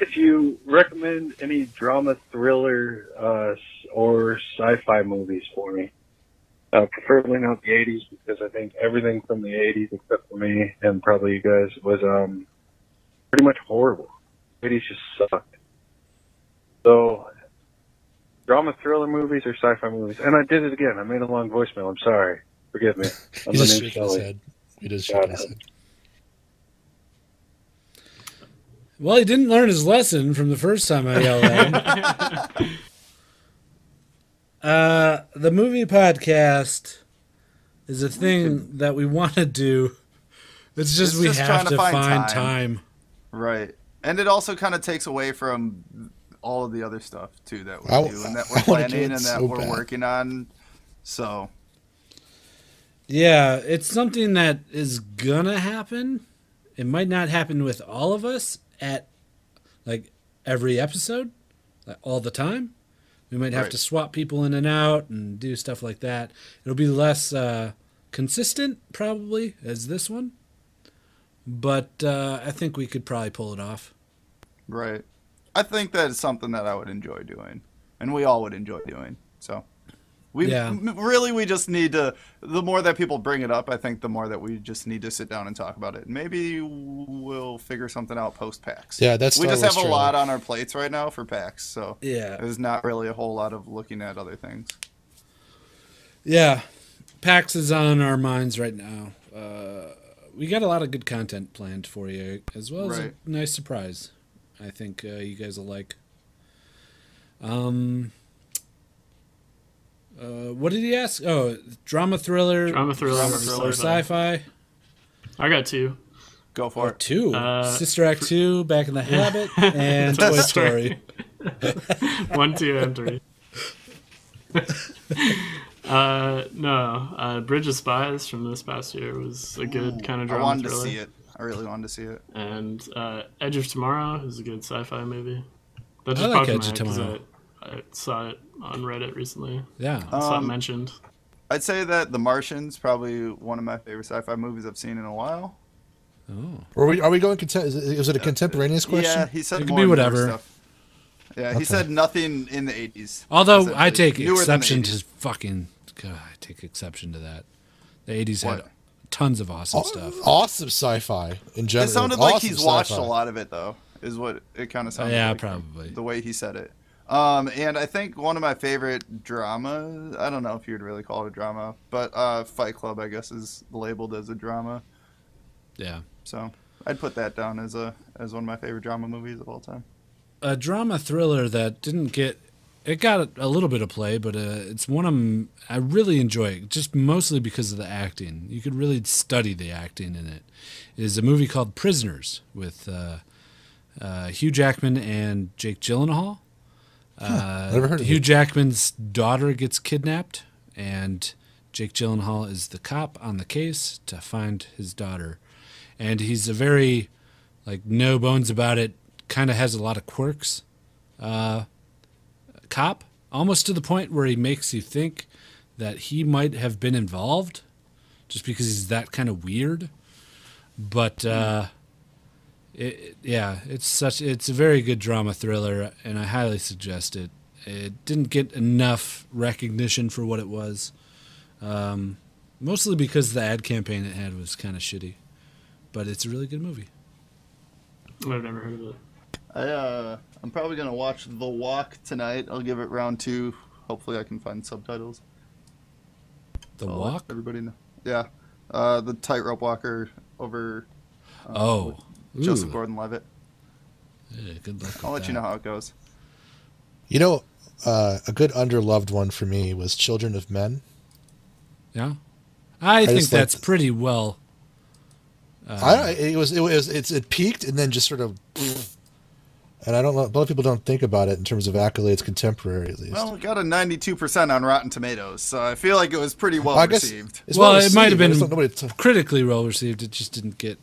S: if you recommend any drama, thriller, uh, s- or sci-fi movies for me. Uh, preferably not the 80s because I think everything from the 80s except for me and probably you guys was um, pretty much horrible. 80s just sucked. So drama, thriller movies or sci-fi movies. And I did it again. I made a long voicemail. I'm sorry.
D: *laughs*
S: Forgive me. I'm
D: He just
S: an
D: shook his
S: Shelley.
D: head. He just shook his head.
A: Well, he didn't learn his lesson from the first time I yelled at him.
C: *laughs*
A: uh, the movie podcast is a thing that we want to do. It's just
C: It's
A: we
C: just
A: have
C: trying
A: to,
C: to find
A: find
C: time.
A: time.
C: Right. And it also kind of takes away from all of the other stuff too that we
A: I w-
C: do and that
A: *laughs* I
C: we're
A: wanna do
C: planning
A: it
C: and that
A: so
C: we're
A: bad.
C: working on. So
A: Yeah, it's something that is gonna happen. It might not happen with all of us at like every episode, like, all the time. We might have
C: Right.
A: to swap people in and out and do stuff like that. It'll be less uh, consistent probably as this one, but uh, I think we could probably pull it off.
C: right. I think that is something that I would enjoy doing, and we all would enjoy doing. So we
A: Yeah.
C: m- really we just need to. The more that people bring it up, I think the more that we just need to sit down and talk about it. Maybe we'll figure something out post PAX.
D: Yeah, that's
C: we
D: Star
C: just
D: Wars
C: have a
D: trailer.
C: lot on our plates right now for PAX. So
A: Yeah.
C: there's not really a whole lot of looking at other things.
A: Yeah, PAX is on our minds right now. Uh, we got a lot of good content planned for you, as well as
C: Right.
A: a nice surprise. I think uh, you guys will like. Um, uh, what did he ask? Oh, drama thriller,
B: Drama thriller,
A: or
B: thriller.
A: sci-fi.
B: I got two.
C: Go for it.
A: Two,
B: Uh,
A: Sister Act two, Back
B: *laughs*
A: in the Habit, and
B: Toy
A: Toy
B: Story.
A: Story.
B: *laughs* One, two, and three. *laughs* uh, no, uh, Bridge of Spies from this past year was a good
C: Ooh,
B: kind
C: I
B: of drama
C: wanted to
B: thriller.
C: see it. I really wanted to see it.
B: And uh, Edge of Tomorrow is a good sci-fi movie.
A: I
B: That just
A: like
B: popped in my
A: Edge of
B: head 'cause
A: Tomorrow.
B: I, I saw it on Reddit recently.
A: Yeah.
B: I saw it
C: Um,
B: mentioned.
C: I'd say that The Martian's probably one of my favorite sci-fi movies I've seen in a while.
A: Oh.
D: Are we, are we going contem- is it, is it a contemporaneous question?
C: Uh, Yeah, he said
A: It could
C: more
A: be
C: newer
A: whatever.
C: Stuff. Yeah,
D: Okay.
C: he said nothing in the eighties.
A: Although I take exception to fucking God, I take exception to that. The eighties had tons of awesome stuff.
D: Awesome sci-fi in
C: It
D: general.
C: sounded like
D: Awesome
C: he's watched
D: sci-fi.
C: a lot of it though. Is what it kind of sounded.
A: yeah,
C: like,
A: probably.
C: the way he said it. Um, and I think one of my favorite dramas. I don't know if you'd really call it a drama, but uh, Fight Club, I guess, is labeled as a drama.
A: Yeah.
C: So I'd put that down as a as one of my favorite drama movies of all time.
A: a drama thriller that didn't get it got a, a little bit of play, but uh, it's one of 'em- I really enjoy it, just mostly because of the acting. You could really study the acting in it. It is a movie called Prisoners with uh, uh, Hugh Jackman and Jake Gyllenhaal. Uh,
D: never heard of
A: Hugh
D: it.
A: Jackman's daughter gets kidnapped, and Jake Gyllenhaal is the cop on the case to find his daughter. And he's a very like no bones about it kind of has a lot of quirks uh cop almost to the point where he makes you think that he might have been involved just because he's that kind of weird but uh it, it- yeah it's such it's a very good drama thriller and i highly suggest it it didn't get enough recognition for what it was um mostly because the ad campaign it had was kind of shitty but it's a really good movie
B: I've never heard of it.
C: I uh, I'm probably gonna watch The Walk tonight. I'll give it round two. Hopefully, I can find subtitles.
A: The
D: Oh.
C: I'll let
A: Walk?
C: Everybody know. Yeah, uh, the tightrope walker over. uh,
A: Oh.
C: with Joseph
A: Ooh.
C: Gordon-Levitt.
A: Yeah, good luck.
C: I'll let you know how it goes.
D: You know, uh, a good underloved one for me was Children of Men.
A: Yeah, I,
D: I
A: think
D: just like-
A: that's pretty well. uh,
D: I don't, it was it was it's it peaked and then just sort of, and I don't know. A lot of people don't think about it in terms of accolades contemporary at least.
C: Well, it got a 92% on Rotten Tomatoes, so I feel like it was pretty well
D: I guess
C: received.
D: it's
A: well, it
D: well-received,
A: might have
D: I
A: been
D: just don't know
A: critically well received. It just didn't get.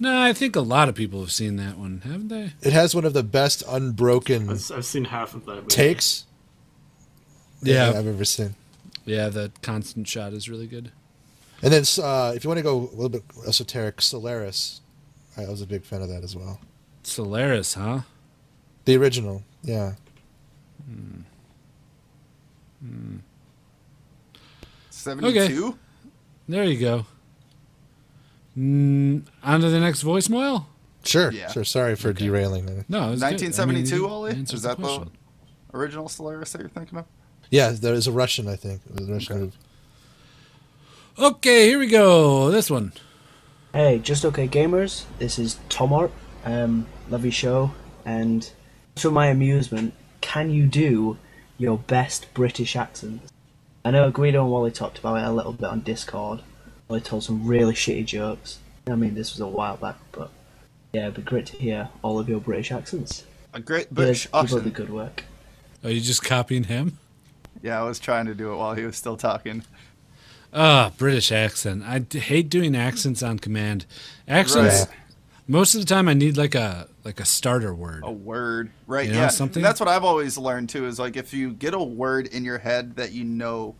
A: No, I think a lot of people have seen that one, haven't they?
D: It has one of the best unbroken
B: I've, I've seen half of that. Movie.
D: takes.
A: Yeah.
D: I've ever seen.
A: Yeah, the constant shot is really good.
D: And then, uh, if you want to go a little bit esoteric, Solaris. I was a big fan of that as well.
A: Solaris, huh?
D: The original, yeah.
A: Hmm. Hmm.
C: 72?
A: Okay. There you go. Mm, on to the next voicemail.
D: Sure,
C: Yeah.
D: sure. Sorry for derailing. There.
A: No, it was good. I mean,
C: 1972,
A: you
C: Ollie?
A: answered
C: Is
A: the
C: that the
A: question.
C: original Solaris that you're thinking of?
D: Yeah, there is a Russian, I think. It was a Russian movie.
A: Okay, here we go. This one.
U: Hey, just okay gamers. This is Tom Art. Um, love your show, and for my amusement, can you do your best British accents? I know Guido and Wally talked about it a little bit on Discord. Wally told some really shitty jokes. I mean, this was a while back, but yeah, it'd be great to hear all of your British accents.
C: A great British
U: British keep up
C: accent.
U: the good work.
A: Are you just copying him?
C: Yeah, I was trying to do it while he was still talking.
A: Ah, British accent. I d- hate doing accents on command. Accents.
C: Right.
A: Most of the time, I need like a like a starter word.
C: A word, right?
A: You know,
C: yeah,
A: something-
C: And that's what I've always learned too. Is like if you get a word in your head that you know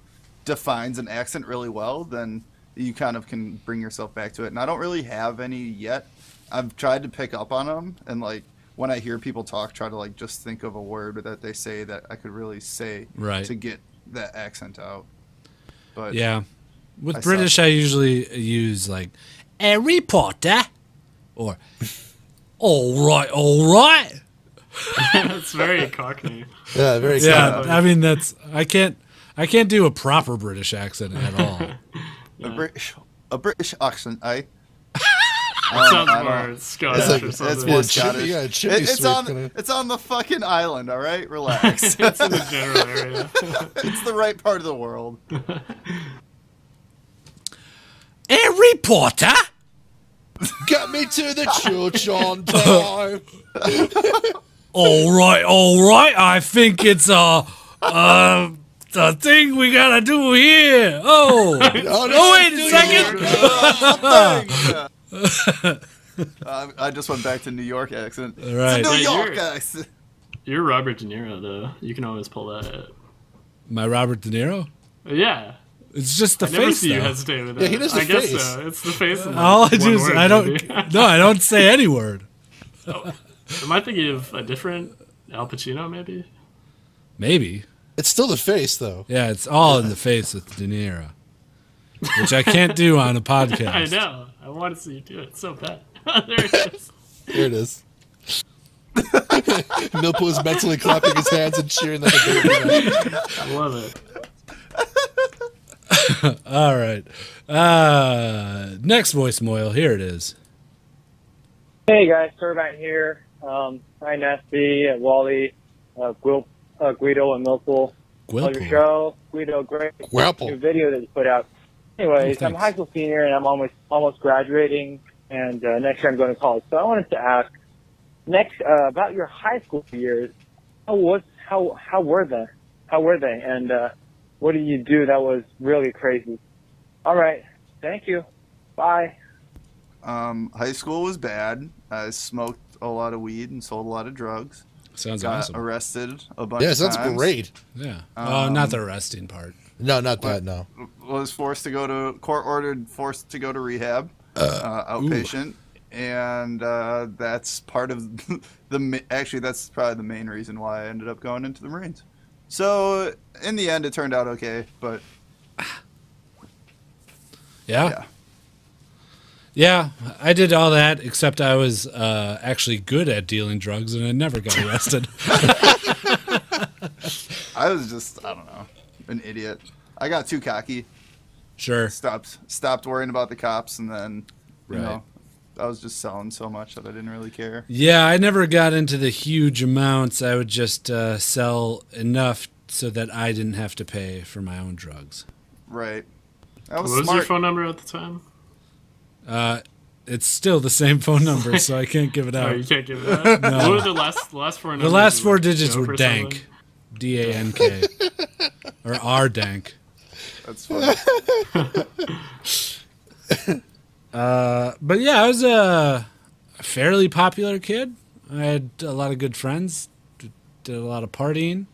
C: defines an accent really well, then you kind of can bring yourself back to it. And I don't really have any yet. I've tried to pick up on them, and like when I hear people talk, try to like just think of a word that they say that I could really say
A: Right.
C: to get that accent out. But
A: Yeah. With
C: I suck.
A: British, I usually use like Harry Potter or all right, all right.
B: *laughs* That's
C: *laughs*
B: very cockney.
D: Yeah, very
A: Yeah,
D: common.
A: I mean that's I can't I can't do a proper British accent at
B: *laughs*
A: all.
C: a British a British accent, eh?
B: That sounds
C: I don't-
B: more Scottish
D: like-
B: or
D: it's
B: something.
C: It's
D: Yeah,
C: more
D: it should be-
C: Scottish.
D: yeah, it should be
C: It- it's
D: sweet,
C: on
D: kinda.
C: it's on the fucking island, all right? Relax.
B: *laughs* it's in the general area.
C: *laughs* it's the right part of
B: *laughs*
C: the world.
D: Oh,
A: Harry Potter.
D: Get me to
A: *laughs*
D: the church on time.
A: All right, all right. I think it's a uh, the thing we gotta do here.
D: *laughs*
A: Oh,
C: Oh,
A: oh, wait a second.
D: *laughs*
C: Um, I, I just went back to New York accent. It's a
A: Right.
C: New
B: Hey,
C: York
B: you're-
C: accent.
B: You're Robert De Niro, though. You can always pull that. Out.
A: My Robert De Niro.
B: Yeah.
A: It's just the
B: I
A: face.
B: never see you
A: though.
B: hesitate with that. I guess so. It's the face. and
A: All I
B: one
A: do is
B: word,
A: I *laughs*
B: maybe.
A: don't. no, I don't say any word.
B: Oh, am I thinking of a different Al Pacino, maybe?
A: Maybe.
D: It's still the face, though. *laughs*
A: Yeah, it's all in the face with De Niro, which I can't do on
B: *laughs*
A: a
B: I
A: podcast.
B: know. I want to see you do it so bad. *laughs* there it is.
D: Here it is. Millpool is mentally clapping his hands and cheering like a *laughs* baby.
B: *laughs* I love it.
A: all right. Uh, next voicemail. Here it is.
T: Hey guys, Turbine here. Um, hi Nasty, uh, Wally, uh, Gwil- uh, Guido, and Millpool. Love your
A: Gwilpool.
T: show, Guido. Great
A: Gwilpool.
T: new video that you put out. Anyways,
A: Oh,
T: I'm a high school senior and I'm almost almost graduating, and uh, next year I'm going to college. So I wanted to ask next uh, about your high school years. How was how how were they? How were they? And uh, what did you do that was really crazy? All right, thank you. Bye.
C: Um, high school was bad. I smoked a lot of weed and sold a lot of drugs.
A: Sounds
C: Got
A: awesome.
C: Arrested a bunch.
D: Yeah,
C: of
D: sounds
C: times.
D: great.
A: Yeah. oh,
C: Um,
A: not the arresting part.
D: No, not that. No.
C: was forced to go to court ordered forced to go to rehab uh, outpatient and uh, that's part of *laughs* the ma- actually that's probably the main reason why i ended up going into the marines so in the end it turned out okay but
A: Yeah. yeah. I did all that except I was uh, actually good at dealing drugs and I never got arrested. *laughs*
C: i was just i don't know an idiot i got too cocky
A: sure.
C: stopped stopped worrying about the cops and then you
A: Right.
C: know I was just selling so much that I didn't really care.
A: Yeah, I never got into the huge amounts. I would just uh, sell enough so that I didn't have to pay for my own drugs.
C: Right.
B: What was your phone number at the time?
A: Uh, it's still the same phone
B: *laughs*
A: number, so I can't give it out.
B: Oh, you can't give it
A: *laughs*
B: out?
A: No.
B: What were the last- the last four
A: The
B: numbers?
A: last
B: Was
A: four
B: it
A: digits
B: Dope
A: were
B: or
A: dank, D A
B: *laughs*
A: N K, or R dank.
C: That's funny.
A: *laughs* Uh, but yeah, I was a fairly popular kid. I had a lot of good friends. d- Did a lot of partying.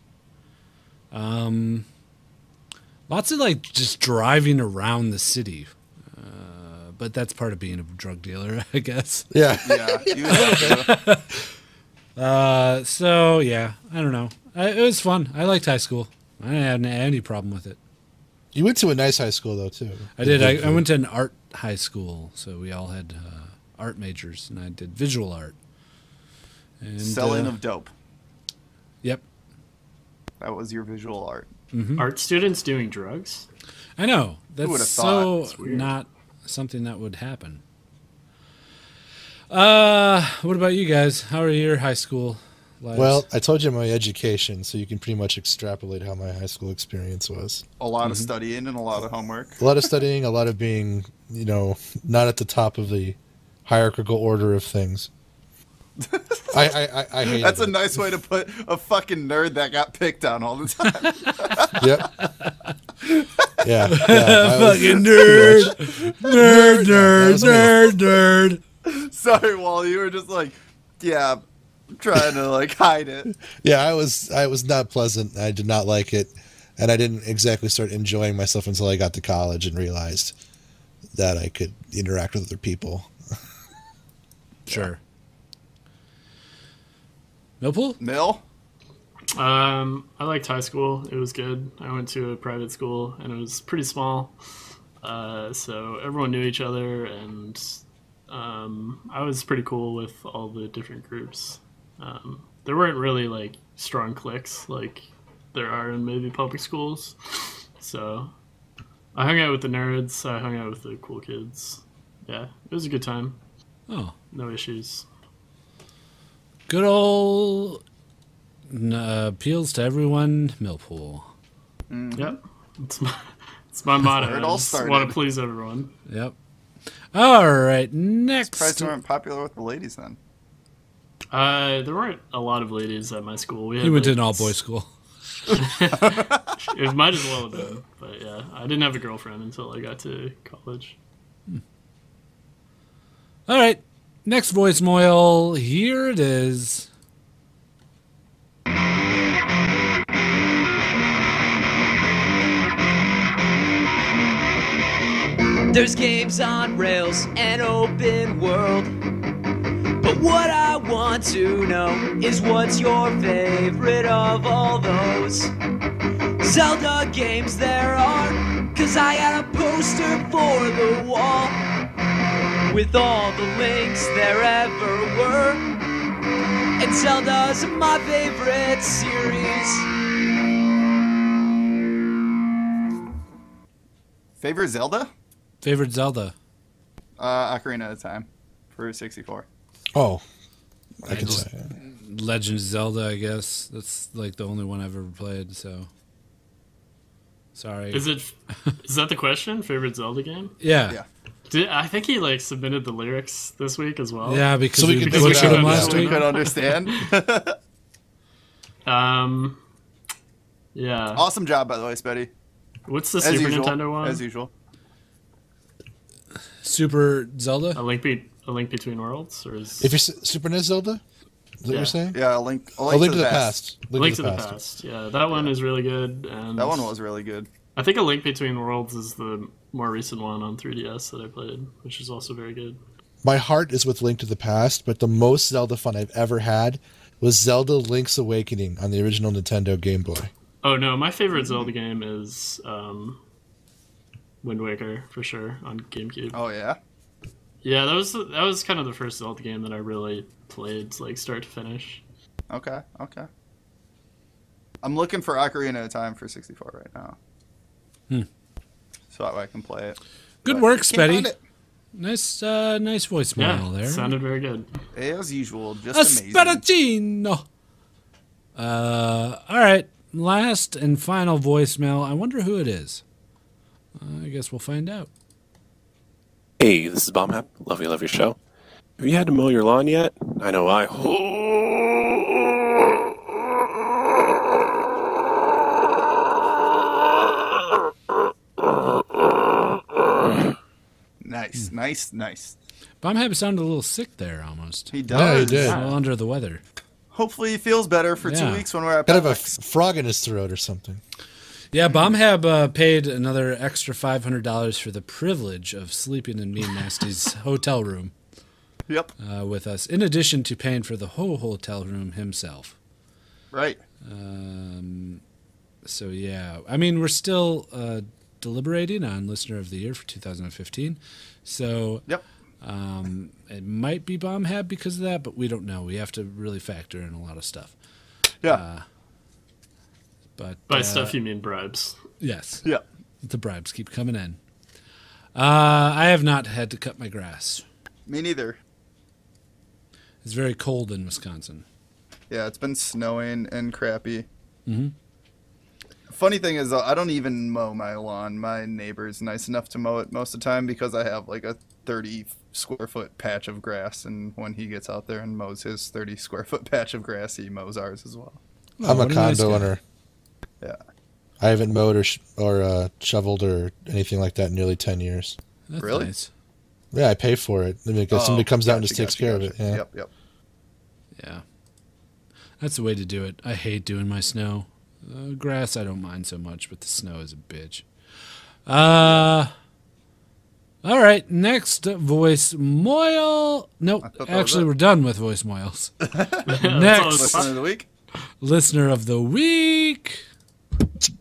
A: Um, lots of like just driving around the city. Uh, but that's part of being a drug dealer, *laughs* I guess.
D: Yeah.
C: *laughs* Yeah, you have
A: *laughs* uh, so yeah, I don't know. I, it was fun. I liked high school. I didn't have any problem with it.
D: You went to a nice high school though too.
A: I did. I, I went to an art high school, so we all had uh, art majors, and I did visual art. And,
C: Selling
A: uh,
C: of dope.
A: Yep.
C: That was your visual art.
A: Mhm.
B: Art students doing drugs?
A: I know
C: Who
A: that's
C: would've
A: so
C: thought? It's weird.
A: not something that would happen. Uh, what about you guys? How are your high school lives?
D: Well, I told you my education, so you can pretty much extrapolate how my high school experience was.
C: A lot
A: Mm-hmm.
D: Mm-hmm.
C: of studying and a lot of homework.
D: A lot of studying, a lot of being, you know, not at the top of the hierarchical order of things. I I, I, I hated
C: That's a
D: it.
C: nice way to put a fucking nerd that got picked on all the time.
D: *laughs* Yep. Yeah. yeah
C: *laughs*
A: Fucking nerd. Nerd, nerd, nerd,
C: nerd. Sorry, Wally, you were just like, yeah, I'm trying to like hide it.
D: Yeah, I was I was not pleasant. I did not like it, and I didn't exactly start enjoying myself until I got to college and realized that I could interact with
B: *laughs*
D: other people.
A: Sure. Millpool?
C: Mill?
B: Um, I liked high school. It was good. I went to a private school and it was pretty small. Uh, so everyone knew each other and um, I was pretty cool with all the different groups. Um, there weren't really like strong cliques like there are in maybe public schools. So I hung out with the nerds. I hung out with the cool kids. Yeah, it was a good time.
A: Oh.
B: No issues.
A: Good old n- uh, appeals to everyone, Millpool. Mm.
B: Yep. It's my, it's my motto.
C: Where it
B: I
C: all
B: just
C: started.
B: want to please everyone.
A: Yep. All right, next.
C: Surprised you weren't popular with the ladies then.
B: Uh, there weren't a lot of ladies at my school. We had,
A: He went to
B: like,
A: an all boys school. *laughs*
B: It might as well have been, but yeah, I didn't have a girlfriend until I got to college.
A: All right, next voicemail. Here it is.
G: There's games on rails and open world. But what I want to know is what's your favorite of all those Zelda games there are? Cause I had a poster for the wall with all the links there ever were. And Zelda's my favorite series.
C: Favorite Zelda?
A: Favorite Zelda.
C: Uh, Ocarina of Time for 64.
D: Oh,
C: I can
A: just- Legend of Zelda, I guess. That's like the only one I've ever played. So, sorry.
B: Is it? Is that the question? Favorite Zelda game?
A: Yeah. Yeah.
B: Did, I think he like submitted the lyrics this week as well.
A: Yeah, because So we we could butchered figure it them out. last
C: We week. could understand.
B: *laughs* um, yeah.
A: Uh-huh.
C: Awesome job, by the way, Spetty.
B: What's the
C: As
B: Super
C: usual,
B: Nintendo one?
C: As usual.
A: Super Zelda.
B: A link, be- a link between worlds, or is
D: If you're S- Super NES Zelda, is that what
B: Yeah.
D: you're saying?
C: Yeah, a link. A
D: A
C: link,
D: Link to the Past.
B: Link, to the past. Yeah, that one is really good. And
C: That one was really good.
B: I think A Link Between Worlds is the more recent one on 3DS that I played, which is also very good.
D: My heart is with Link to the Past, but the most Zelda fun I've ever had was Zelda Link's Awakening on the original Nintendo Game Boy.
B: Oh no, my favorite
C: Mm-hmm.
B: Zelda game is um, Wind Waker for sure on GameCube.
C: Oh yeah.
B: Yeah, that was that was kind of the first Zelda game that I really played, like start to finish.
C: Okay, okay. I'm looking for Ocarina of Time for 64 right now.
A: Hmm.
C: So that way I can play it.
A: Good
C: But
A: work,
C: can't find
A: Spetty.
C: it.
A: Nice, uh, nice voicemail there.
B: sounded very good.
C: As usual, just amazing.
A: Asparagino. Uh, all right. Last and final voicemail. I wonder who it is. Uh, I guess we'll find out.
F: Hey, this is Bombhap. Love you, love your show. Have you had to mow your lawn yet? I know I.
A: Hmm.
C: Nice, nice, nice.
A: Bombhab sounded a little sick there almost. He
C: does. Yeah, he did.
A: A little under the weather.
C: Hopefully, he feels better for
A: Yeah.
C: two weeks when we're at
D: Kind of a f- frog in his throat or something.
A: Yeah, Bombhab uh, paid another extra five hundred dollars for the privilege of sleeping in me and
C: *laughs*
A: Nasty's hotel room.
C: Yep.
A: Uh, with us, in addition to paying for the whole hotel room himself.
C: Right.
A: Um, so yeah, I mean we're still uh, deliberating on listener of the year for 2015. So
C: yep.
A: Um, it might be Bombhab because of that, but we don't know. We have to really factor in a lot of stuff.
C: Yeah.
A: Uh, but
B: By
A: uh,
B: stuff you mean bribes.
A: Yes.
C: Yeah.
A: The bribes keep coming in. Uh, I have not had to cut my grass.
C: Me neither.
A: It's very cold in Wisconsin.
C: Yeah, it's been snowing and crappy.
A: Mhm.
C: Funny thing is, though, I don't even mow my lawn. My neighbor's nice enough to mow it most of the time because I have like a 30 square foot patch of grass, and when he gets out there and mows his 30 square foot *laughs* patch of grass, he mows ours as well.
D: I'm a condo owner.
C: Yeah.
D: I haven't mowed or sh- or uh, shoveled or anything like that in nearly ten years.
A: That's
C: really?
D: Yeah, I pay for it. I mean, 'cause
C: Oh,
D: somebody comes out and
C: gotcha,
D: just takes
C: gotcha,
D: care of
C: gotcha.
D: it. Yeah.
C: Yep, yep.
A: Yeah. That's the way to do it. I hate doing my snow. Uh, grass, I don't mind so much, but the snow is a bitch. Uh, all right. Next voice moil. No,
C: thought that was
A: actually,
C: it.
A: we're done with
C: *laughs*
A: voice *laughs* moils. Next
C: Listener of the week?
A: Listener of the week.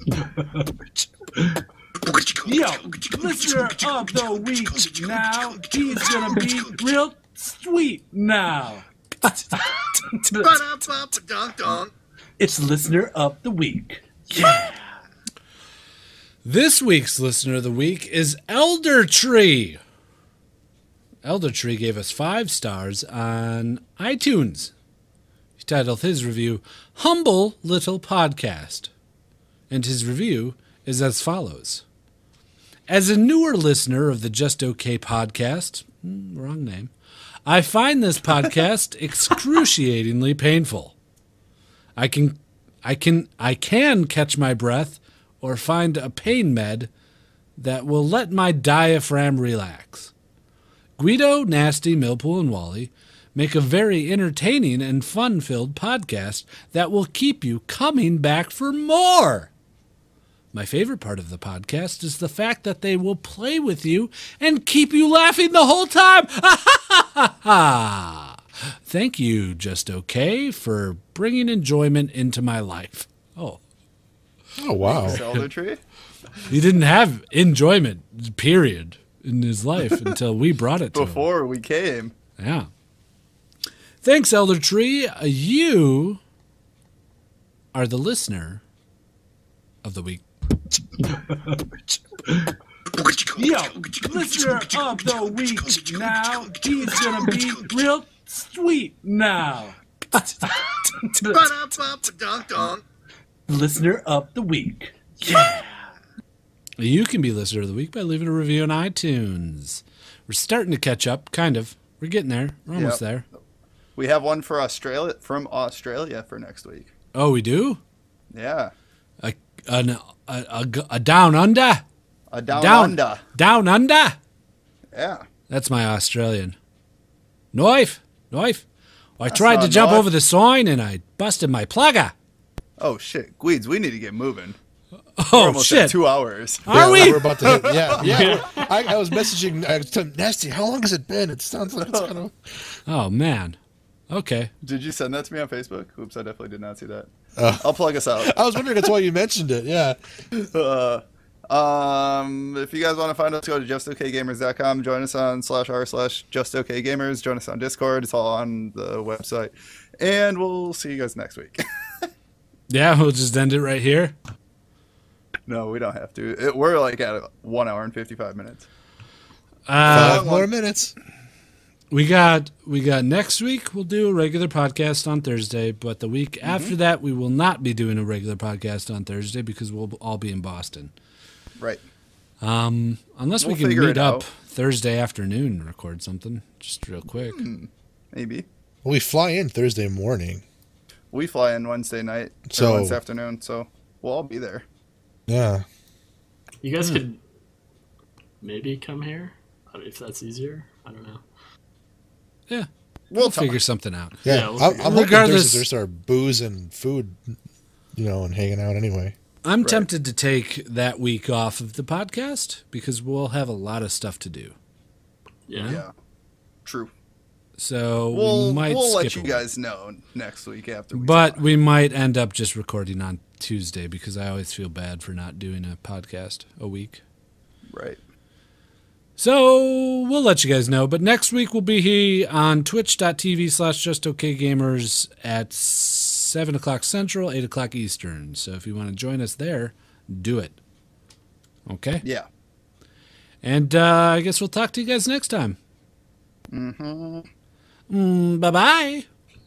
E: Yo, listener of the week now. He's gonna be real sweet now.
A: It's listener of the week. Yeah. This week's listener of the week is Elder Tree. Elder Tree gave us five stars on iTunes. He titled his review "Humble Little Podcast," and his review is as follows: As a newer listener of the Just Okay podcast, hmm, wrong name, I find this podcast *laughs* excruciatingly painful. I can I can I can catch my breath or find a pain med that will let my diaphragm relax. Guido, Nasty, Millpool, and Wally make a very entertaining and fun filled podcast that will keep you coming back for more. My favorite part of the podcast is the fact that they will play with you and keep you laughing the whole time. *laughs* Thank you, Just Okay, for bringing enjoyment into my life. Oh.
D: Oh, wow.
C: Thanks,
D: *laughs*
C: Elder Tree.
A: He didn't have enjoyment, period, in his
C: *laughs*
A: life until we brought it to him.
C: Before we came.
A: Yeah. Thanks, Elder Tree. Uh, You are the listener of the week.
E: Yo, listener of the week now. He's gonna be real sweet
C: *laughs*
E: now. *laughs*
A: Listener of the week. Yeah. You can be listener of the week by leaving a review on iTunes. We're starting to catch up, kind of. We're getting there. We're almost
C: Yep.
A: there.
C: We have one for Australia from Australia for next week.
A: Oh, we do?
C: Yeah.
A: A, an, a, a, a down under?
C: A down under.
A: Down under?
C: Yeah.
A: That's my Australian. Knife, knife. I
C: That's
A: tried to
C: not
A: jump
C: knife.
A: over the sign and I busted my plugger.
C: Oh shit, Gweeds, we need to get moving.
A: Oh,
C: we're almost at
A: shit.
C: two hours.
A: Are Yeah, we?
D: We're about to hit.
C: *laughs*
D: Yeah, yeah. I, I was messaging I was telling Nasty. How long has it been? It sounds like it's kind of.
A: Oh man. Okay.
C: Did you send that to me on Facebook? Oops, I definitely did not see that.
D: Oh.
C: I'll plug us out.
D: *laughs* I was wondering. That's why you mentioned it. Yeah.
C: Uh, um, if you guys want to find us, go to justokgamers.com. Join us on slash r slash justokgamers. Join us on Discord. It's all on the website. And we'll see you guys next week. *laughs*
A: Yeah, we'll just end it right here.
C: no, we don't have to. It, we're like at one hour and 55 minutes.
D: Five more minutes.
A: Uh, We got we got next week. We'll do a regular podcast on Thursday, but the
C: Mm-hmm.
A: week after that, we will not be doing a regular podcast on Thursday because we'll all be in Boston.
C: Right.
A: Um, unless we
C: We'll
A: can
C: figure
A: meet
C: it
A: up
C: out.
A: Thursday afternoon and record something just real quick.
C: Hmm. Maybe
D: We fly in Thursday morning.
C: we fly in Wednesday night,
D: So-
C: so Wednesday afternoon, so we'll all be there.
D: Yeah.
B: You guys
D: Hmm.
B: could maybe come here I mean, if that's easier. I don't know.
A: Yeah,
C: we'll,
A: figure something out.
D: Yeah.
B: we'll
D: I'm,
B: figure
D: I'm
B: it out.
D: hoping
A: Regardless-
D: Thursdays there's our booze and food, you know, and hanging out anyway.
A: I'm tempted to take that week off of the podcast because we'll have a lot of stuff to do.
B: Yeah.
C: True.
A: So
C: We'll
A: we might
C: we'll
A: skip
C: let you
A: a week.
C: guys know next week after we
A: But we might end up just recording on Tuesday because I always feel bad for not doing a podcast a week.
C: Right.
A: So we'll let you guys know. But next week we'll be here on twitch.tv slash justokgamers at 7 o'clock Central, 8 o'clock Eastern. So if you want to join us there, do it. Okay?
C: Yeah.
A: And uh, I guess we'll talk to you guys next time.
C: Mm-hmm.
A: Mm, bye bye.